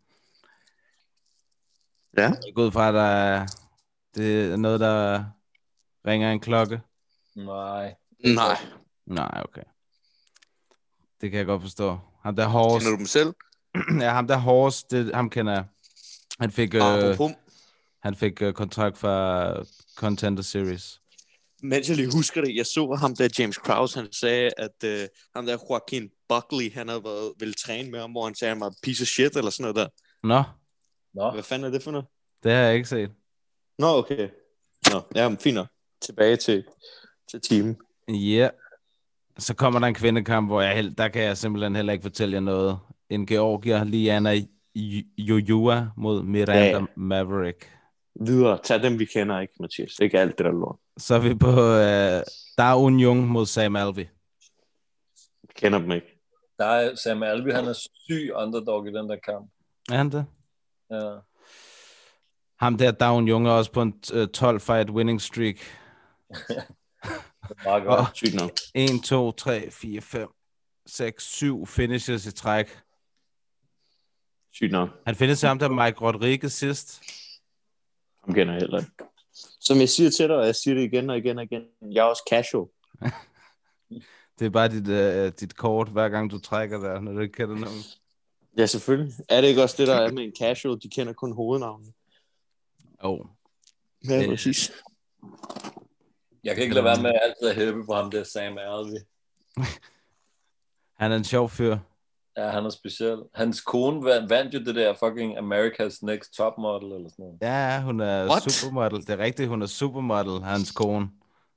Speaker 8: Ja.
Speaker 7: Jeg går ud fra, at der er, det er noget, der ringer en klokke.
Speaker 5: Nej.
Speaker 8: Nej.
Speaker 7: Nej, okay. Det kan jeg godt forstå. Ham der Horse,
Speaker 8: Kender du Ah, dem selv?
Speaker 7: ja, ham der Horse, det, ham kender jeg. Han fik... Øh,
Speaker 8: Apropos,
Speaker 7: Han fik uh, kontrakt fra Contender Series.
Speaker 8: mens jeg lige husker det, jeg så ham der James Krause, han sagde, at øh, ham der Joaquin Buckley, han havde været, ville træne med ham, hvor han sagde, han var en piece of shit, eller sådan noget der.
Speaker 7: Nå,
Speaker 5: Nå,
Speaker 8: Hvad fanden er det for noget?
Speaker 7: det har jeg ikke set.
Speaker 8: Nå, okay. Nå, ja, men fint nok. Tilbage til, til teamen.
Speaker 7: Ja. Yeah. Så kommer der en kvindekamp, hvor jeg hel- der kan jeg simpelthen heller ikke fortælle jer noget. En Georgier, Liana Ju- Jojua mod Miranda
Speaker 8: Ja.
Speaker 7: Maverick.
Speaker 8: Videre. Tag dem, vi kender, ikke, Mathias? Ikke alt det der lort.
Speaker 7: Så er vi på uh, Daun Jung mod Sam Alvi.
Speaker 8: Vi kender dem ikke.
Speaker 5: der er Sam Alvi, han er syg underdog i den der kamp.
Speaker 7: Er han det?
Speaker 5: Ja.
Speaker 7: Ham der Daun Jung er også på en øh, 12-fight winning streak.
Speaker 5: Det er meget godt.
Speaker 7: Åh.
Speaker 8: Sygt nok.
Speaker 7: 1, 2, 3, 4, 5, 6, 7 finishes i træk.
Speaker 8: Sygt nok.
Speaker 7: Han findes ham der Mike Rodriguez sidst.
Speaker 8: Ham kender jeg heller ikke. Som jeg siger til dig, og jeg siger det igen og igen og igen, jeg er også casual.
Speaker 7: Det er bare dit, øh, dit kort, hver gang du trækker der, når du ikke kender nogen.
Speaker 8: Ja, selvfølgelig. Er det ikke også det, der er med en casual? De kender kun hovednavnet.
Speaker 7: Jo. Oh.
Speaker 8: Ja,
Speaker 5: Øh.
Speaker 8: præcis.
Speaker 5: Jeg kan ikke lade være med altid at hæppe på ham, der Sam Alvey.
Speaker 7: Han er en sjov fyr.
Speaker 5: Ja, han er speciel. Hans kone vandt, vandt jo det der fucking America's Next Top Model eller sådan noget.
Speaker 7: Ja, ja, hun er
Speaker 8: What?
Speaker 7: What? supermodel. Det er rigtigt, hun er supermodel, hans kone.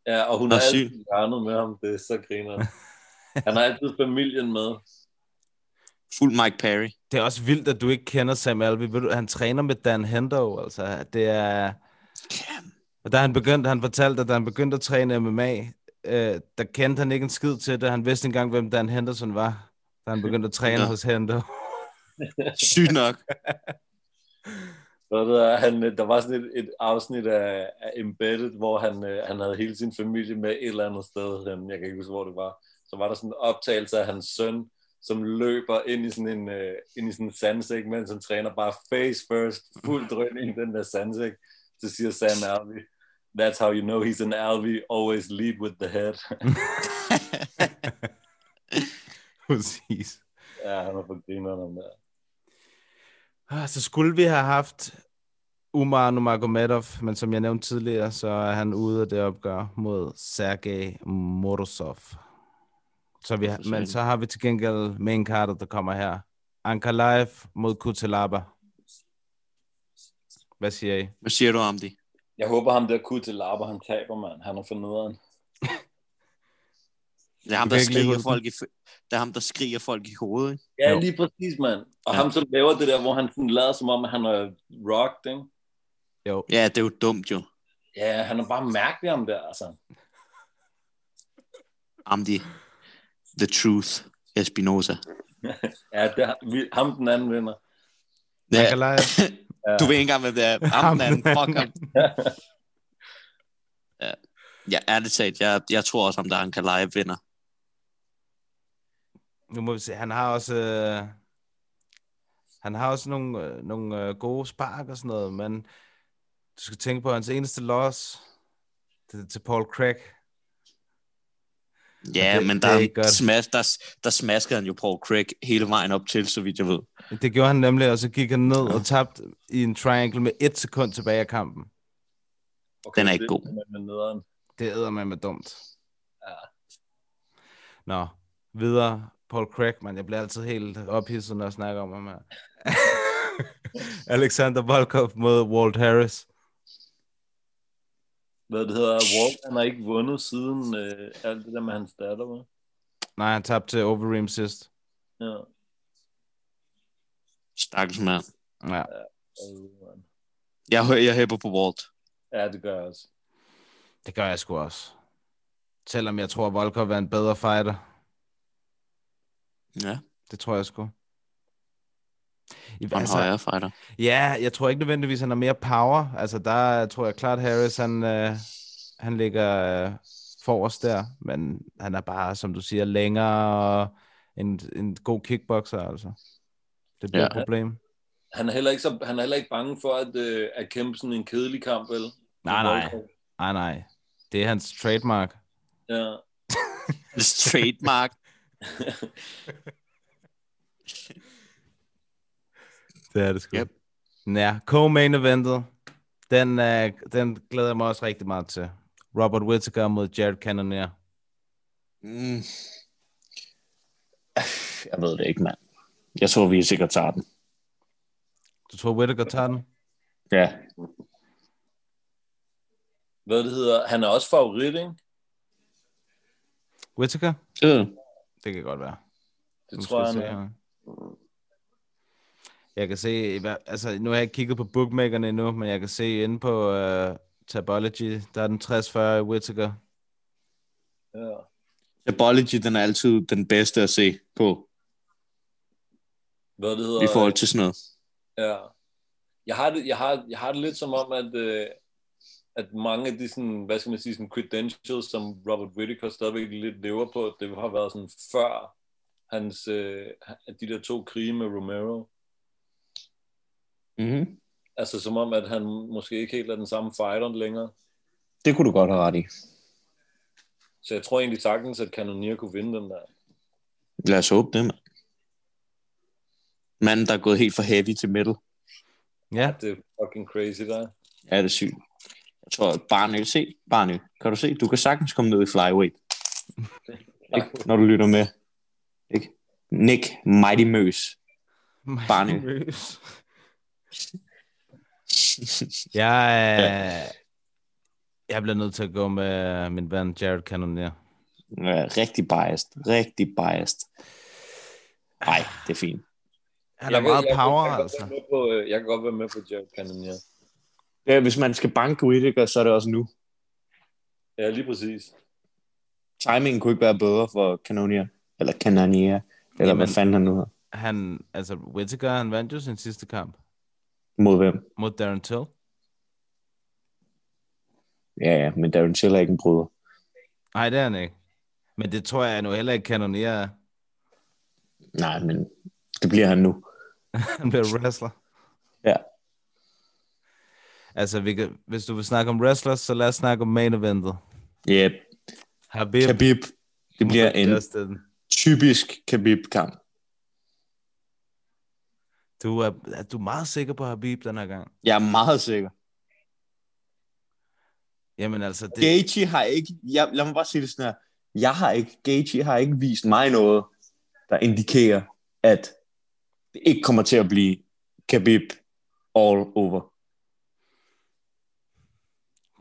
Speaker 5: Ja, og hun
Speaker 8: Nå,
Speaker 5: har
Speaker 8: syg.
Speaker 5: altid garnet med ham. Det er så griner. Han har altid familien med.
Speaker 8: Fuld Mike Perry.
Speaker 7: Det er også vildt, at du ikke kender Sam Alvey. Ved du, han træner med Dan Hendo, altså. Det er... Og da han begyndte, han fortalte, at da han begyndte at træne MMA, øh, der kendte han ikke en skid til det. Han vidste ikke engang, hvem Dan Henderson var, da han begyndte at træne
Speaker 8: Nå.
Speaker 7: hos Hendo.
Speaker 8: Sygt nok.
Speaker 5: Så der, han, øh, der var sådan et, et afsnit af, af Embedded, hvor han, øh, han havde hele sin familie med et eller andet sted. hen. Jeg kan ikke huske, hvor det var. Så var der sådan en optagelse af hans søn, som løber ind i sådan en, øh, ind i sådan en sandsæk, mens han træner bare face first, fuld drøn ind i den der sandsæk. Så siger Sam Alvey, that's how you know he's an Alvey, always lead with the head.
Speaker 7: Præcis.
Speaker 5: ja, han har fået grineren om det.
Speaker 7: Ah, Så skulle vi have haft Umar Nurmagomedov, men som jeg nævnte tidligere, så er han ude af det opgør mod Sergej Morozov. Så vi,
Speaker 8: For
Speaker 7: men
Speaker 8: satan.
Speaker 7: så har vi til gengæld main cardet, der kommer her. Ankalaev mod Kutelaba. Hvad siger I?
Speaker 8: Hvad siger du om det?
Speaker 5: Jeg håber, ham der kunne til lapper, han taber, mand. Han er for nederen.
Speaker 8: Det er ham,
Speaker 7: Du kan
Speaker 8: der
Speaker 7: ikke lige
Speaker 8: skriger
Speaker 7: huske
Speaker 8: folk i, f- det er ham, der skriger folk i hovedet. Ikke?
Speaker 5: Ja,
Speaker 7: Jo.
Speaker 5: jo. lige præcis, mand. Og
Speaker 7: Ja.
Speaker 5: ja. ham, som laver det der, hvor han sådan lader som om, han er rocked, ikke?
Speaker 7: Jo,
Speaker 8: Ja, det er jo dumt jo.
Speaker 5: Ja, han er bare mærkelig om det, altså.
Speaker 8: Amdi. The Truth. Espinosa.
Speaker 5: Ja, det er, vi, ham den anden vinder.
Speaker 8: Ja,
Speaker 7: Ankalaev.
Speaker 5: Ja.
Speaker 8: du ved ikke engang, hvem det er. Ham den anden. Fuck ham. ja. ja, ærligt talt. Jeg, jeg tror også, om der er en Kalaj vinder.
Speaker 7: Nu må vi se. Han har også... Øh, han har også nogle, øh, nogle øh, gode spark og sådan noget, men du skal tænke på, at hans eneste loss det er til Paul Craig.
Speaker 8: Ja,
Speaker 7: det-
Speaker 8: men
Speaker 7: det
Speaker 8: der,
Speaker 7: er
Speaker 8: er
Speaker 7: ikke godt.
Speaker 8: smas, der, der smaskede han jo Paul Craig hele vejen op til, så vidt jeg ved.
Speaker 7: Det gjorde han nemlig, og så gik han ned og tabte i en triangle med et sekund tilbage af kampen.
Speaker 5: Okay,
Speaker 8: Den er ikke
Speaker 5: det-
Speaker 8: god.
Speaker 5: den er med nederen.
Speaker 7: Det æder man med dumt.
Speaker 5: Ja.
Speaker 7: Nå, videre. Paul Craig, man. Jeg bliver altid helt ophidset, når jeg snakker om ham her. Alexander Volkov mod Walt Harris.
Speaker 5: Hvad det hedder, Walt, han har ikke vundet siden øh, alt det der med hans datter, hva'?
Speaker 7: Nej, han tabte til Overeem sidst.
Speaker 5: Ja.
Speaker 8: Stakkels mand.
Speaker 7: Ja.
Speaker 5: Øh, mand.
Speaker 8: Jeg, hø- jeg hæpper på Walt.
Speaker 5: Ja, det gør jeg også.
Speaker 7: Det gør jeg sgu også. Selvom jeg tror, at Volkov er en bedre fighter.
Speaker 8: Ja,
Speaker 7: Det tror jeg sgu. I,
Speaker 8: han altså, højere fighter.
Speaker 7: ja, jeg tror ikke nødvendigvis, han har mere power. Altså, der tror jeg klart, Harris, han, øh, han ligger øh, forrest der. Men han er bare, som du siger, længere og en, en god kickboxer, altså. Det bliver
Speaker 8: Ja.
Speaker 7: et problem.
Speaker 5: Han er heller ikke, så, han er heller ikke bange for at, øh, at kæmpe sådan en kedelig kamp, vel?
Speaker 7: Nej, nej.
Speaker 5: Volkov.
Speaker 7: Nej, nej. Det er hans trademark.
Speaker 5: Ja.
Speaker 8: Hans trademark.
Speaker 7: Det er det sgu.
Speaker 8: Yep.
Speaker 7: Ja, co-main eventet, den, øh, den glæder jeg mig også rigtig meget til. Robert Whittaker mod Jared Cannonier.
Speaker 8: Mm. Jeg ved det ikke, mand. Jeg tror, vi er sikkert tager den.
Speaker 7: Du tror, Whittaker tager den?
Speaker 8: Ja.
Speaker 5: Hvad det hedder, han er også favorit, ikke?
Speaker 7: Whittaker?
Speaker 8: Det ved jeg.
Speaker 7: Det kan godt være.
Speaker 5: Det
Speaker 7: Nu skal
Speaker 5: tror jeg,
Speaker 7: vi
Speaker 5: han
Speaker 7: se
Speaker 5: er.
Speaker 7: her. Jeg kan se, i hver- altså nu har jeg ikke kigget på bookmakerne endnu, men jeg kan se inde på uh, Tabology, der er den 60-40 i Whittaker.
Speaker 5: Ja.
Speaker 8: Tabology, den er altid den bedste at se på,
Speaker 5: Hvad det hedder,
Speaker 8: i forhold til sådan noget.
Speaker 5: Ja. Jeg har det, jeg har, jeg har det lidt som om, at, øh, at mange af de sådan, hvad skal man sige, sådan credentials, som Robert Whittaker stadigvæk lidt lever på, det har været sådan før hans, øh, de der to krige med Romero.
Speaker 8: Mm-hmm.
Speaker 5: Altså som om, at han måske ikke helt er den samme fighter længere.
Speaker 8: Det kunne du godt have ret i.
Speaker 5: Så jeg tror egentlig sagtens, at Cannonier kunne vinde den der.
Speaker 8: Lad os håbe det, mand. Manden, der er gået helt fra heavy til metal.
Speaker 7: Ja,
Speaker 5: Det er fucking crazy der.
Speaker 8: Ja, det er sygt. Jeg tror, Barnø, se, Barnø, kan du se, du kan sagtens komme ned i flyweight. Ikke? Når du lytter med. Ikke? Nick Mighty Møs. Barney.
Speaker 7: Møs. jeg, er- jeg bliver nødt til at gå med øh, min ven Jared Cannonier.
Speaker 8: Ja, rigtig biased. Rigtig biased. Nej, det er fint.
Speaker 7: Han er meget power,
Speaker 5: jeg, kan- jeg, kan
Speaker 7: altså.
Speaker 5: godt være med på, øh, jeg kan godt være med på Jared Cannonier.
Speaker 8: Ja, hvis man skal banke Whittaker, så er det også nu.
Speaker 5: Ja, lige præcis.
Speaker 8: Timingen kunne ikke være bedre for Canonia. Eller Canania. Eller Jamen. hvad
Speaker 7: Jamen.
Speaker 8: fanden han nu hedder.
Speaker 7: Han, altså, Whittaker, han vandt jo sin sidste kamp
Speaker 8: Mod hvem?
Speaker 7: mod Darren Till.
Speaker 8: Ja, ja, men Darren Till er ikke en bryder.
Speaker 7: Nej, det er han ikke. Men det tror jeg nu heller ikke Cannonier er.
Speaker 8: Nej, men det bliver han nu.
Speaker 7: Han bliver wrestler.
Speaker 8: Ja.
Speaker 7: Altså, vi kan, hvis du vil snakke om wrestlers, så lad os snakke om main eventet.
Speaker 8: Yep.
Speaker 7: Habib.
Speaker 8: Khabib. Det bliver en
Speaker 7: Justin.
Speaker 8: typisk Khabib-kamp.
Speaker 7: Du er, er du er meget sikker på Habib den her gang.
Speaker 8: Jeg er meget sikker.
Speaker 7: Jamen altså, det,
Speaker 8: Gaethje har ikke, jeg, lad mig bare sige det sådan her, jeg har ikke, Gaethje har ikke vist mig noget, der indikerer, at det ikke kommer til at blive Khabib all over.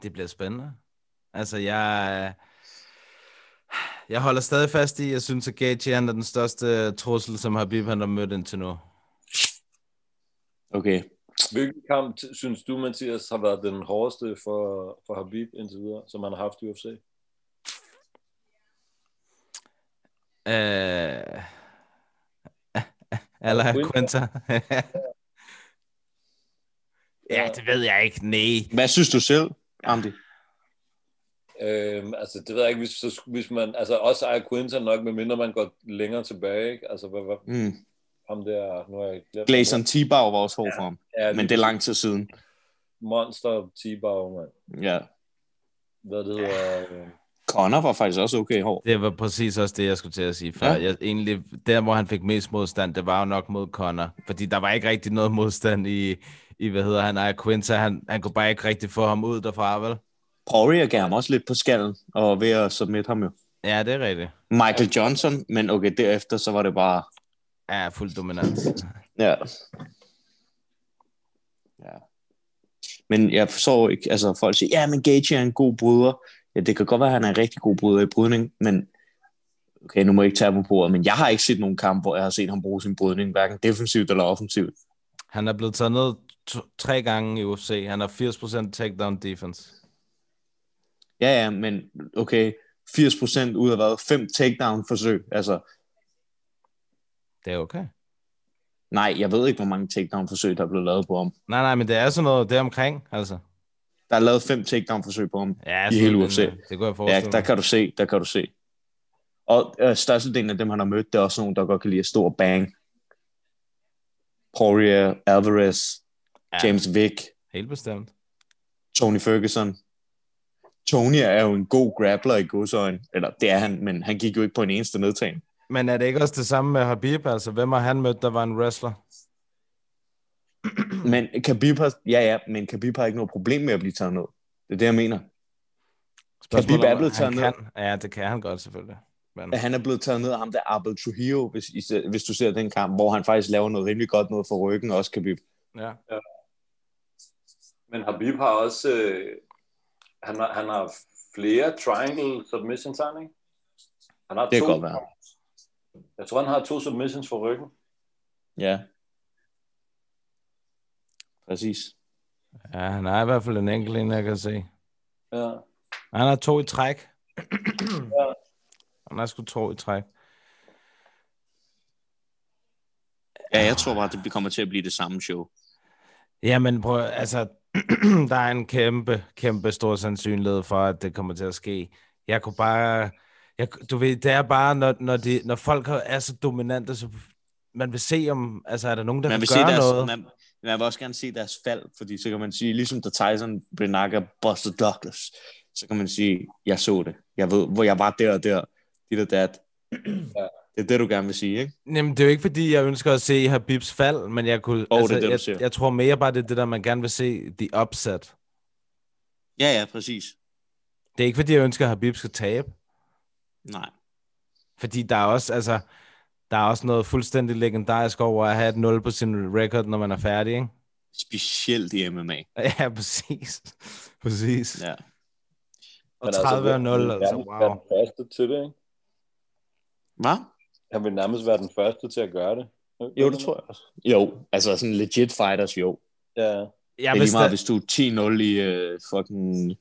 Speaker 7: det bliver spændende. Altså, jeg, jeg holder stadig fast i, jeg synes, at Gaethje han er den største trussel, som Habib han har mødt indtil nu.
Speaker 8: Okay.
Speaker 5: Hvilken kamp t- synes du, Mathias, har været den hårdeste for, for Habib indtil videre, som han har haft i UFC?
Speaker 7: Øh, eller Quinter. ja, det ved jeg ikke. Nej.
Speaker 8: Hvad synes du selv, Amdi?
Speaker 5: Øhm, altså, det ved jeg ikke, hvis, så, sk- hvis man... Altså, også Aya Quinton nok, medmindre man går længere tilbage, ikke? Altså, hvad, hvad,
Speaker 8: Mm.
Speaker 5: ham der... Nu har jeg glemt...
Speaker 8: Glazeren Tibau var også hård for ham,
Speaker 5: Ja,
Speaker 8: men det er lang tid siden.
Speaker 5: Monster T-Bow, mand.
Speaker 8: Ja.
Speaker 5: Hvad det hedder... Øh,
Speaker 8: Connor var faktisk også okay hård.
Speaker 7: Det var præcis også det, jeg skulle til at sige før.
Speaker 8: Ja.
Speaker 7: Ja. Jeg, egentlig, der, hvor han fik mest modstand, det var jo nok mod Connor. Fordi der var ikke rigtig noget modstand i, i hvad hedder han, Aya Quinta. Han, han kunne bare ikke rigtig få ham ud derfra, vel?
Speaker 8: Poirier gav ham også lidt på skallen, og var ved at submit ham jo.
Speaker 7: Ja, det er rigtigt.
Speaker 8: Michael Johnson, men okay, derefter så var det bare,
Speaker 7: Ja, fuld dominans.
Speaker 8: Ja. ja. Men jeg forstår ikke, altså folk siger, ja, men Gage er en god bryder. Ja, det kan godt være, at han er en rigtig god bryder i brydning, men okay, nu må jeg ikke tage ham på ordet, men jeg har ikke set nogen kamp, hvor jeg har set ham bruge sin brydning, hverken defensivt eller offensivt.
Speaker 7: Han er blevet taget ned to, tre gange i UFC. Han har 80% takedown defense.
Speaker 8: Ja, ja, men okay, 80% ud af hvad? Fem takedown-forsøg. Altså,
Speaker 7: Det er okay.
Speaker 8: nej, jeg ved ikke, hvor mange takedown-forsøg, der er blevet lavet på ham.
Speaker 7: Nej, nej, men det er sådan noget deromkring, altså.
Speaker 8: Der er lavet fem takedown-forsøg på ham.
Speaker 7: Ja,
Speaker 8: I
Speaker 7: sådan
Speaker 8: hele
Speaker 7: en-
Speaker 8: UFC.
Speaker 7: Det kunne jeg
Speaker 8: Ja,
Speaker 7: forestille
Speaker 8: der kan du se, der kan du se. Og øh, størstedelen af dem, han har mødt, det er også nogen, der godt kan lide at stå og bang. Poirier, Alvarez,
Speaker 7: Ja.
Speaker 8: ja. James Vick,
Speaker 7: Helt bestemt.
Speaker 8: Tony Ferguson. Tony er jo en god grappler i godsøjen. Eller det er han, men han gik jo ikke på en eneste nedtagning.
Speaker 7: Men er det ikke også det samme med Habib? Altså, hvem har han mødt, der var en wrestler?
Speaker 8: Men Khabib har, ja, ja, men Khabib har ikke noget problem med at blive taget ned. Det er det, jeg mener.
Speaker 7: Spørgsmålet
Speaker 8: er
Speaker 7: om,
Speaker 8: blevet
Speaker 7: han
Speaker 8: taget
Speaker 7: kan, Ja, det kan han godt, selvfølgelig. Men,
Speaker 8: At han er blevet taget ned af ham der Abel Trujillo, hvis, I ser- hvis du ser den kamp, hvor han faktisk laver noget rimelig godt noget for ryggen, også Khabib.
Speaker 7: ja.
Speaker 5: Men Habib har også... Øh, han, har, han har flere triangle submissions, har han, ikke? Han har
Speaker 8: Det kan
Speaker 5: to,
Speaker 8: godt være.
Speaker 5: Jeg tror, han har to submissions for ryggen.
Speaker 8: Ja. Præcis.
Speaker 7: ja, han har i hvert fald en enkelt en, jeg kan se.
Speaker 5: Ja.
Speaker 7: Han har to i træk. ja. Han har sgu to i træk.
Speaker 8: Ja, jeg tror bare, det kommer til at blive det samme show.
Speaker 7: Jamen, prøv, altså, der er en kæmpe, kæmpe stor sandsynlighed for, at det kommer til at ske. Jeg kunne bare... Jeg, du ved, det er bare, når, når, de, når folk har- er så dominante, så man vil se, om altså, er der nogen, der
Speaker 8: Man
Speaker 7: kan
Speaker 8: vil, se
Speaker 7: gøre
Speaker 8: deres,
Speaker 7: noget.
Speaker 8: man, man vil også gerne se deres fald, fordi så kan man sige, ligesom da Tyson blev nakket af Buster Douglas, så kan man sige, jeg så det. Jeg ved, hvor jeg var der og der. Dit og dat. Det er det, du gerne vil sige, ikke?
Speaker 7: Jamen, det er jo ikke, fordi jeg ønsker at se Habibs fald, men jeg kunne...
Speaker 8: det er det, du
Speaker 7: jeg,
Speaker 8: siger.
Speaker 7: jeg tror mere bare, det er det der, man gerne vil se, the upset.
Speaker 8: Ja, ja, præcis.
Speaker 7: Det er ikke, fordi jeg ønsker, at Habib skal tabe.
Speaker 8: Nej.
Speaker 7: Fordi der er også, altså, der er også noget fuldstændig legendarisk over at have et 0 på sin record, når man er færdig, ikke?
Speaker 8: Specielt i MMA.
Speaker 7: Ja, præcis. præcis. Ja.
Speaker 8: Ja.
Speaker 7: Og 30 og 0, altså,
Speaker 5: Være
Speaker 7: wow.
Speaker 5: den første til det, ikke?
Speaker 8: Hvad?
Speaker 5: Han vil nærmest være den første til at gøre det.
Speaker 8: Jo, det tror jeg også. Jo, altså sådan legit fighters, jo.
Speaker 5: Ja,
Speaker 7: Ja,
Speaker 8: Ja, det er
Speaker 7: hvis
Speaker 8: lige meget,
Speaker 7: der-
Speaker 8: hvis du er 10-0 i uh, fucking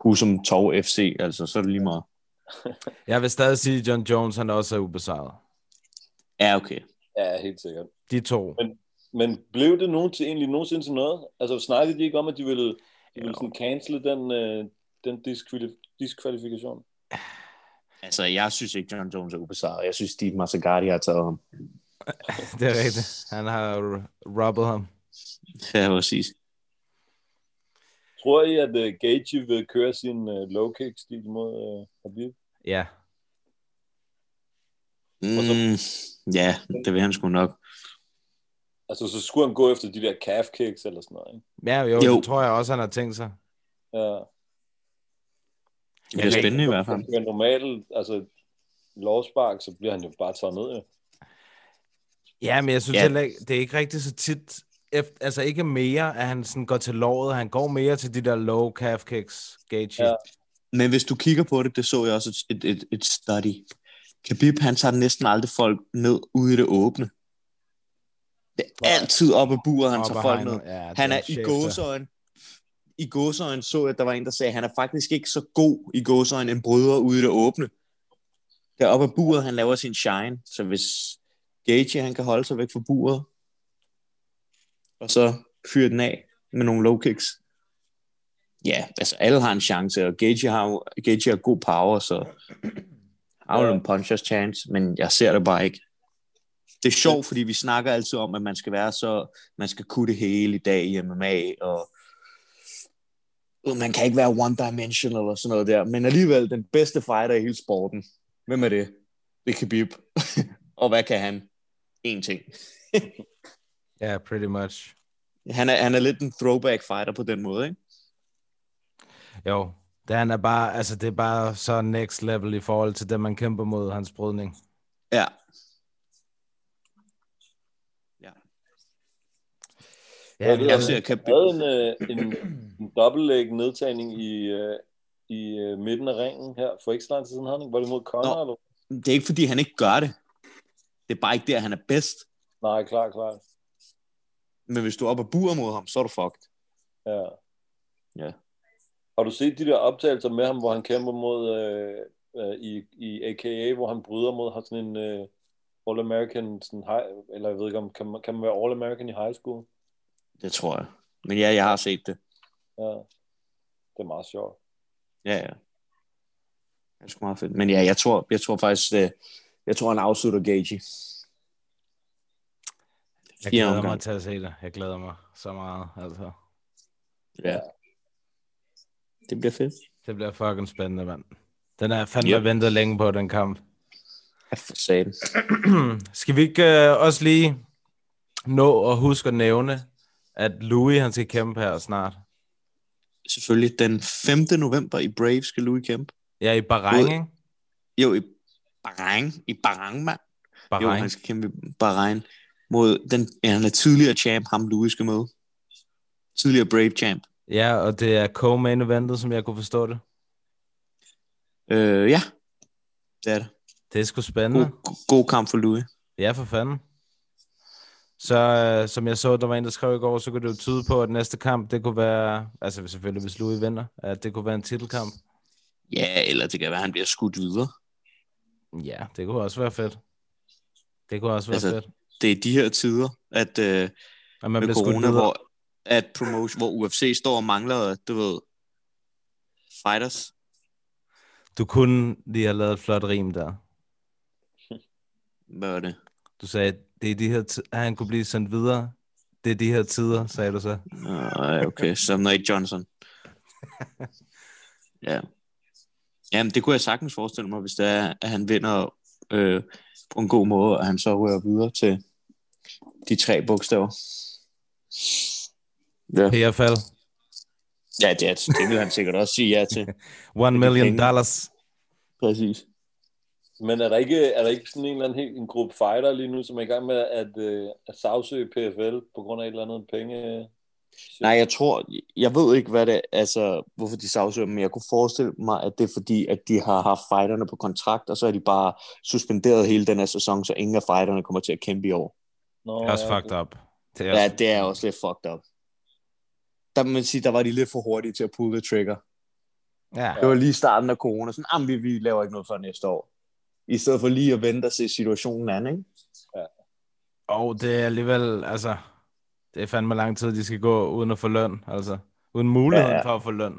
Speaker 8: Husum Torv FC, altså, så er det lige meget.
Speaker 7: Jeg vil stadig sige, at John Jones han også er ubesejret.
Speaker 8: Ja, okay.
Speaker 5: ja, helt sikkert.
Speaker 7: De to.
Speaker 5: Men blev det nogen til, egentlig nogensinde til noget? Altså snakkede de ikke om, at de ville, de ville sådan cancele den, øh, den diskvalif- diskvalifikation?
Speaker 8: Altså, jeg synes ikke, John Jones er ubesejret. Jeg synes, Steve Mazzagatti har taget ham.
Speaker 7: Det er rigtigt. Han har robbet ham.
Speaker 8: Ja, præcis.
Speaker 5: Tror I, at uh, Gage vil køre sin uh, low kick stil mod uh, Habib?
Speaker 7: Ja.
Speaker 8: Mm, ja, det vil han sgu nok.
Speaker 5: Altså, så skulle han gå efter de der calf kicks eller sådan noget, ikke?
Speaker 7: Ja, jo,
Speaker 8: Jo.
Speaker 7: jo. det tror jeg også, han har tænkt sig.
Speaker 5: Ja.
Speaker 8: Det bliver spændende i hvert fald.
Speaker 5: Hvis det er normalt, altså lovspark, så bliver han jo bare taget ned, ja.
Speaker 7: Ja, men jeg synes
Speaker 8: Ja.
Speaker 7: ja. heller ikke, det er ikke rigtig så tit, efter, altså ikke mere, at han sådan går til låret, han går mere til de der low calf kicks, Gaethje. Ja.
Speaker 5: Ja.
Speaker 8: Men hvis du kigger på det, det så jeg også et, et, et study. Khabib, han tager næsten aldrig folk ned ude i det åbne. Det er altid op ad buret, han tager folk ned.
Speaker 7: Ja, det altså.
Speaker 8: Han er
Speaker 7: en
Speaker 8: i
Speaker 7: chef, der.
Speaker 8: gåsøjen. I gåsøjen så jeg, at der var en, der sagde, at han er faktisk ikke så god i gåsøjen en bryder ude i det åbne. Deroppe af buret, han laver sin shine. Så hvis Gage, han kan holde sig væk fra buret, og så fyre den af med nogle low kicks. Ja, altså alle har en chance, og Gage har, jo- Gage har god power, så har jo
Speaker 5: Ja.
Speaker 8: nogle punchers chance, men jeg ser det bare ikke. Det er sjovt, fordi vi snakker altid om, at man skal være så man skal kunne det hele i dag i MMA, og øh, man kan ikke være one-dimensional og sådan noget der, men alligevel den bedste fighter i hele sporten. Hvem er det? Det er Khabib. og hvad kan han? En ting.
Speaker 7: Ja, pretty much.
Speaker 8: Han er, han er lidt en throwback fighter på den måde, ikke?
Speaker 7: Jo, det, han er bare, altså, det er bare så next level i forhold til det, man kæmper mod, hans brydning.
Speaker 8: Ja.
Speaker 7: Ja,
Speaker 5: det er
Speaker 8: Jeg
Speaker 5: også-
Speaker 8: ser
Speaker 5: Han havde
Speaker 8: Khabib.
Speaker 5: en, øh, en, en dobbeltlæg nedtagning i, øh, i øh, midten af ringen her for ikke så lang tid siden. havde Han, ikke? var det mod Conor?
Speaker 8: Nå.
Speaker 5: Eller?
Speaker 8: Det er ikke, fordi han ikke gør det. Det er bare ikke der, han er bedst.
Speaker 5: Nej, klar, klar.
Speaker 8: Men hvis du er oppe og buer mod ham, så er du fucked.
Speaker 5: Ja.
Speaker 8: Ja.
Speaker 5: Har du set de der optagelser med ham, hvor han kæmper mod øh, øh, i, i AKA, hvor han bryder mod har sådan en øh, All-American, sådan high, eller jeg ved ikke om, kan man, kan man være All-American i high school?
Speaker 8: Det tror jeg. Men ja, jeg har set det.
Speaker 5: Ja. Det er meget sjovt.
Speaker 8: Ja, ja. Det er sgu meget fedt. Men ja, jeg tror, jeg tror faktisk, det, jeg tror, han afslutter Gage. Fire
Speaker 7: Jeg glæder
Speaker 8: omgange.
Speaker 7: mig til at se det. Jeg glæder mig så meget. Altså.
Speaker 8: Ja. Det bliver fedt.
Speaker 7: Det bliver fucking spændende, mand. Den er fandme
Speaker 8: Yep.
Speaker 7: yep. ventet længe på, den kamp.
Speaker 8: Ja, for satan.
Speaker 7: skal vi ikke øh, også lige nå at huske at nævne, at Louis han skal kæmpe her snart?
Speaker 8: Selvfølgelig den 5. november i Brave skal Louis kæmpe.
Speaker 7: Ja, i Bahrain,
Speaker 8: Ud-
Speaker 7: ikke?
Speaker 8: Jo, i Bahrain. I Bahrain, mand. Jo,
Speaker 7: Bahrain.
Speaker 8: han skal kæmpe i Bahrain. Mod den, ja, han er tidligere champ, ham Louis skal møde. Tidligere Brave champ.
Speaker 7: Ja, og det er co-main eventet, som jeg kunne forstå det.
Speaker 8: Øh, ja. Det er det.
Speaker 7: Det er sgu
Speaker 8: God,
Speaker 7: spændende.
Speaker 8: go- god kamp for Louis.
Speaker 7: Ja, for fanden. Så øh, som jeg så, der var en, der skrev i går, så kunne det jo tyde på, at næste kamp, det kunne være, altså selvfølgelig hvis Louis vinder, at det kunne være en titelkamp.
Speaker 8: Ja, eller det kan være, han bliver skudt videre.
Speaker 7: Ja, det kunne også være fedt. Det kunne også være
Speaker 8: Altså,
Speaker 7: altså, fedt.
Speaker 8: Det er de her tider, at... Øh,
Speaker 7: At man
Speaker 8: med
Speaker 7: bliver skudt
Speaker 8: corona,
Speaker 7: videre.
Speaker 8: hvor, at promotion, hvor UFC står og mangler, du ved, fighters.
Speaker 7: Du kunne lige have lavet et flot rim der.
Speaker 8: Hvad var det?
Speaker 7: Du sagde, det er de her ti- at han kunne blive sendt videre. Det er de her tider, sagde du så.
Speaker 8: Nej, okay. Samnøj Johnson. Ja. Jamen, det kunne jeg sagtens forestille mig, hvis det er, at han vinder øh, på en god måde, og han så rører videre til de tre bogstaver. Ja.
Speaker 7: PFL.
Speaker 8: Ja, det, er- det vil han sikkert også sige ja til.
Speaker 7: One million
Speaker 8: penge.
Speaker 7: dollars.
Speaker 8: Præcis.
Speaker 5: Men er der ikke, er der ikke sådan en eller anden helt, en gruppe fighter lige nu, som er i gang med at, øh, at sagsøge PFL på grund af et eller andet penge? øh,
Speaker 8: Nej, jeg tror, jeg ved ikke, hvad det altså, hvorfor de sagsøger dem, men jeg kunne forestille mig, at det er fordi, at de har haft fighterne på kontrakt, og så er de bare suspenderet hele den her sæson, så ingen af fighterne kommer til at kæmpe i år.
Speaker 5: Nå,
Speaker 7: Det er også
Speaker 5: ja,
Speaker 7: fucked up. Det er
Speaker 8: Ja,
Speaker 7: også,
Speaker 8: det er også lidt fucked up. Der må man sige, der var de lidt for hurtige til at pull the trigger.
Speaker 7: ja.
Speaker 8: Det var lige starten af corona, sådan, "Jamen, vi, vi laver ikke noget før næste år. I stedet for lige at vente og se situationen an, ikke?
Speaker 7: Og det er alligevel, altså, det er fandme lang tid, de skal gå uden at få løn, altså. Uden muligheden ja,
Speaker 8: Ja,
Speaker 7: ja.
Speaker 8: ja.
Speaker 7: for at få løn.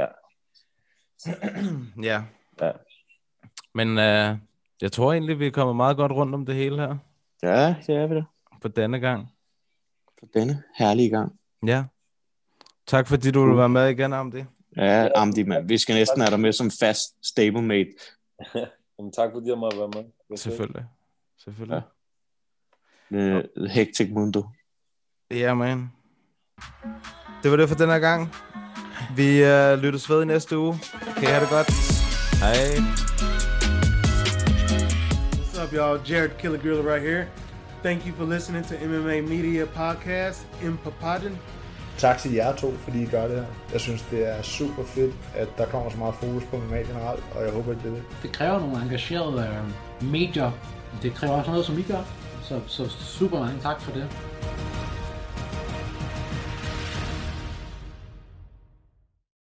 Speaker 8: Ja.
Speaker 7: ja.
Speaker 8: Ja.
Speaker 7: Men øh, jeg tror egentlig, vi er kommet meget godt rundt om det hele her,
Speaker 8: Ja, det er vi da.
Speaker 7: på denne gang.
Speaker 8: På denne herlige gang.
Speaker 7: Ja. Tak fordi du
Speaker 8: Mm.
Speaker 7: ville være med igen om det.
Speaker 8: Ja, Amdi, mand. Vi skal næsten have dig med som fast stablemate.
Speaker 5: Jamen, tak fordi jeg måtte være med. Hvad siger du?
Speaker 7: Selvfølgelig. Selvfølgelig.
Speaker 8: Uh, hectic mundo.
Speaker 7: Ja, yeah, man. Det var det for den her gang. Vi øh, lyttes ved i næste uge. Kan I have det godt? Hej.
Speaker 1: What's up, y'all? Jared Killer Griller right here. Thank you for listening to MMA Media Podcast in Papadon.
Speaker 11: Tak til jer to, fordi I gør det her. Jeg synes, det er super fedt, at der kommer så meget fokus på MMA generelt, og jeg håber, at det er det.
Speaker 12: det kræver nogle engagerede øh, medier. Det kræver også noget, som I gør. Så, så super mange tak for det.